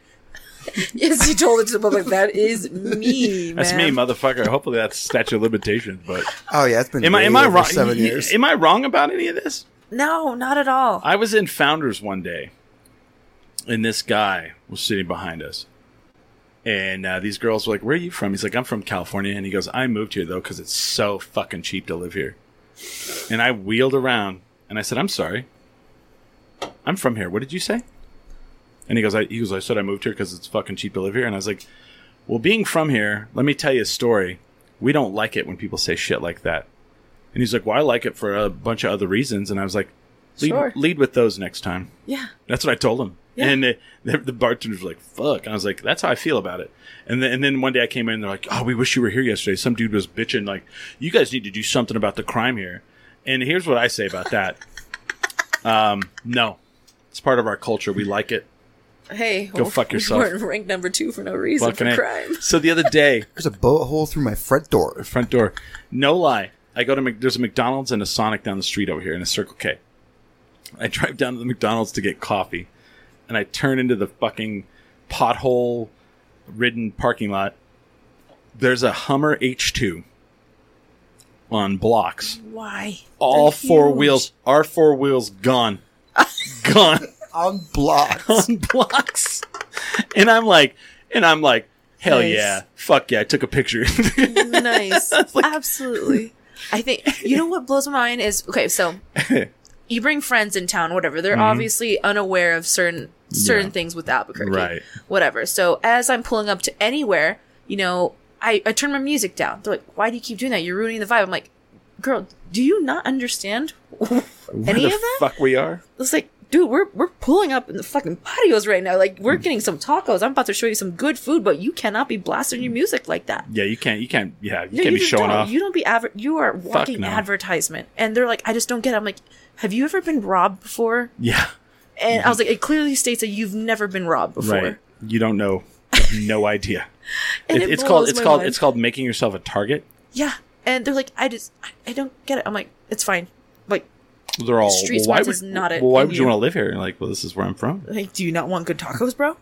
Yes, you told it to the public. That is me, man.
that's me motherfucker hopefully that's statute of limitations
[laughs]
but
oh yeah it's been
am i
way
am i
over
wrong
seven years
am i wrong about any of this
No, not at all.
I was in Founders one day, and this guy was sitting behind us. And uh, these girls were like, Where are you from? He's like, I'm from California. And he goes, I moved here, though, because it's so fucking cheap to live here. And I wheeled around and I said, I'm sorry. I'm from here. What did you say? And he goes, I, he goes, I said I moved here because it's fucking cheap to live here. And I was like, Well, being from here, let me tell you a story. We don't like it when people say shit like that. And he's like, Well, I like it for a bunch of other reasons. And I was like, Lead,
Sure.
lead with those next time.
Yeah.
That's what I told him. And the, the, the bartenders were like, fuck. And I was like, that's how I feel about it. And then, and then one day I came in, they're like, oh, we wish you were here yesterday. Some dude was bitching, like, you guys need to do something about the crime here. And here's what I say about
[laughs]
that um, no, it's part of our culture. We like it.
Hey,
Go fuck yourself.
We weren't ranked number two for no reason
Fucking
for
A.
crime.
So the other day,
there's a bullet hole through my front door
front door, no lie, I go to, Mc- there's a McDonald's and a Sonic down the street over here and a Circle K. I drive down to the McDonald's to get coffee, and I turn into the fucking pothole ridden parking lot. There's a Hummer H2 on blocks.
Why?
All
They're
four
huge.
wheels, our four wheels
[laughs]
gone. gone
on blocks
on blocks. And I'm like, and I'm like, hell
Nice.
yeah. Fuck yeah. I took a picture. [laughs]
[laughs] nice. Absolutely. [laughs] I think you know what blows my mind is okay, so you bring friends in town, whatever. They're obviously unaware of certain certain
Yeah.
things with Albuquerque.
Right.
Whatever. So as I'm pulling up to anywhere, you know, I, I turn my music down. They're like, Why do you keep doing that? You're ruining the vibe. I'm like, Girl, do you not understand [laughs]
Where
Any
the
of that?
fuck we are?
It's like, dude, we're we're pulling up in the fucking patios right now. Like, we're getting some tacos. I'm about to show you some good food, but you cannot be blasting your music like that.
Yeah, you can't. You can't. Yeah, you
No,
can't be
just
showing
don't.
off.
You don't be adver- You are walking
no.
advertisement, and they're like, I just don't get. it. I'm like, have you ever been robbed before?
[laughs] yeah,
And I was like, it clearly states that you've never been robbed before.
right. You don't know. You have no idea.
[laughs] And
It-
it
it's called.
blows
It's
my
called.
mind.
It's called making yourself a target.
Yeah, and they're like, I just, I, I don't get it. I'm like, it's fine. Like,
They're all.
Street
well, why
smarts
would,
is not it
well, why
in
would you,
you.
want to live here? And like, well, this is where I'm from.
like, do you not want good tacos,
[laughs]
bro?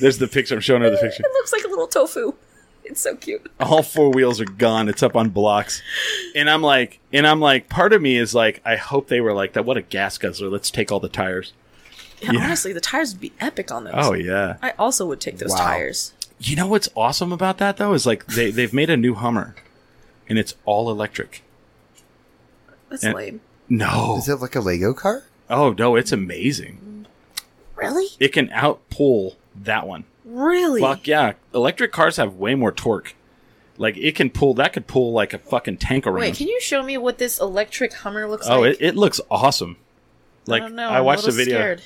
There's the picture. I'm showing her the
[laughs]
picture.
it looks like a little tofu. It's so cute.
all four wheels are gone. It's up on blocks, and I'm like, and I'm like, part of me is like, I hope they were like that. What a gas guzzler! Let's take all the tires.
Yeah, Honestly, the tires would be epic on those.
Oh yeah,
I also would take those
Wow.
tires.
You know what's awesome about that though is like they they've made a new Hummer, and it's all electric.
That's
And-
lame.
No,
Is it like a Lego car?
oh no, it's amazing.
Really?
It can outpull that one.
Really?
Fuck yeah! Electric cars have way more torque. Like it can pull that could pull like a fucking tank around.
Wait, can you show me what this electric Hummer looks
oh,
like?
it, it looks awesome. Like
I
I,
don't know. I'm
watched the
little
video.
Scared.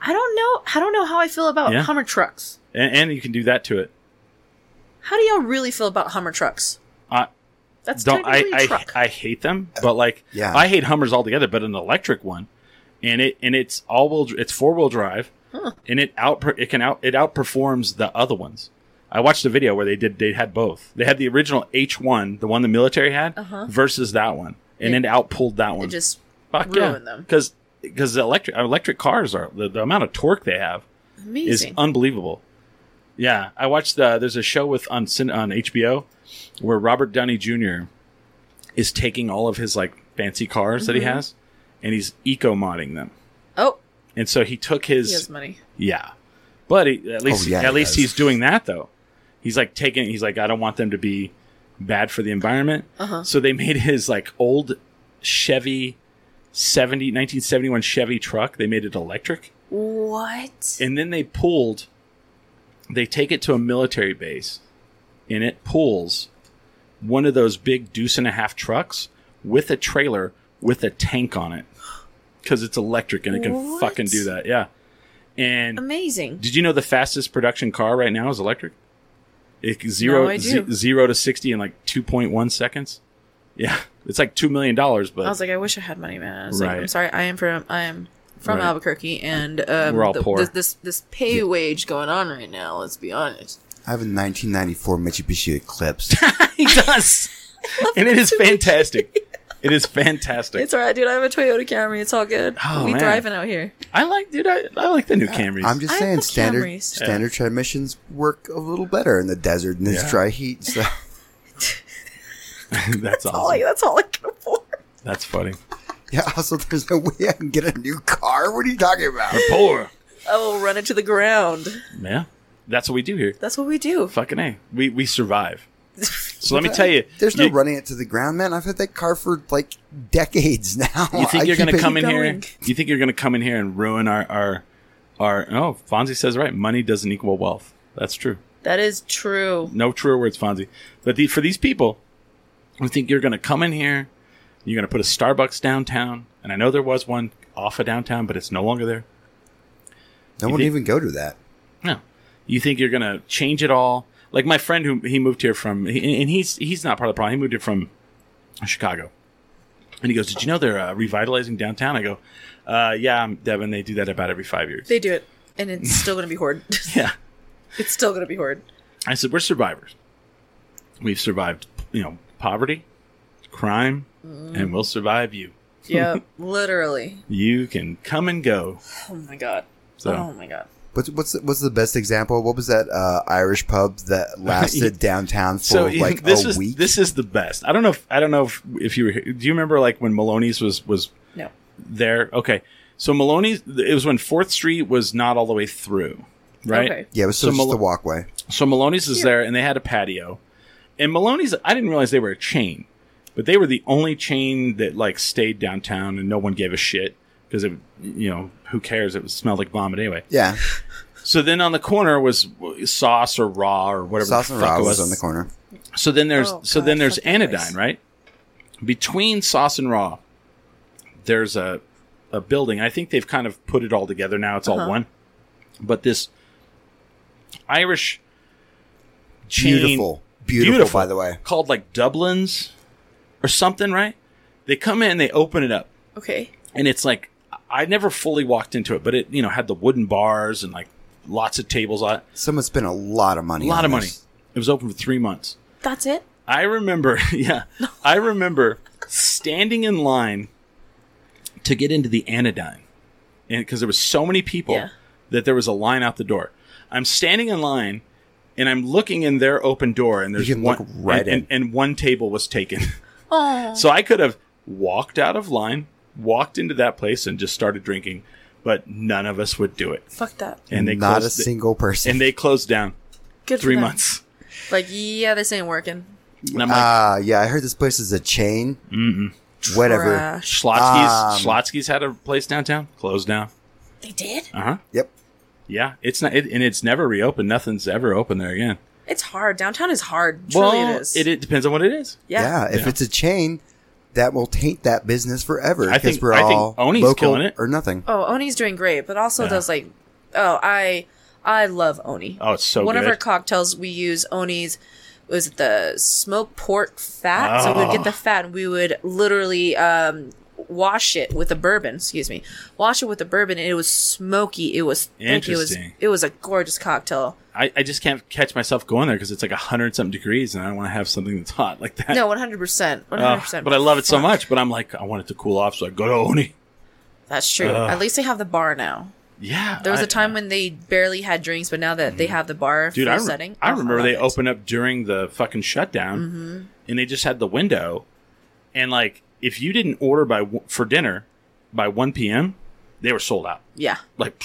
I don't know. I don't know how I feel about
Yeah.
Hummer trucks.
and, and you can do that to it.
How do y'all really feel about Hummer trucks?
I
That's
don't. I
technically a
I,
truck.
I hate them, but like
Yeah.
I hate Hummers altogether. But an electric one, and it and it's all wheel. It's four wheel drive, and it out it can out it outperforms the other ones. I watched a video where they did they had both. They had the original H one, the one the military had, versus that one, and it, outpulled that one.
Uh-huh. It just
Fuck
ruined them.
because because electric electric cars are the, the amount of torque they have
amazing.
is unbelievable. Yeah, I watched. Uh, there's a show with on cin- on HBO where Robert Downey Jr. is taking all of his like fancy cars that he
Mm-hmm.
has, and he's eco modding them.
oh,
And so he took
he has
his
money.
yeah, but he, at least
Oh, yeah,
at
he
least
does.
he's doing that though. He's like taking. He's like I don't want them to be bad for the environment. So they made his like old Chevy 70 1971 Chevy truck. They made it electric
What?
and then they pulled they take it to a military base and it pulls one of those big deuce and a half trucks with a trailer with a tank on it because it's electric and it can
What?
fucking do that yeah and
Amazing.
did you know the fastest production car right now is electric it can zero
No, I
ze-
do.
zero to 60 in like 2.1 seconds yeah it's like $2 million but
I was like, I wish I had money, man. I was like, I'm
Right.
sorry, I am from I am from
Right.
Albuquerque, and um,
We're all
the-
poor.
This, this this pay wage going on right now. Let's be honest.
I have a 1994 Mitsubishi Eclipse.
[laughs] he
[laughs]
does and it is fantastic it is fantastic
It's alright, dude. I have a Toyota Camry. It's all good.
Oh,
we
man.
thriving out here.
i like dude i, I like the new camrys
I'm just
I
saying,
love
standard
Camrys.
standard transmissions work a little better in the desert and it's
Yeah.
dry heat.
[laughs]
So [laughs]
that's awesome.
Like Oh, that's all I can afford.
That's funny.
yeah. Also, there's no way I can get a new car. What are you talking about?
Poor.
I will run it to the ground.
Yeah. That's what we do here.
That's what we do.
Fucking A. We we survive.
[laughs]
So let me tell you.
There's no
you,
running it to the ground, man. I've had that car for like decades [laughs] now.
You think
Oh, I
you're
keep
gonna
it-
come in
going.
here you think you're gonna come in here and ruin our our our oh, Fonzie says right, money doesn't equal wealth. That's true.
that is true.
No truer words, Fonzie. But the, for these people, I think you're going to come in here. You're going to put a Starbucks downtown, and I know there was one off of downtown, but it's no longer there.
No one
think-
even go to that.
No, you think you're gonna change it all? Like my friend who he moved here from, he, and he's he's not part of the problem. He moved here from Chicago, and he goes, "Did you know they're uh, revitalizing downtown?" I go, uh, "Yeah, I'm Devin. They do that about every five years."
They do it, and it's still gonna be horrid.
yeah,
[laughs] it's still gonna be horrid.
I said, "We're survivors. We've survived, you know, poverty, crime, and we'll survive you. [laughs]
Yeah, literally.
You can come and go."
Oh my god.
So
Oh my god.
What's what's the, what's the best example? What was that uh, Irish pub
[laughs]
that lasted downtown for
so [laughs]
like
this
a
is
week?
this is the best. I don't know if I don't know if, if you were here. do you remember like when Maloney's was was
No.
there. Okay. So Maloney's, it was when 4th Street was not all the way through, right?
Okay.
yeah, it was
so
so just
Mal-
the walkway.
So Maloney's is there and they had a patio. And Maloney's, I didn't realize they were a chain, but they were the only chain that like stayed downtown and no one gave a shit because it, you know, who cares? It smelled like vomit anyway.
Yeah,
So then on the corner was Sauce or Raw or whatever.
Sauce and
fuck
Raw
it
was on the corner.
so then there's
Oh,
so
God,
then there's
fuck that place.
anodyne, right? Between sauce and raw, there's a a building. I think they've kind of put it all together now. It's
Uh-huh.
all one. But this Irish chain,
Beautiful, beautiful, By the way,
called like Dublin's or something, right? They come in, they open it up,
Okay.
and it's like I never fully walked into it, but it you know had the wooden bars and like lots of tables, a
someone spent a lot of money.
lot
on
of money.
this.
It was open for three months.
That's it.
I remember, [laughs] yeah, I remember standing in line to get into the anodyne, and because there was so many people
Yeah.
that there was a line out the door. I'm standing in line, and I'm looking in their open door, and there's
You can
one
look right
and, and, and one table was taken, [laughs]
Oh.
so I could have walked out of line, walked into that place and just started drinking, but none of us would do it.
Fuck that.
And they
not a
closed it-
single person.
and they closed down
Good for
three
them.
months.
Like, yeah, this ain't working.
And I'm like,
Ah, yeah, I heard this place is a chain. Mm-mm. Whatever.
Trash.
Schlotsky's
um,
Schlotsky's had a place downtown, closed down.
They did?
Uh huh.
Yep.
Yeah, it's not, it, and it's never reopened. Nothing's ever open there again.
It's hard. Downtown is hard. Truly
Well,
it is.
It, it depends on what it is.
yeah.
Yeah. if
Yeah.
it's a chain, that will taint that business forever.
I
'cause
think-
we're
I think
all
Oni's
local
killing it.
or nothing.
Oh, Oni's doing great, but also
Yeah.
does like, oh, I I love Oni.
Oh, it's so
One of
good.
our cocktails we use Oni's was the smoked pork fat. So
Oh.
we'd get the fat and we would literally um, wash it with a bourbon. Excuse me, wash it with a bourbon, and it was smoky. It was thick. It was
Interesting.
it was a gorgeous cocktail.
[laughs] I, I just can't catch myself going there because it's like hundred something degrees, and I want to have something that's hot like that. [laughs]
No, one hundred percent, one
Uh,
hundred percent.
but I love it so much. But I'm like, I want it to cool off, so I go to Oni.
That's true. At least they have the bar now.
Yeah,
There was
a
a time when they barely had drinks, but now that they have the bar
Mm. dude.
full
I, rem-
setting,
I
oh,
remember
love
they
it. Mm-hmm.
opened up during the fucking shutdown, and they just had the window, and like if you didn't order by w- for dinner by one p.m., they were sold out.
Yeah.
Like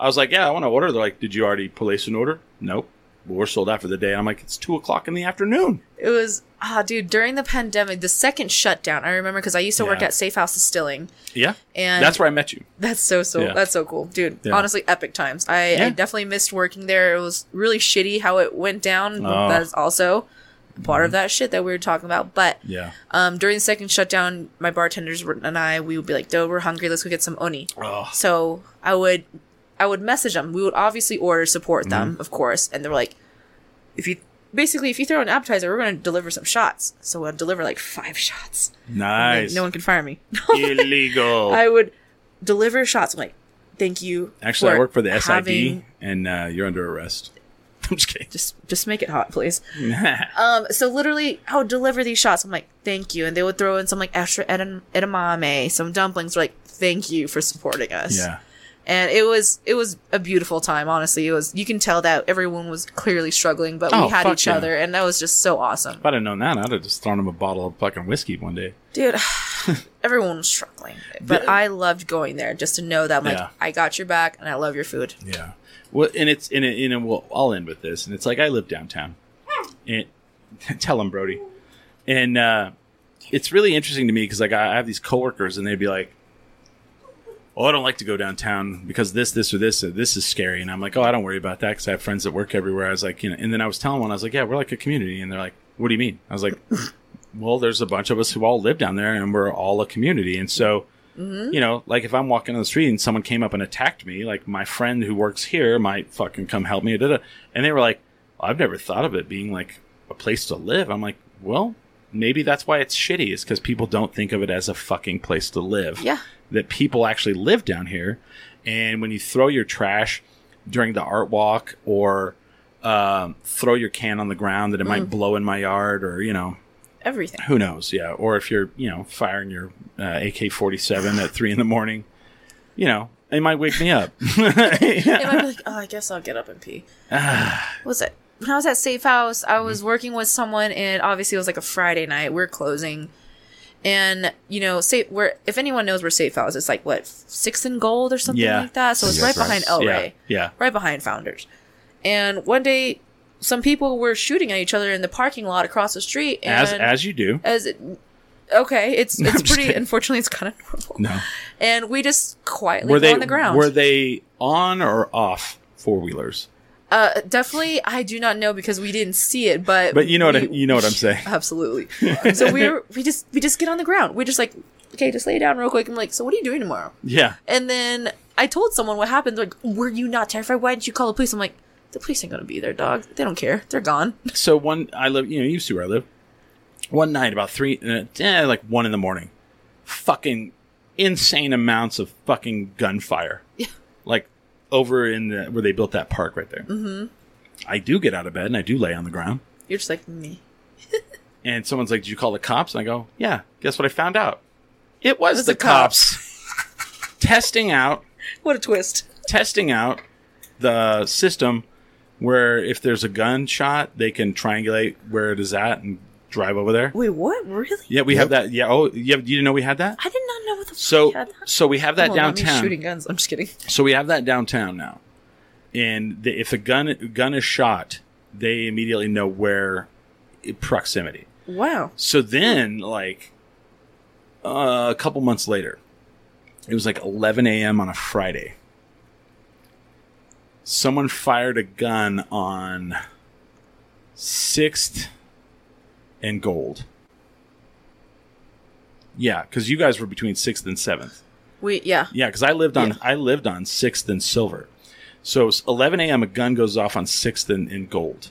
I was like, yeah, I want to order. They're like, did you already place an order? Nope. Well, we're sold out for the day. And I'm like, it's two o'clock in the afternoon.
It was ah, dude. During the pandemic, the second shutdown, I remember because I used to work
Yeah.
at Safe House Distilling. [laughs]
Yeah,
And-
that's where I met you.
That's so so.
Yeah.
That's so cool, dude.
Yeah.
Honestly, epic times. I,
Yeah.
I definitely missed working there. It was really shitty how it went down.
Oh. Mm-hmm.
That is also part of that shit that we were talking about. But
Yeah.
um, during the second shutdown, my bartenders were- and I we would be like, "Dude, we're hungry. Let's go get some oni."
Oh,
So I would I would message them. We would obviously order support them,
Mm-hmm.
of course, and they were like, if you basically if you throw an appetizer, we're gonna deliver some shots. So we'll deliver like five shots. And then
nice.
no one [laughs] can fire me.
Illegal.
I would deliver shots. I'm like, thank you.
Actually, I
for
work for the SID,
having-
and uh, you're under arrest. [laughs] I'm just kidding.
Just just make it hot, please. Um, so literally, I would deliver these shots. I'm like, thank you, and they would throw in some like extra edam- edamame, some dumplings. We're like, thank you for supporting us.
yeah.
and it was it was a beautiful time honestly it was you can tell that everyone was clearly struggling but
Oh,
we had
fuck
each
yeah.
other and that was just so
[laughs]
awesome
If I'd have known that, I'd have just thrown him a bottle of fucking whiskey one day.
dude [sighs] everyone was struggling but
The-
i loved going there just to know that I'm like
Yeah.
i got your back and i love your food
Yeah. Well, and it's and it, and it, we'll, I'll end with this. And it's like I live downtown. And [laughs] tell him Brody. And uh, it's really interesting to me because like I, I have these coworkers and they'd be like, "Oh, I don't like to go downtown because this, this, or this, or this is scary." And I'm like, "Oh, I don't worry about that because I have friends that work everywhere." I was like, you know. And then I was telling one, I was like, "Yeah, we're like a community." And they're like, "What do you mean?" I was like, "Well, there's a bunch of us who all live down there, and we're all a community." And so you know, like if I'm walking on the street and someone came up and attacked me, like my friend who works here might fucking come help me. da-da. And they were like, I've never thought of it being like a place to live. I'm like, well, maybe that's why it's shitty, is because people don't think of it as a fucking place to live.
Yeah.
That people actually live down here. And when you throw your trash during the art walk or um, throw your can on the ground that it
Mm.
might blow in my yard or, you know,
everything
who knows? Yeah. Or if you're, you know, firing your uh, AK 47 at three in the morning, you know, it might wake me
[laughs]
up. [laughs]
and i'd be like oh i guess i'll get up and pee what was it when i was at safe house i
Mm-hmm.
was working with someone and obviously it was like a friday night we are closing and you know, say we're if anyone knows where Safe House, it's like what sixth and gold or
[sighs]
something
Yeah.
like that. So it's
Yes,
right
right.
behind El
yeah.
Rey
Yeah.
right behind Founders. And one day, some people were shooting at each other in the parking lot across the street. And
As, as you do.
as it,
[laughs]
okay, it's
I'm
it's
just
pretty.
kidding.
Unfortunately, it's kind of normal.
No.
And we just quietly
were
go
they
on the ground.
Were they on or off four wheelers?
uh, definitely, I do not know because we didn't see it. But
But you know what I-
we-
you know
[laughs]
what I'm saying. [laughs]
Absolutely. so we were, we just we just get on the ground. We just like okay, just lay down real quick. I'm like, so what are you doing tomorrow?
Yeah.
And then I told someone what happened. They're like, were you not terrified? Why didn't you call the police? I'm like, the police ain't gonna be there, dog. They don't care. They're gone.
So one, I live, you know, you see where I live. One night, about three, uh, eh, like one in the morning, fucking insane amounts of fucking gunfire. Yeah. Like over in the, where they built that park right there. Mm-hmm. I do get out of bed and I do lay on the ground.
You're just like me.
And someone's like, "Did you call the cops?" And I go, "Yeah." Guess what I found out? It was,
was
the,
the
cops, [laughs] testing out,
What a twist.
testing out the system where if there's a gunshot, they can triangulate where it is at and drive over there.
Wait, what? Really?
Yeah, we have that. Yeah. Oh, yeah, you didn't know we had that.
I did not know what the
So
fuck had that.
so we have that
Well, not me
downtown.
shooting guns. I'm just kidding.
So we have that downtown now, and the, if a gun gun is shot, they immediately know where proximity.
Wow.
So then, like uh, a couple months later, it was like 11 a.m. on a Friday. Someone fired a gun on Sixth and Gold. Yeah, because you guys were between Sixth and Seventh.
We yeah.
Yeah, because I lived on I lived on Sixth and Silver. So it's 11 a.m. a gun goes off on Sixth and, and Gold,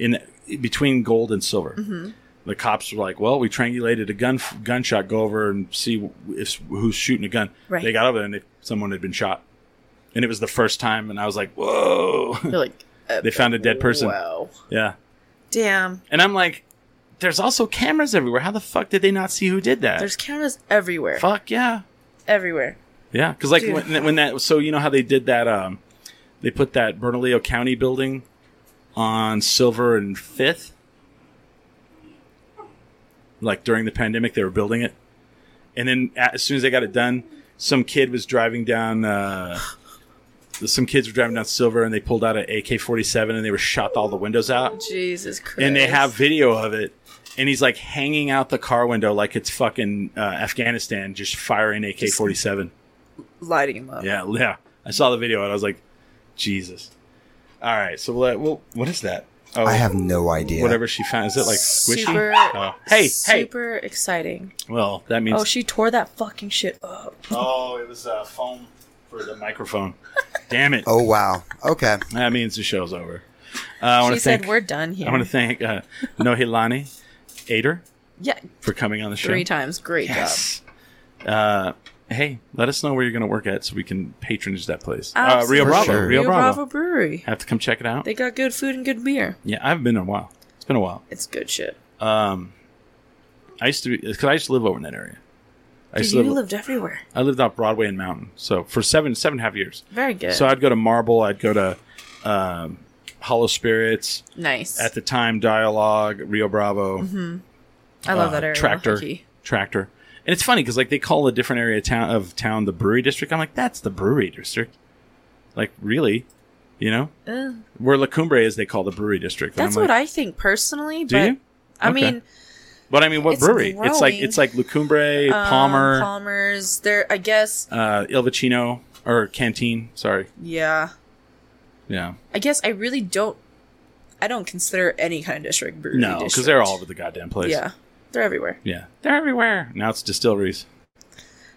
in between Gold and Silver.
Mm-hmm.
The cops were like, "Well, we triangulated a gun gunshot. Go over and see if who's shooting a gun."
Right.
They got over there and they, someone had been shot, and it was the first time. And I was like,
[laughs]
"Whoa!"
They're like uh,
they found a dead person.
Wow.
Yeah,
Damn.
and I'm like, "There's also cameras everywhere. How the fuck did they not see who did that?"
There's cameras everywhere.
fuck yeah.
Everywhere.
Yeah, because like
Dude.
when, when that so you know how they did that um they put that Bernalillo County building on Silver and Fifth, like during the pandemic they were building it, and then a- as soon as they got it done, some kid was driving down. Uh, [laughs] some kids were driving down Silver and they pulled out an AK forty seven and they were shot all the windows out
Jesus Christ.
and they have video of it and he's like hanging out the car window like it's fucking uh, afghanistan just firing ak-47
lighting him up.
yeah yeah i saw the video and i was like jesus all right so let, well what is that oh
I have no idea.
whatever she found is it like squishy
Super.
Oh. hey hey
Super exciting.
well that means
Oh, she tore that fucking shit up.
Oh, it was uh, foam for the microphone damn it
Oh wow. Okay.
that means the show's over uh, i want
She
to
said,
thank
"We're done here."
i want to thank uh, nohilani ader
yeah,
for coming on the show
three times. Great job.
Yes. Uh, hey, let us know where you're going to work at so we can patronage that place. Uh,
Absolutely.
Rio Bravo.
For sure.
Rio, Bravo.
Brewery.
Have to come check it out.
They got good food and good beer.
yeah, I haven't been in a while. It's been a while.
It's good shit.
Um, I used to because I used to live over in that area. I
Dude,
used
you
to live,
lived everywhere.
I lived off Broadway and Mountain, so for seven seven and a half years.
Very good.
So I'd go to Marble. I'd go to um, Hollow Spirits
nice.
at the time. Dialogue Rio Bravo.
Mm-hmm. I love
uh,
that area.
Tractor,
Hockey.
tractor, and it's funny because like they call a different area of town of town the brewery district. I'm like, that's the brewery district. Like really, you know,
Eh,
where La Cumbre is, they call the brewery district.
that's
I'm
what
like,
I think personally.
Do
but
you?
I
Okay.
mean,
But I mean, what
it's
brewery? It's like
growing.
it's like La Cumbre,
um,
Palmer,
Palmer's. There, I guess.
uh, Il Vicino or Canteen. Sorry,
Yeah.
yeah,
I guess I really don't. I don't consider any kind of district brewery.
no, because
district.
they're all over the goddamn place.
Yeah, they're everywhere.
yeah, they're everywhere. Now it's distilleries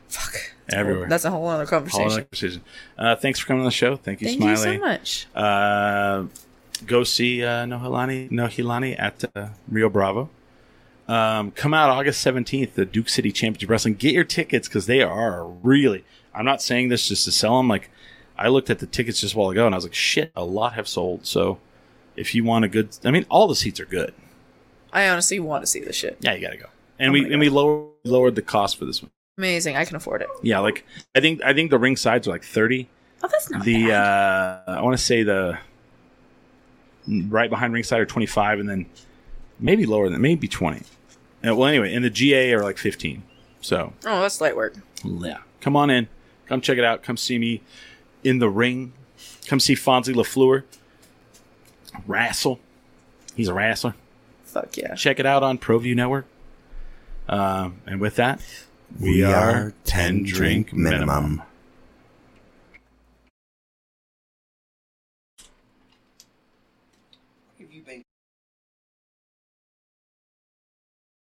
Fuck.
everywhere.
That's a whole other
Whole
conversation.
other conversation. Uh, thanks for coming on the show. Thank you,
Thank
Smiley.
you so much.
Uh, go see uh, Nohilani Nohilani at uh, Rio Bravo. Um, come out August seventeenth, the Duke City Championship Wrestling. Get your tickets because they are really. I'm not saying this just to sell them. Like I looked at the tickets just a while ago and I was like, shit, a lot have sold. So if you want a good, I mean, all the seats are good.
I honestly want to see this shit.
Yeah, you gotta go. And
Oh
we
my
and we lower, lowered the cost for this one.
Amazing. I can afford it.
Yeah, like I think I think the ring sides are like thirty.
Oh, that's not
the
bad.
uh I want to say the right behind ringside are 25 and then maybe lower than maybe 20. Uh, well anyway, and the GA are like 15. So,
oh, that's light work.
yeah. Come on in. Come check it out. Come see me in the ring. Come see Fonzie LaFleur. Wrestle. He's a wrestler.
Fuck yeah.
Check it out on ProView Network. Um, and with that, we, are 10 drink minimum.